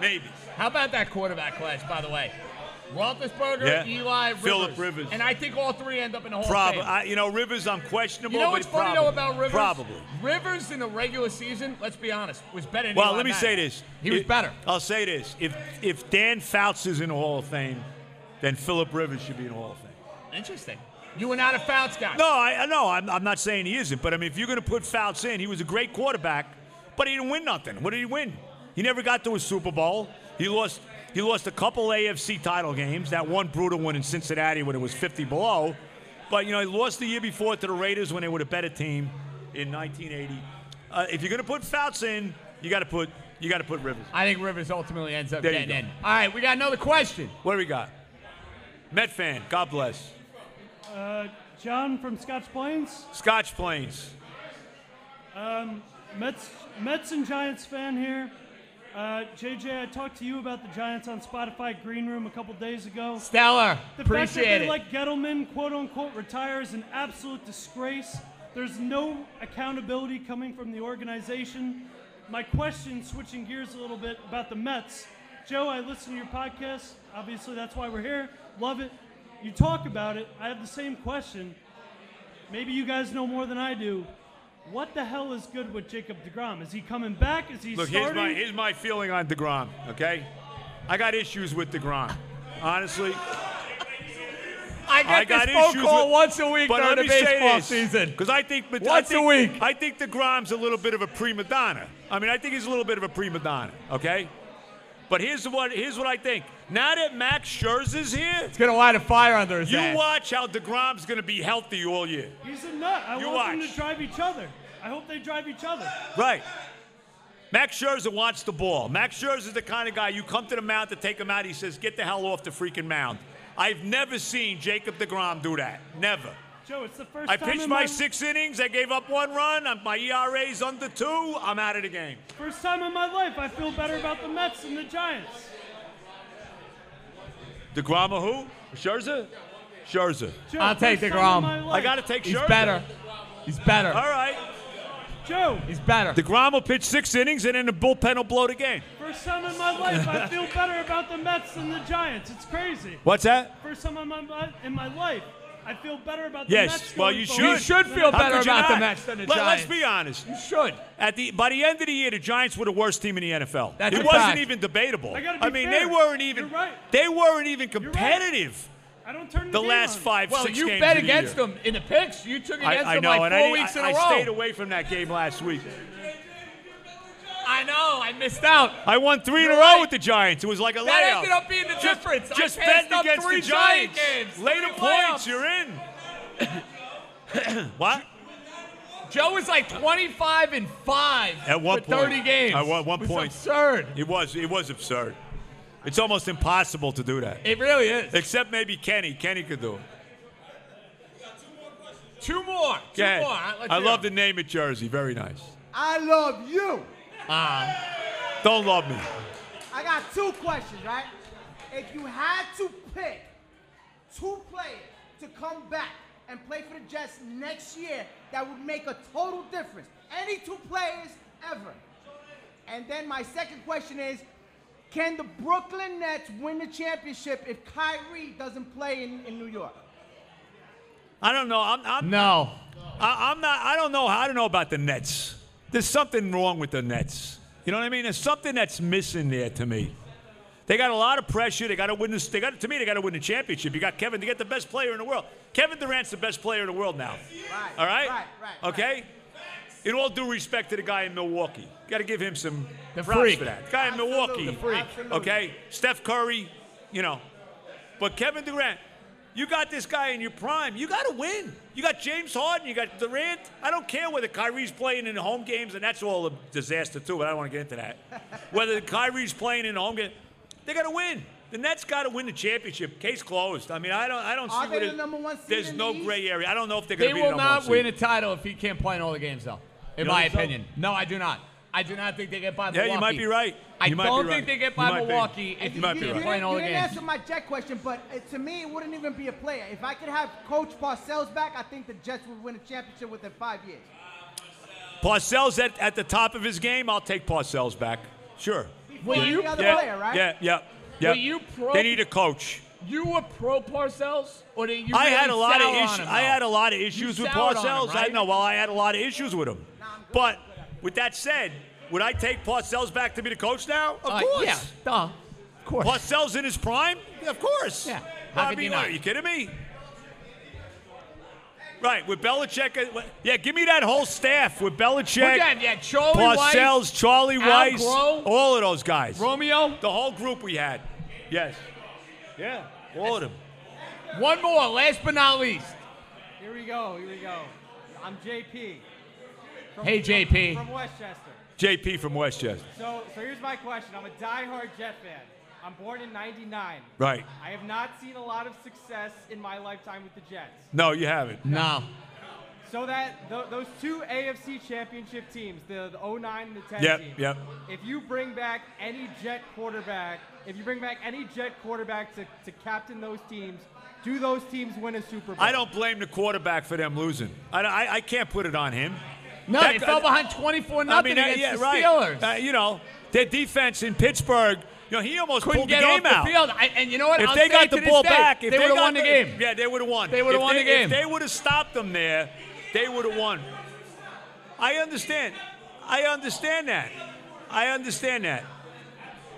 A: Maybe.
E: How about that quarterback class, by the way? Roethlisberger,
A: Yeah.
E: Eli, Rivers.
A: Phillip Rivers.
E: And I think all three end up in the Hall
A: Probably.
E: of Fame.
A: I, you know, Rivers, I'm questionable.
E: You know
A: but
E: what's funny
A: probably.
E: though about Rivers?
A: Probably.
E: Rivers in the regular season, let's be honest, was better than
A: Well,
E: Eli
A: let me
E: Manning.
A: say this.
E: He was
A: If-
E: better.
A: I'll say this. If if Dan Fouts is in the Hall of Fame, then Philip Rivers should be in the Hall of Fame.
E: Interesting. You were not a Fouts guy.
A: No, I I know. I'm, I'm not saying he isn't, but I mean, if you're going to put Fouts in, he was a great quarterback, but he didn't win nothing. What did he win? He never got to a Super Bowl. He lost. He lost a couple AFC title games. That one brutal one in Cincinnati when it was 50 below. But you know, he lost the year before to the Raiders when they were the better team in 1980. Uh, if you're going to put Fouts in, you got to put you got to put Rivers.
E: I think Rivers ultimately ends up
A: There you
E: getting in.
A: go.
E: All right, we got another question.
A: What do we got? Met fan, God bless.
O: Uh, John from Scotch Plains.
A: Scotch Plains.
O: Um, Mets, Mets and Giants fan here. Uh, JJ, I talked to you about the Giants on Spotify Green Room a couple days ago. The
E: Stellar.
O: fact that
E: Appreciate
O: they
E: it.
O: let Gettleman, quote unquote, retire is an absolute disgrace. There's no accountability coming from the organization. my question, switching gears a little bit about the Mets. Joe, I listen to your podcast. Obviously, that's why we're here. Love it. You talk about it. I have the same question. Maybe you guys know more than I do. What the hell is good with Jacob DeGrom? Is he coming back? Is he
A: Look, here's
O: starting?
A: my, here's my feeling on DeGrom, okay? I got issues with DeGrom, honestly.
E: I get this phone call once a week
A: but
E: during
A: let
E: the
A: me say
E: baseball
A: this,
E: season.
A: Because I think, but
E: Once
A: I think,
E: a week.
A: I think DeGrom's a little bit of a prima donna. I mean, I think he's a little bit of a prima donna. Okay, but here's what here's what I think. Now that Max Scherzer's here, it's
E: gonna light a fire under his
A: you
E: ass.
A: watch how DeGrom's gonna be healthy all year.
O: He's a nut. I
A: You
O: want them
A: watch.
O: to drive each other. I hope they drive each other.
A: Right. Max Scherzer wants the ball. Max Scherzer's the kind of guy you come to the mound to take him out. He says, "Get the hell off the freaking mound." I've never seen Jacob DeGrom do that. Never.
O: Joe, it's the first
A: I
O: time
A: pitched
O: in
A: my
O: my
A: six innings. I gave up one run. I'm- My E ERA's under two. I'm out of the game.
O: first time in my life I feel better about the Mets than the Giants.
A: DeGrom or who? Scherzer? Scherzer.
O: Joe, I'll take first time DeGrom. in my life.
A: I got to take
E: He's
A: Scherzer.
E: better. He's better.
A: All right.
O: Joe.
E: He's better.
A: DeGrom will pitch six innings and then the bullpen will blow the game.
O: First time in my life I feel better about the Mets than the Giants. It's crazy.
A: What's that?
O: First time in my, li- in my life I feel better about the Mets.
A: Yes, well,
O: going
A: you should.
O: forward.
A: How could you not? Let,
E: Giants.
A: Let's be honest.
E: You should.
A: At the by the end of the year, the Giants were the worst team in the NFL.
E: That's
A: it
E: a
A: wasn't
E: fact.
A: even debatable.
E: I gotta
A: I
E: be
A: mean,
E: fair.
A: they weren't even.
E: You're right.
A: They weren't even competitive.
O: I don't turn
A: the last five,
E: well,
A: six
E: you
A: games
E: bet
A: of the
E: against
A: year.
E: them in the picks. You took against
A: I, I
E: them
A: know,
E: like
A: and
E: four
A: I, didn't-
E: weeks
A: I,
E: in a
A: I
E: row.
A: stayed away from that game last week.
E: I know. I missed out.
A: I won 3 in a
E: You're
A: row
E: right.
A: with the Giants. It was like a
E: that
A: layout.
E: ended up being the difference.
A: just
E: I passed
A: betting
E: up
A: against
E: three
A: the Giants.
E: Giant games.
A: Lay the
E: three
A: points,
E: layups.
A: you're in. what?
E: Joe was like 25 and five
A: At one
E: for
A: point,
E: 30 games.
A: At one, one
E: It was
A: point,
E: absurd.
A: It was. It was absurd. It's almost impossible to do that.
E: It really is.
A: Except maybe Kenny. Kenny could do it.
E: Two more. Two
A: Go ahead.
E: more. All right, let's
A: I
E: hear
A: love
E: them.
A: the name of Jersey. Very nice.
P: I love you.
A: Ah. Don't love me.
P: I got two questions, right? If you had to pick two players to come back and play for the Jets next year, that would make a total difference. Any two players ever. And then my second question is, can the Brooklyn Nets win the championship if Kyrie doesn't play in, in New York?
A: I don't know. I'm, I'm
E: no.
A: I, I'm not. I don't know. I don't know about the Nets. There's something wrong with the Nets. You know what I mean? There's something that's missing there to me. They got a lot of pressure. They got to win this. They got to me. They got to win the championship. You got Kevin to get the best player in the world. Kevin Durant's the best player in the world now.
P: Right.
A: All right.
P: Right, right.
A: Okay. In all due respect to the guy in Milwaukee, got to give him some
E: The
A: props
E: freak.
A: for that. The guy in Milwaukee,
E: The freak. Absolutely.
A: Okay, Steph Curry, you know, but Kevin Durant, you got this guy in your prime. You got to win. You got James Harden. You got Durant. I don't care whether Kyrie's playing in home games, and that's all a disaster too. But I don't want to get into that. Whether Kyrie's playing in home game, they got to win. The Nets got to win the championship. Case closed. I mean, I don't. I don't
P: Are
A: see
P: they
A: what
P: the
A: it-
P: number one seed
A: There's
P: in
A: no
P: the
A: gray area. I don't know if they're going
E: They
A: to be. the
E: will
A: number one
E: not
A: seed.
E: win a title if he can't play in all the games, though. In
A: You don't
E: my
A: think so?
E: opinion, no, I do not. I do not think they get by
A: Yeah,
E: Milwaukee.
A: you might be right.
E: I
A: You might be
E: don't
A: right.
E: think they get
A: You
E: by
A: might be.
E: Milwaukee if
A: You
E: he
A: might be
E: can't
A: right.
E: play in all the
P: you
E: games.
P: didn't answer my Jet question, but uh, to me, it wouldn't even be a player. If I could have Coach Parcells back, I think the Jets would win a championship within five years.
A: Parcells at, at the top of his game. I'll take Parcells back. Sure.
E: Will
A: yeah.
E: you-
A: Yeah,
E: Another player,
P: right?
A: Yeah, yeah, yeah.
E: Will you pro-
A: they need a coach.
E: You were pro Parcells, or did you?
A: I
E: really
A: had a lot of
E: sour on
A: issues.
E: him,
A: I
E: though?
A: had a lot of
E: You
A: issues with
E: soured on him,
A: Parcells.
E: right?
A: I know. Well, I had a lot of issues with him. but with that said, would I take Parcells back to be the coach now? Of
E: Uh,
A: course.
E: yeah, duh. Of course.
A: Parcells in his prime? Yeah, of course. Yeah.
E: How
A: I
E: could
A: mean,
E: you not?
A: are you kidding me? Right, with Belichick. uh, what- Yeah, give me that whole staff with Belichick.
E: We're good, yeah, Charlie
A: Parcells,
E: Weiss,
A: Charlie
E: Al
A: Weiss,
E: Groh,
A: all of those guys.
E: Romeo?
A: The whole group we had. Yes. Yeah, all of them.
E: One more, last but not least.
N: Here we go. Here we go. I'm JP. From-
A: Hey, JP.
N: From Westchester.
A: JP from Westchester.
N: So, so here's my question. I'm a diehard Jet fan. I'm born in '99.
A: Right.
N: I have not seen a lot of success in my lifetime with the Jets.
A: No, you haven't.
E: No.
N: So that th- those two AFC championship teams, the, the 09 and the 10
A: Yep,
N: team.
A: yep.
N: If you bring back any Jet quarterback, if you bring back any Jet quarterback to, to captain those teams, do those teams win a Super Bowl?
A: I don't blame the quarterback for them losing. I, I, I can't put it on him.
E: No, they fell behind 24 nothing
A: that-
E: against the
A: right.
E: Steelers.
A: Uh, you know, their defense in Pittsburgh, you know, he almost
E: Couldn't
A: pulled
E: get
A: the
E: off
A: game
E: the
A: out.
E: field. I- and you know what?
A: If
E: I'll
A: they
E: say
A: got
E: it to
A: the
E: this
A: ball
E: day,
A: back, if
E: they would've
A: got
E: won the game.
A: Yeah, they would have won.
E: They would've
A: If
E: won the game.
A: If they would have stopped them there, they would have won. I understand. I understand that. I understand that.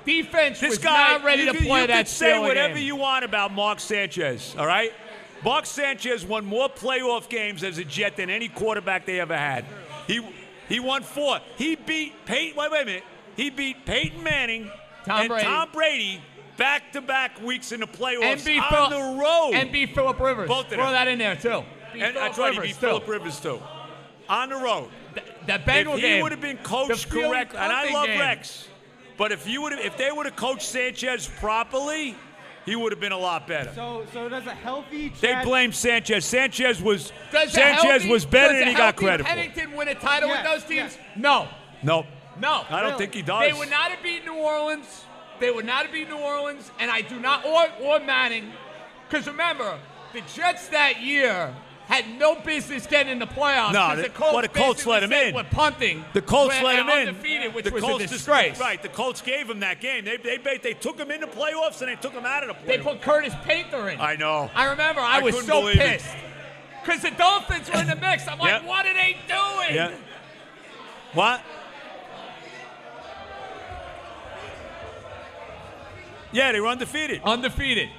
E: Defense
A: this
E: was
A: guy,
E: not ready
A: you
E: to
A: could-
E: play
A: you
E: that
A: could say
E: Steeler
A: whatever
E: game.
A: you want about Mark Sanchez, all right? Mark Sanchez won more playoff games as a Jet than any quarterback they ever had. He he won four. He beat Peyton. Wait, wait a minute. He beat Peyton Manning and
E: Brady.
A: Tom Brady back to back weeks in the playoffs
E: And beat Phil-
A: on the road.
E: and beat Philip Rivers.
A: Both of them.
E: Throw that in there too. Beat
A: and
E: Phillip
A: that's right. He
E: Rivers,
A: beat
E: too.
A: Philip Rivers too. On the road.
E: that Bengal
A: if
E: game,
A: He would have been
E: the
A: coached
E: field
A: correctly, and I
E: punting
A: love
E: game.
A: Rex. But if you would, if they would have coached Sanchez properly, he would have been a lot better.
N: So, so does a healthy
A: they
N: Chad-
A: blame Sanchez. Sanchez was
E: Does the
A: Sanchez
E: healthy-
A: was better
E: does
A: than
E: the
A: he got
E: healthy
A: credit for.
E: Pennington win a title
N: Yes,
E: with those teams? No,
A: Nope.
E: no.
A: I don't think he does.
E: They would not have beaten New Orleans. They would not have beaten New Orleans, and I do not or or Manning, because remember the Jets that year had no business getting in the playoffs.
A: No,
E: 'cause
A: the-
E: the Colts,
A: well, the Colts
E: basically
A: let 'em
E: said
A: in.
E: We're punting.
A: The Colts
E: we're
A: let him in.
E: Undefeated, which
A: the
E: was
A: Colts
E: a
A: dis-
E: disgrace.
A: right, the Colts gave him that game. They they they, they took him in the playoffs and they took him out of the playoffs.
E: They put Curtis Painter in.
A: I know.
E: I remember I,
A: I
E: was
A: couldn't
E: so
A: believe it.
E: pissed because the Dolphins were in the mix. I'm like,
A: Yep.
E: what are they doing?
A: Yeah. What? Yeah, they were undefeated.
E: Undefeated.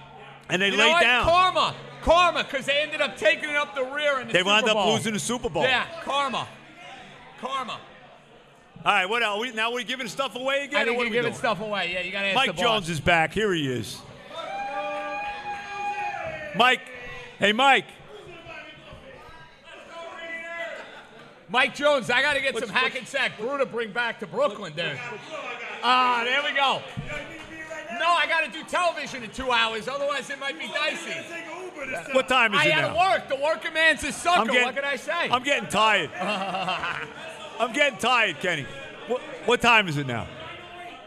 A: And they
E: you know
A: laid
E: what?
A: down.
E: Karma, karma, because they ended up taking it up the rear in the
A: They
E: Super
A: wound up
E: Bowl.
A: losing the Super Bowl.
E: Yeah, karma, karma.
A: All right, what else? We, now we giving stuff away again?
E: I think
A: or what
E: you're
A: are we
E: giving
A: doing?
E: stuff away. Yeah, you gotta ask the
A: Mike
E: boss.
A: Jones is back. Here he is. Mike. Hey, Mike.
E: Mike Jones, I gotta get some Hackensack brew to bring back to Brooklyn, dude. Ah, there we go. No, I gotta do television in two hours, otherwise it might be dicey.
A: What time is
E: I
A: it
E: gotta
A: now?
E: work. The working man's a sucker.
A: I'm getting-
E: what can I say?
A: I'm getting tired. I'm getting tired, Kenny. What, what time is it now?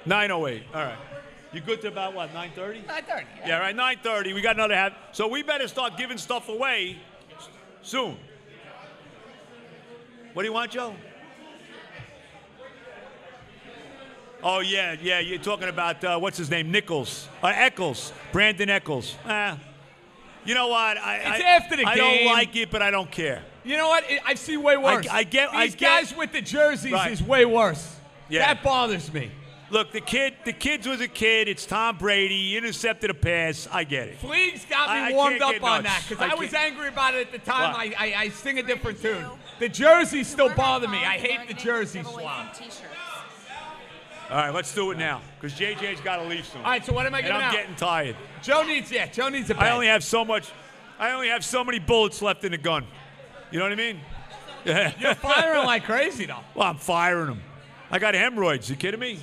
A: 9.08. All right. You good to about what, 9.30?
E: 9.30.
A: Yeah, right, 9.30. We got another half. So we better start giving stuff away s- soon. What do you want, Joe? Oh, yeah, yeah. You're talking about, uh, what's his name? Nichols. Uh, Eccles. Brandon Eccles. Eh. You know what? I,
E: It's
A: I-
E: after the
A: I
E: game.
A: don't like it, but I don't care.
E: You know what? I- I see way worse.
A: I get- I
E: These
A: get-
E: guys with the jerseys
A: Right.
E: is way worse.
A: Yeah.
E: That bothers me.
A: Look, the kid, the kids was a kid. It's Tom Brady. He intercepted a pass. I get it.
E: Fleague's got me
A: I- I
E: warmed
A: can't
E: up
A: get
E: on that
A: nuts.
E: because
A: I
E: I, was angry about it at the time. I,
A: What?
E: I, I sing a different tune. The jerseys still bother me. I hate the jersey swap.
A: All right, let's do it now because JJ's got to leave soon.
E: All right, so what am I
A: And
E: giving
A: I'm
E: out?
A: getting tired.
E: Joe needs yeah. Joe needs a
A: I
E: bag.
A: only have so much. I only have so many bullets left in the gun. You know what I mean?
E: You're firing like crazy though.
A: Well, I'm firing them. I got hemorrhoids. You kidding me?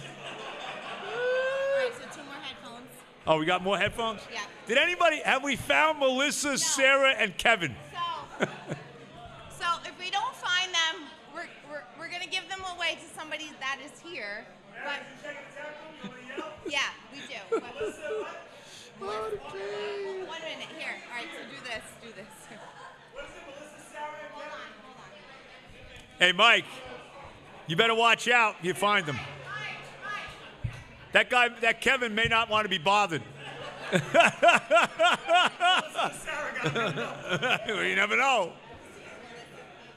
D: Alright, so two more headphones.
A: Oh, we got more headphones.
D: Yeah.
A: Did anybody? Have we found Melissa, Sarah, and Kevin?
D: So if we don't find them, we're, we're, we're gonna give them away to somebody that is here. But yeah, we do. But- One minute here. All right, so do this. Do this. Hold on, hold on.
A: Hey, Mike, you better watch out. You find them. That guy, that Kevin, may not want to be bothered. Well, you never know.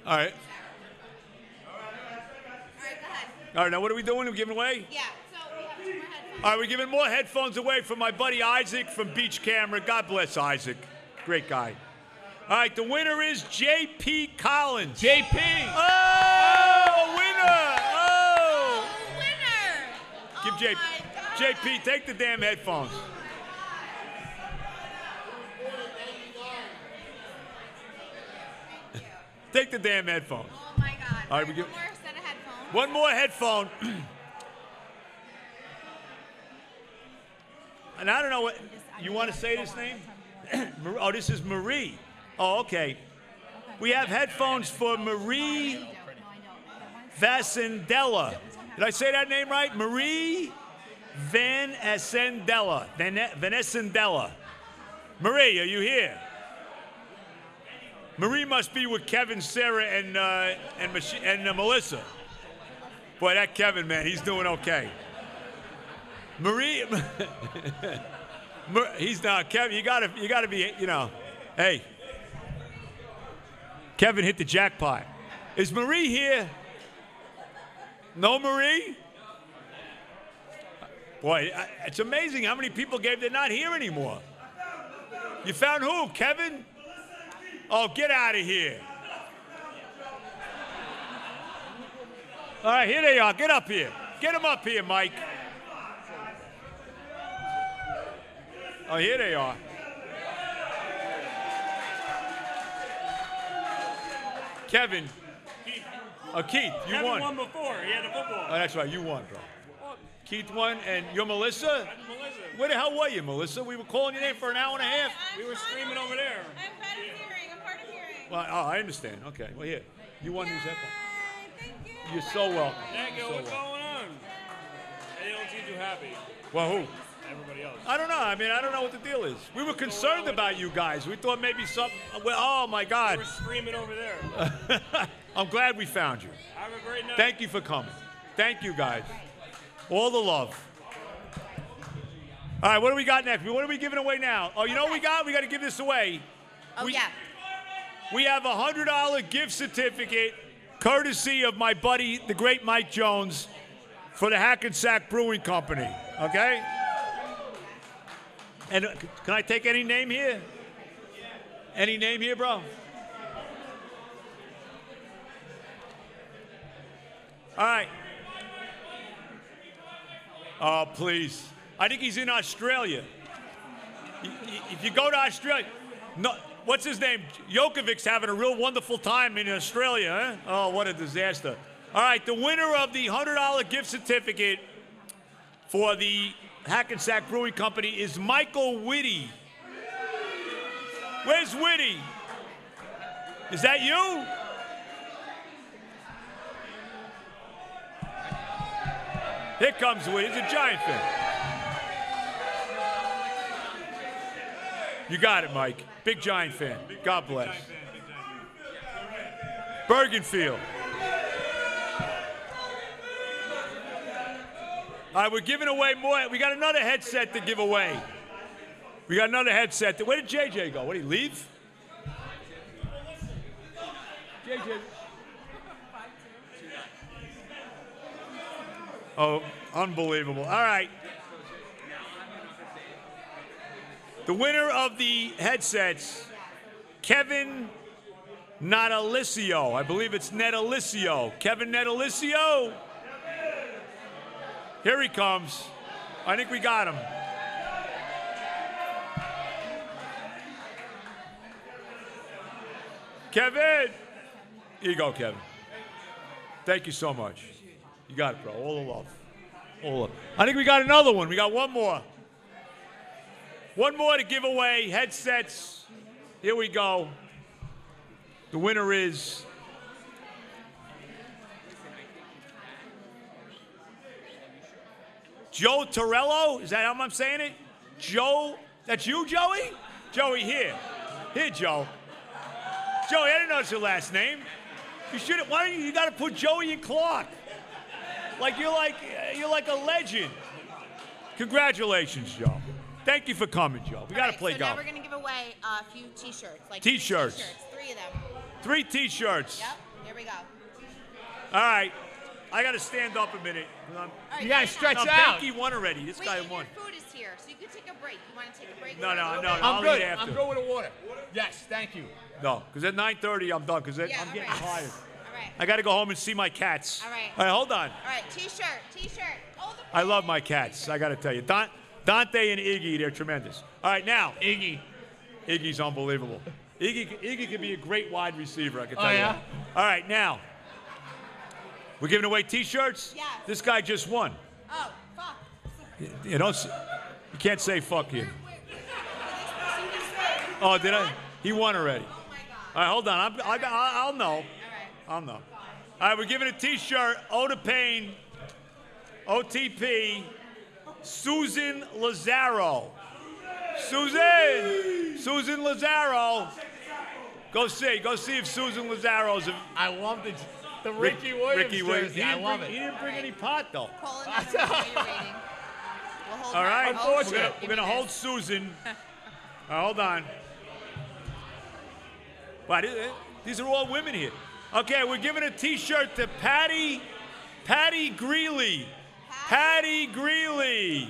A: All right. All right, now what are we doing? We're giving away?
D: Yeah. So we have two more headphones.
A: All right, we're giving more headphones away from my buddy Isaac from Beach Camera. God bless Isaac. Great guy. All right, the winner is J.P. Collins.
E: J.P.
A: Oh, winner! Oh! Give
D: Oh
A: J- JP, take the damn headphones. Take the damn headphones.
D: Oh my God.
A: All right, we give
D: One more set of headphones.
A: one more headphone. and I don't know what you want to say this name. Mar- oh, this is Marie. Oh, okay. We have headphones for Marie Vasandella. Did I say that name right? Marie Van Ascendella. Van Ascendella. Marie, are you here? Marie must be with Kevin, Sarah, and uh, and, Mich- and uh, Melissa. Boy, that Kevin man, he's doing okay. Marie, Mar- he's not Kevin. You gotta you gotta be you know, hey. Kevin hit the jackpot. Is Marie here? No, Marie. Boy, I- it's amazing how many people gave. They're not here anymore. You found who? Kevin? Oh, get out of here. All right, here they are. Get up here. Get them up here, Mike. Oh, here they are. Kevin. Oh, Keith, you
B: Kevin
A: won.
B: won before. He had a football.
A: Oh, that's right. You won, bro. Keith won, and you're Melissa?
B: Melissa.
A: Where the hell were you, Melissa? We were calling your name for an hour and a half.
B: We were screaming over there.
A: Well, oh, I understand. Okay. Well, here. You won these headphones. You're so welcome.
B: Thank you.
A: So
B: What's
A: welcome.
B: going on? They don't seem too happy.
A: Well, who?
B: Everybody else.
A: I don't know. I mean, I don't know what the deal is. We were concerned about you guys. We thought maybe something. Well, oh, my
B: They
A: God.
B: were screaming over there.
A: I'm glad we found you.
B: Have a great night.
A: Thank you for coming. Thank you, guys. All the love. All right, what do we got next? What are we giving away now? Oh, you know what we got? We got to give this away.
D: Oh, yeah.
A: We have a $100 gift certificate courtesy of my buddy, the great Mike Jones, for the Hackensack Brewing Company. Okay? And uh, c- can I take any name here? Any name here, bro? All right. Oh, please. I think he's in Australia. Y- y- If you go to Australia, no, what's his name? Jokovic's having a real wonderful time in Australia, huh? Oh, what a disaster. All right, the winner of the $100 gift certificate for the Hackensack Brewing Company is Michael Whitty. Where's Whitty? Is that you? Here comes Whitty. He's a Giant fan. You got it, Mike. Big Giant fan. God bless. Bergenfield. All right, we're giving away more. We got another headset to give away. We got another headset. To, where did JJ go? What did he leave? JJ. Oh, unbelievable. All right. The winner of the headsets, Kevin Natalicio. I believe it's Natalicio. Kevin Natalicio. Here he comes. I think we got him. Kevin! Here you go, Kevin. Thank you so much. You got it, bro. All the love. All of I think we got another one. We got one more. One more to give away. Headsets. Here we go. The winner is Joe Torello. Is that how I'm saying it? Joe. That's you, Joey? Joey, here. Here, Joe. Joey, I didn't know it's your last name. You should. Why don't you? You got to put Joey and Clark. Like you're like you're like a legend. Congratulations, Joe. Thank you for coming, Joe. We got to play
D: so now
A: golf.
D: we're gonna give away a few T-shirts, like
A: T-shirts.
D: shirts three of them.
A: Three T-shirts.
D: Yep. Here we go.
A: All right. I got to stand up a minute. Um,
D: right, You gotta stand
E: up. stretch
A: no,
E: out.
A: Banky won already. This
D: Wait,
A: guy
D: and
A: won.
D: Your food is here, so you can take a break. You want to take a break?
A: No,
D: We're
A: no,
D: gonna
A: no,
D: go
A: I'll
E: I'm
A: eat
E: good.
A: after.
E: I'm good with the water. Yes, thank you.
A: No, because at 9:30 I'm done. Because
D: Yeah,
A: I'm
D: all
A: getting
D: right.
A: tired.
D: All right.
A: I got to go home and see my cats.
D: All right.
A: All right, hold on.
D: All right. T-shirt. T-shirt. Oh, the
A: I love my cats. I got to tell you, Don, Dante and Iggy, they're tremendous. All right, now Iggy, Iggy's unbelievable. Iggy, Iggy could be a great wide receiver. I can
E: Oh,
A: tell you.
E: yeah?
A: that. All right, now we're giving away T-shirts.
D: Yeah.
A: This guy just won.
D: oh fuck.
A: You know, s- you can't say fuck you. Oh, did I? He won already. All right, hold on. I'm, I, I, I'll know. I'll know. All right, we're giving a T-shirt. Oda Payne, OTP, Susan Lazaro. Susan, Susan Lazaro. Go see. Go see if Susan Lazaro's.
E: I love the the Ricky Williams
A: Ricky Williams.
E: jersey.
A: He
E: I
A: didn't
E: love
A: bring-
E: it.
A: He didn't bring any pot though.
D: Call another one while you're waiting. We'll hold
A: All
D: on.
A: right.
D: Oh,
A: We're gonna,
D: shit.
A: we're gonna hold Susan. All right, hold on. Wow, thi- eh, these are all women here. Okay, we're giving a T-shirt to Patty, Patty Greeley, Patty Greeley,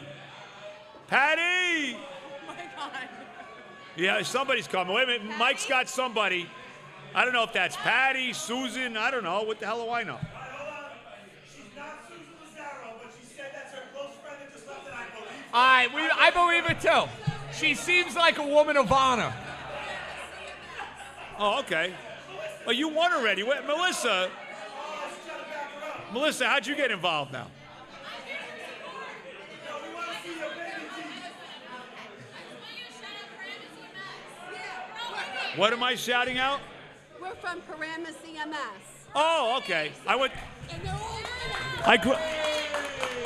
Q: Oh
A: Patty.
Q: my god.
A: Yeah, somebody's coming. Wait a minute, Mike's got somebody. I don't know if that's Patty, Susan. I don't know. What the hell do I know?
E: I we, I believe it too. She seems like a woman of honor.
A: Oh, okay. Well, Oh, you won already. Wait, Melissa. Melissa, how'd you get involved now? What am I shouting out?
Q: We're from Paramus EMS.
A: Oh, okay. I went.
Q: And they're all
A: I gr-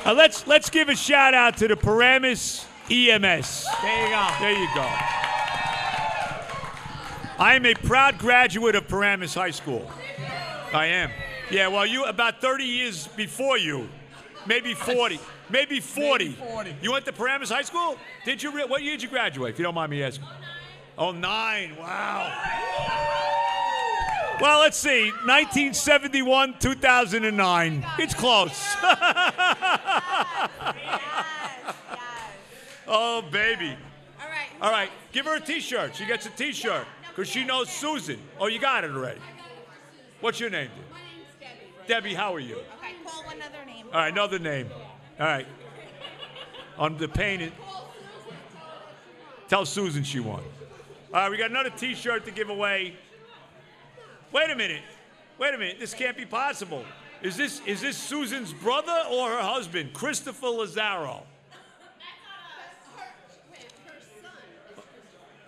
A: Uh, let's let's give a shout out to the Paramus EMS.
E: There you go.
A: There you go. I am a proud graduate of Paramus High School. I am. Yeah. Well, you about 30 years before you, maybe 40, maybe 40.
E: Maybe 40.
A: You went to Paramus High School? Did you? Re- what year did you graduate? If you don't mind me asking. Oh nine. Wow. Well, let's see. 1971, 2009. It's close. Oh, baby.
D: All right.
A: All right. Give her a t shirt. She gets a t shirt because she knows Susan. Oh, you got it already. What's your name, dude? Debbie, how are you?
D: Okay, call one other name.
A: All right, another name. All right. On the pain. it- Tell Susan she won. All right, we got another T-shirt to give away. Wait a minute. Wait a minute. This can't be possible. Is this is this Susan's brother or her husband, Christopher Lazaro?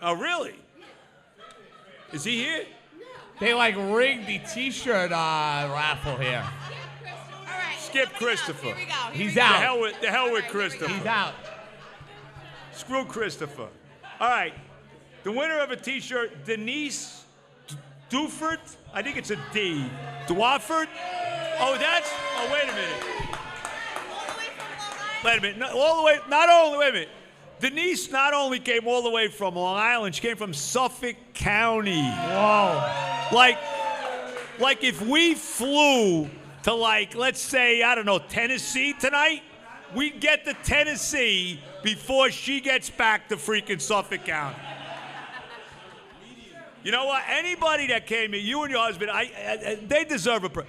A: Oh, really? Is he here?
E: They like rigged the T-shirt uh, raffle here.
A: Skip Christopher. Here we go.
E: He's
A: The
E: out.
A: hell with, the hell with Christopher.
E: He's out.
A: Screw Christopher. All right. The winner of a T-shirt, Denise D- Duford. I think it's a D. Dwafford. Oh, that's. Oh, wait a minute. Wait a minute. No, all the way. Not only. Wait a minute. Denise not only came all the way from Long Island. She came from Suffolk County. Whoa. Like, like if we flew to like let's say I don't know Tennessee tonight, we'd get to Tennessee before she gets back to freaking Suffolk County. You know what? Anybody that came here, you and your husband, I, I, I- they deserve a. Pre-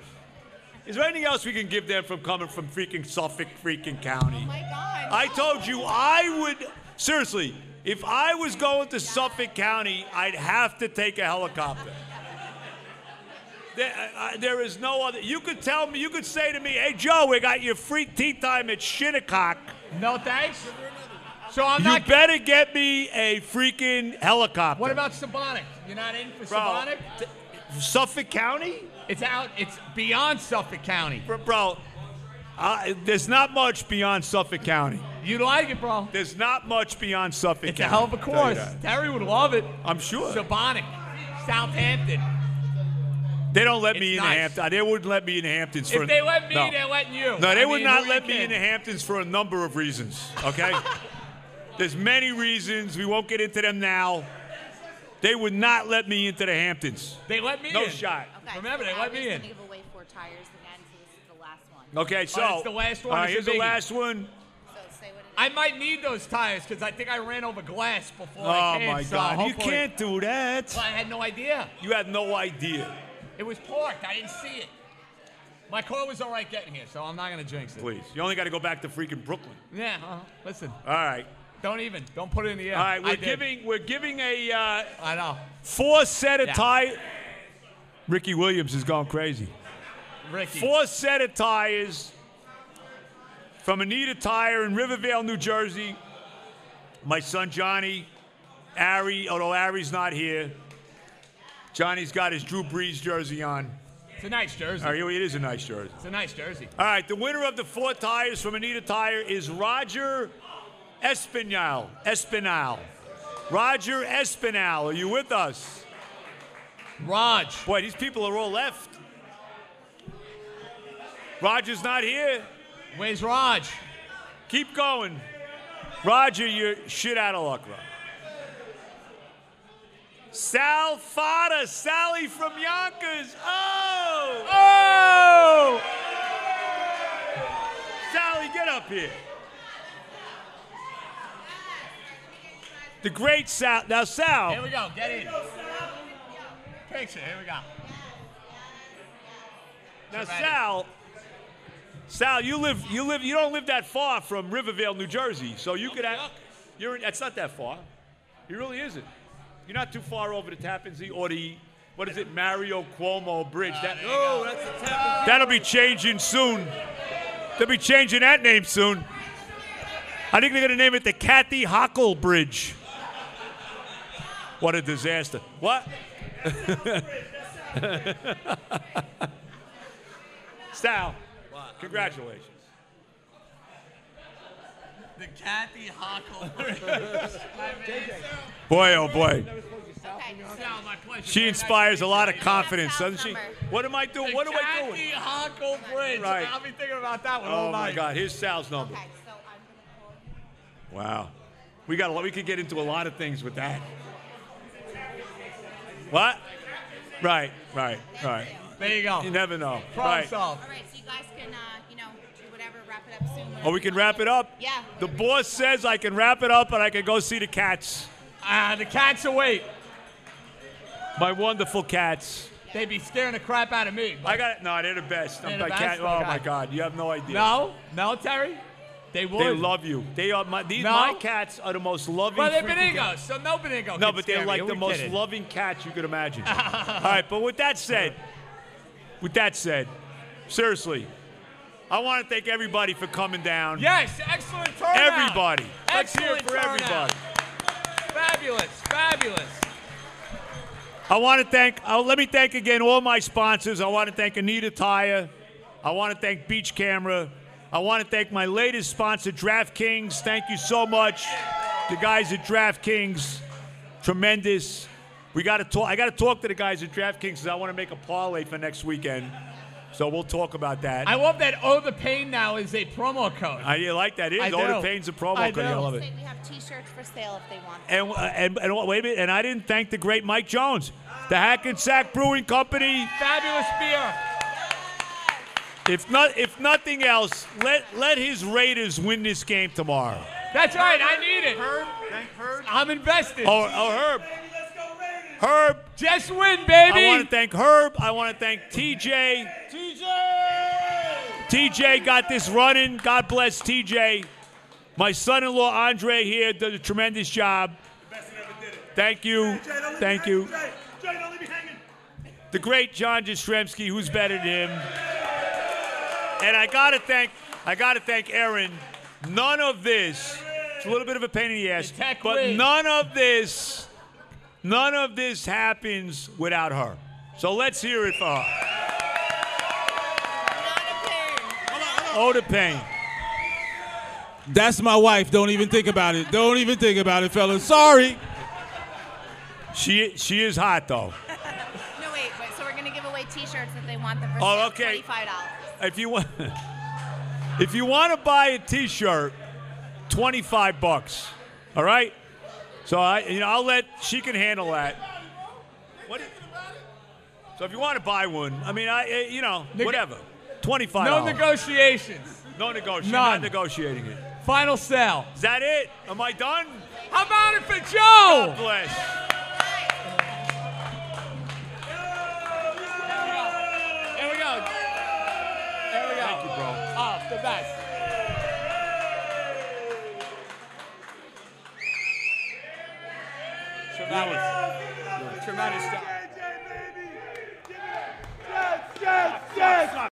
A: Is there anything else we can give them from coming from freaking Suffolk, freaking county? Oh my
D: God!
A: I told you I would. Seriously, if I was going to Suffolk County, I'd have to take a helicopter. There, I, I- there is no other. You could tell me. You could say to me, "Hey Joe, we got your free tea time at Shinnecock."
E: No thanks. So I'm
A: you
E: not-
A: better get me a freaking helicopter.
E: What about Sabonic? You're not in for
A: Bro,
E: Sabonic?
A: Suffolk County?
E: It's out. It's beyond Suffolk County.
A: Bro, Uh, there's not much beyond Suffolk County.
E: You like it, bro?
A: There's not much beyond Suffolk
E: it's a
A: County.
E: hell of a
A: I'll tell you
E: course.
A: that.
E: Terry would love it.
A: I'm sure.
E: Sabonic, Southampton.
A: They don't let me in
E: nice.
A: the Hamptons. They wouldn't let me in the Hamptons
E: If
A: for.
E: they let me,
A: no.
E: they're letting you.
A: No, they
E: I
A: would
E: mean,
A: not
E: who
A: let
E: you
A: me in the
E: kidding?
A: Hamptons for a number of reasons. Okay. There's many reasons. We won't get into them now. They would not let me into the Hamptons.
E: They let me
A: No
E: in.
A: shot.
D: Okay,
E: Remember, they
D: so
E: let me
D: obviously
E: in.
D: we give away four tires again, so this is the last one.
A: Okay, so
E: All right, it's the last one.
A: all right,
E: It's a
A: here's the
E: biggie.
A: last one.
D: So say what it
E: I might need those tires because I think I ran over glass before I
A: oh
E: came.
A: my
E: so
A: God! You
E: hopefully-
A: can't do that.
E: Well, I had no idea.
A: You had no idea.
E: It was parked. I didn't see it. My car was all right getting here, so I'm not gonna jinx it.
A: Please, you only got to go back to freaking Brooklyn.
E: Yeah. Uh-huh. Listen.
A: All right.
E: Don't even. Don't put it in the air.
A: All right,
E: I
A: we're
E: did.
A: giving we're giving a uh,
E: I know.
A: four set of
E: Yeah.
A: tires. Ricky Williams is going crazy.
E: Ricky.
A: Four set of tires from Anita Tire in Rivervale, New Jersey. My son Johnny, Ari, although Ari's not here. Johnny's got his Drew Brees jersey on.
E: It's a nice jersey.
A: All right, it is a nice jersey.
E: It's a nice jersey.
A: All right, the winner of the four tires from Anita Tire is Roger Espinal. Espinal. Roger Espinal, are you with us? Raj. Boy, these people are all left. Roger's not here.
E: Where's Raj?
A: Keep going. Roger, you're shit out of luck, Raj. Sal Fada, Sally from Yonkers. Oh! Oh! Sally, get up here. The great Sal. Now, Sal.
E: Here we go. Get in. Picture. Here we go.
A: Now,
E: Get ready.
A: Sal, Sal, you live, you live, you don't live that far from Rivervale, New Jersey, so you could, act, you're, in- that's not that far. It really isn't. You're not too far over the Tappan Zee or the, what is it, Mario Cuomo Bridge. That, oh, that's the Tappan. That'll be changing soon. They'll be changing that name soon. I think they're gonna name it the Kathy Hockle Bridge. What a disaster. What? Sal, congratulations.
E: The Kathy Hockle.
A: Boy, oh boy.
E: Sal, my pleasure.
A: She inspires a lot of confidence, doesn't she? What am I doing?
E: The
A: What am I doing?
E: Kathy Hockle Bridge.
A: Right.
E: I'll be thinking about that one all
A: Oh
E: night.
A: my God! Here's Sal's number. Wow, we got a lot. We could get into a lot of things with that. What? Right, right, right.
E: There you go.
A: You never know.
E: Problem
A: right.
E: solved.
D: All right, so you guys can, uh, you know, do whatever, wrap it up soon.
A: Oh, we can wrap it up.
D: Yeah.
A: The boss says I can wrap it up and I can go see the cats.
E: Ah, the cats await.
A: My wonderful cats.
E: They'd be scaring the crap out of me.
A: I got it. No, they're the best.
E: They're
A: I'm
E: the
A: like,
E: best?
A: cat- oh
E: Okay.
A: my God! You have no idea.
E: No, no, Terry. They would.
A: They love you. They are my. These
E: No?
A: my cats are the most loving.
E: But they're
A: freaking
E: Benigos, so no Benigo.
A: No,
E: can
A: but
E: scare
A: they're
E: me.
A: like
E: Who
A: the
E: we
A: most
E: kidding?
A: loving cats you could imagine. All right, but with that said, with that said, seriously, I want to thank everybody for coming down.
E: Yes, excellent turnout.
A: Everybody. Let's hear
E: Excellent
A: it for
E: turnout.
A: everybody.
E: Fabulous, fabulous.
A: I want to thank, oh, let me thank again all my sponsors. I want to thank Anita Tire. I want to thank Beach Camera. I want to thank my latest sponsor, DraftKings. Thank you so much. The guys at DraftKings, tremendous. We got to talk. I got to talk to the guys at DraftKings because I want to make a parlay for next weekend. So we'll talk about that.
E: I love that Oh the Pain now is a promo code.
A: I you like that. It
E: I
A: is. Order
E: do.
A: Payne's a promo
E: I
A: code. I
E: do.
A: love it.
D: Say we have T-shirts for sale if they want.
A: And, uh, and, and wait a minute. And I didn't thank the great Mike Jones, the Hackensack Brewing Company.
E: Fabulous beer.
A: If not, if nothing else, let let his Raiders win this game tomorrow.
E: That's right, I need it. Herb, I'm invested.
A: Oh, oh, Herb. Herb.
E: Just win, baby.
A: I want to thank Herb. I want to thank TJ. TJ got this running. God bless TJ. My son-in-law Andre here does a tremendous job. Thank you. Thank you.
F: Jay, don't leave me hanging.
A: the great John Jastrzemski, who's better than him. And I gotta thank, I gotta thank Aaron. None of this, it's a little bit of a pain in the ass, but
E: wins.
A: none of this, none of this happens without her. So let's hear it for her. Oh, the pain.
R: That's my wife. Don't even think about it. Don't even think about it, fellas. Sorry.
A: She she is hot though.
D: No, wait, wait. So we're gonna give away T-shirts if they want them for
A: Oh,
D: sale,
A: okay.
D: twenty-five dollars.
A: If you want, if you want to buy a T-shirt, twenty-five bucks. All right. So I, you know, I'll let she can handle that. What? So if you want to buy one, I mean, I, eh, you know,
E: Neg-
A: whatever. Twenty-five.
E: No negotiations.
A: No negotiation.
E: None.
A: Not negotiating it.
E: Final sale.
A: Is that it? Am I done?
E: How about it for Joe?
A: God bless.
E: Here we go. Here we go. Thank you, bro. Oh, the best.
F: Tremendous job.
I: Yes, yes.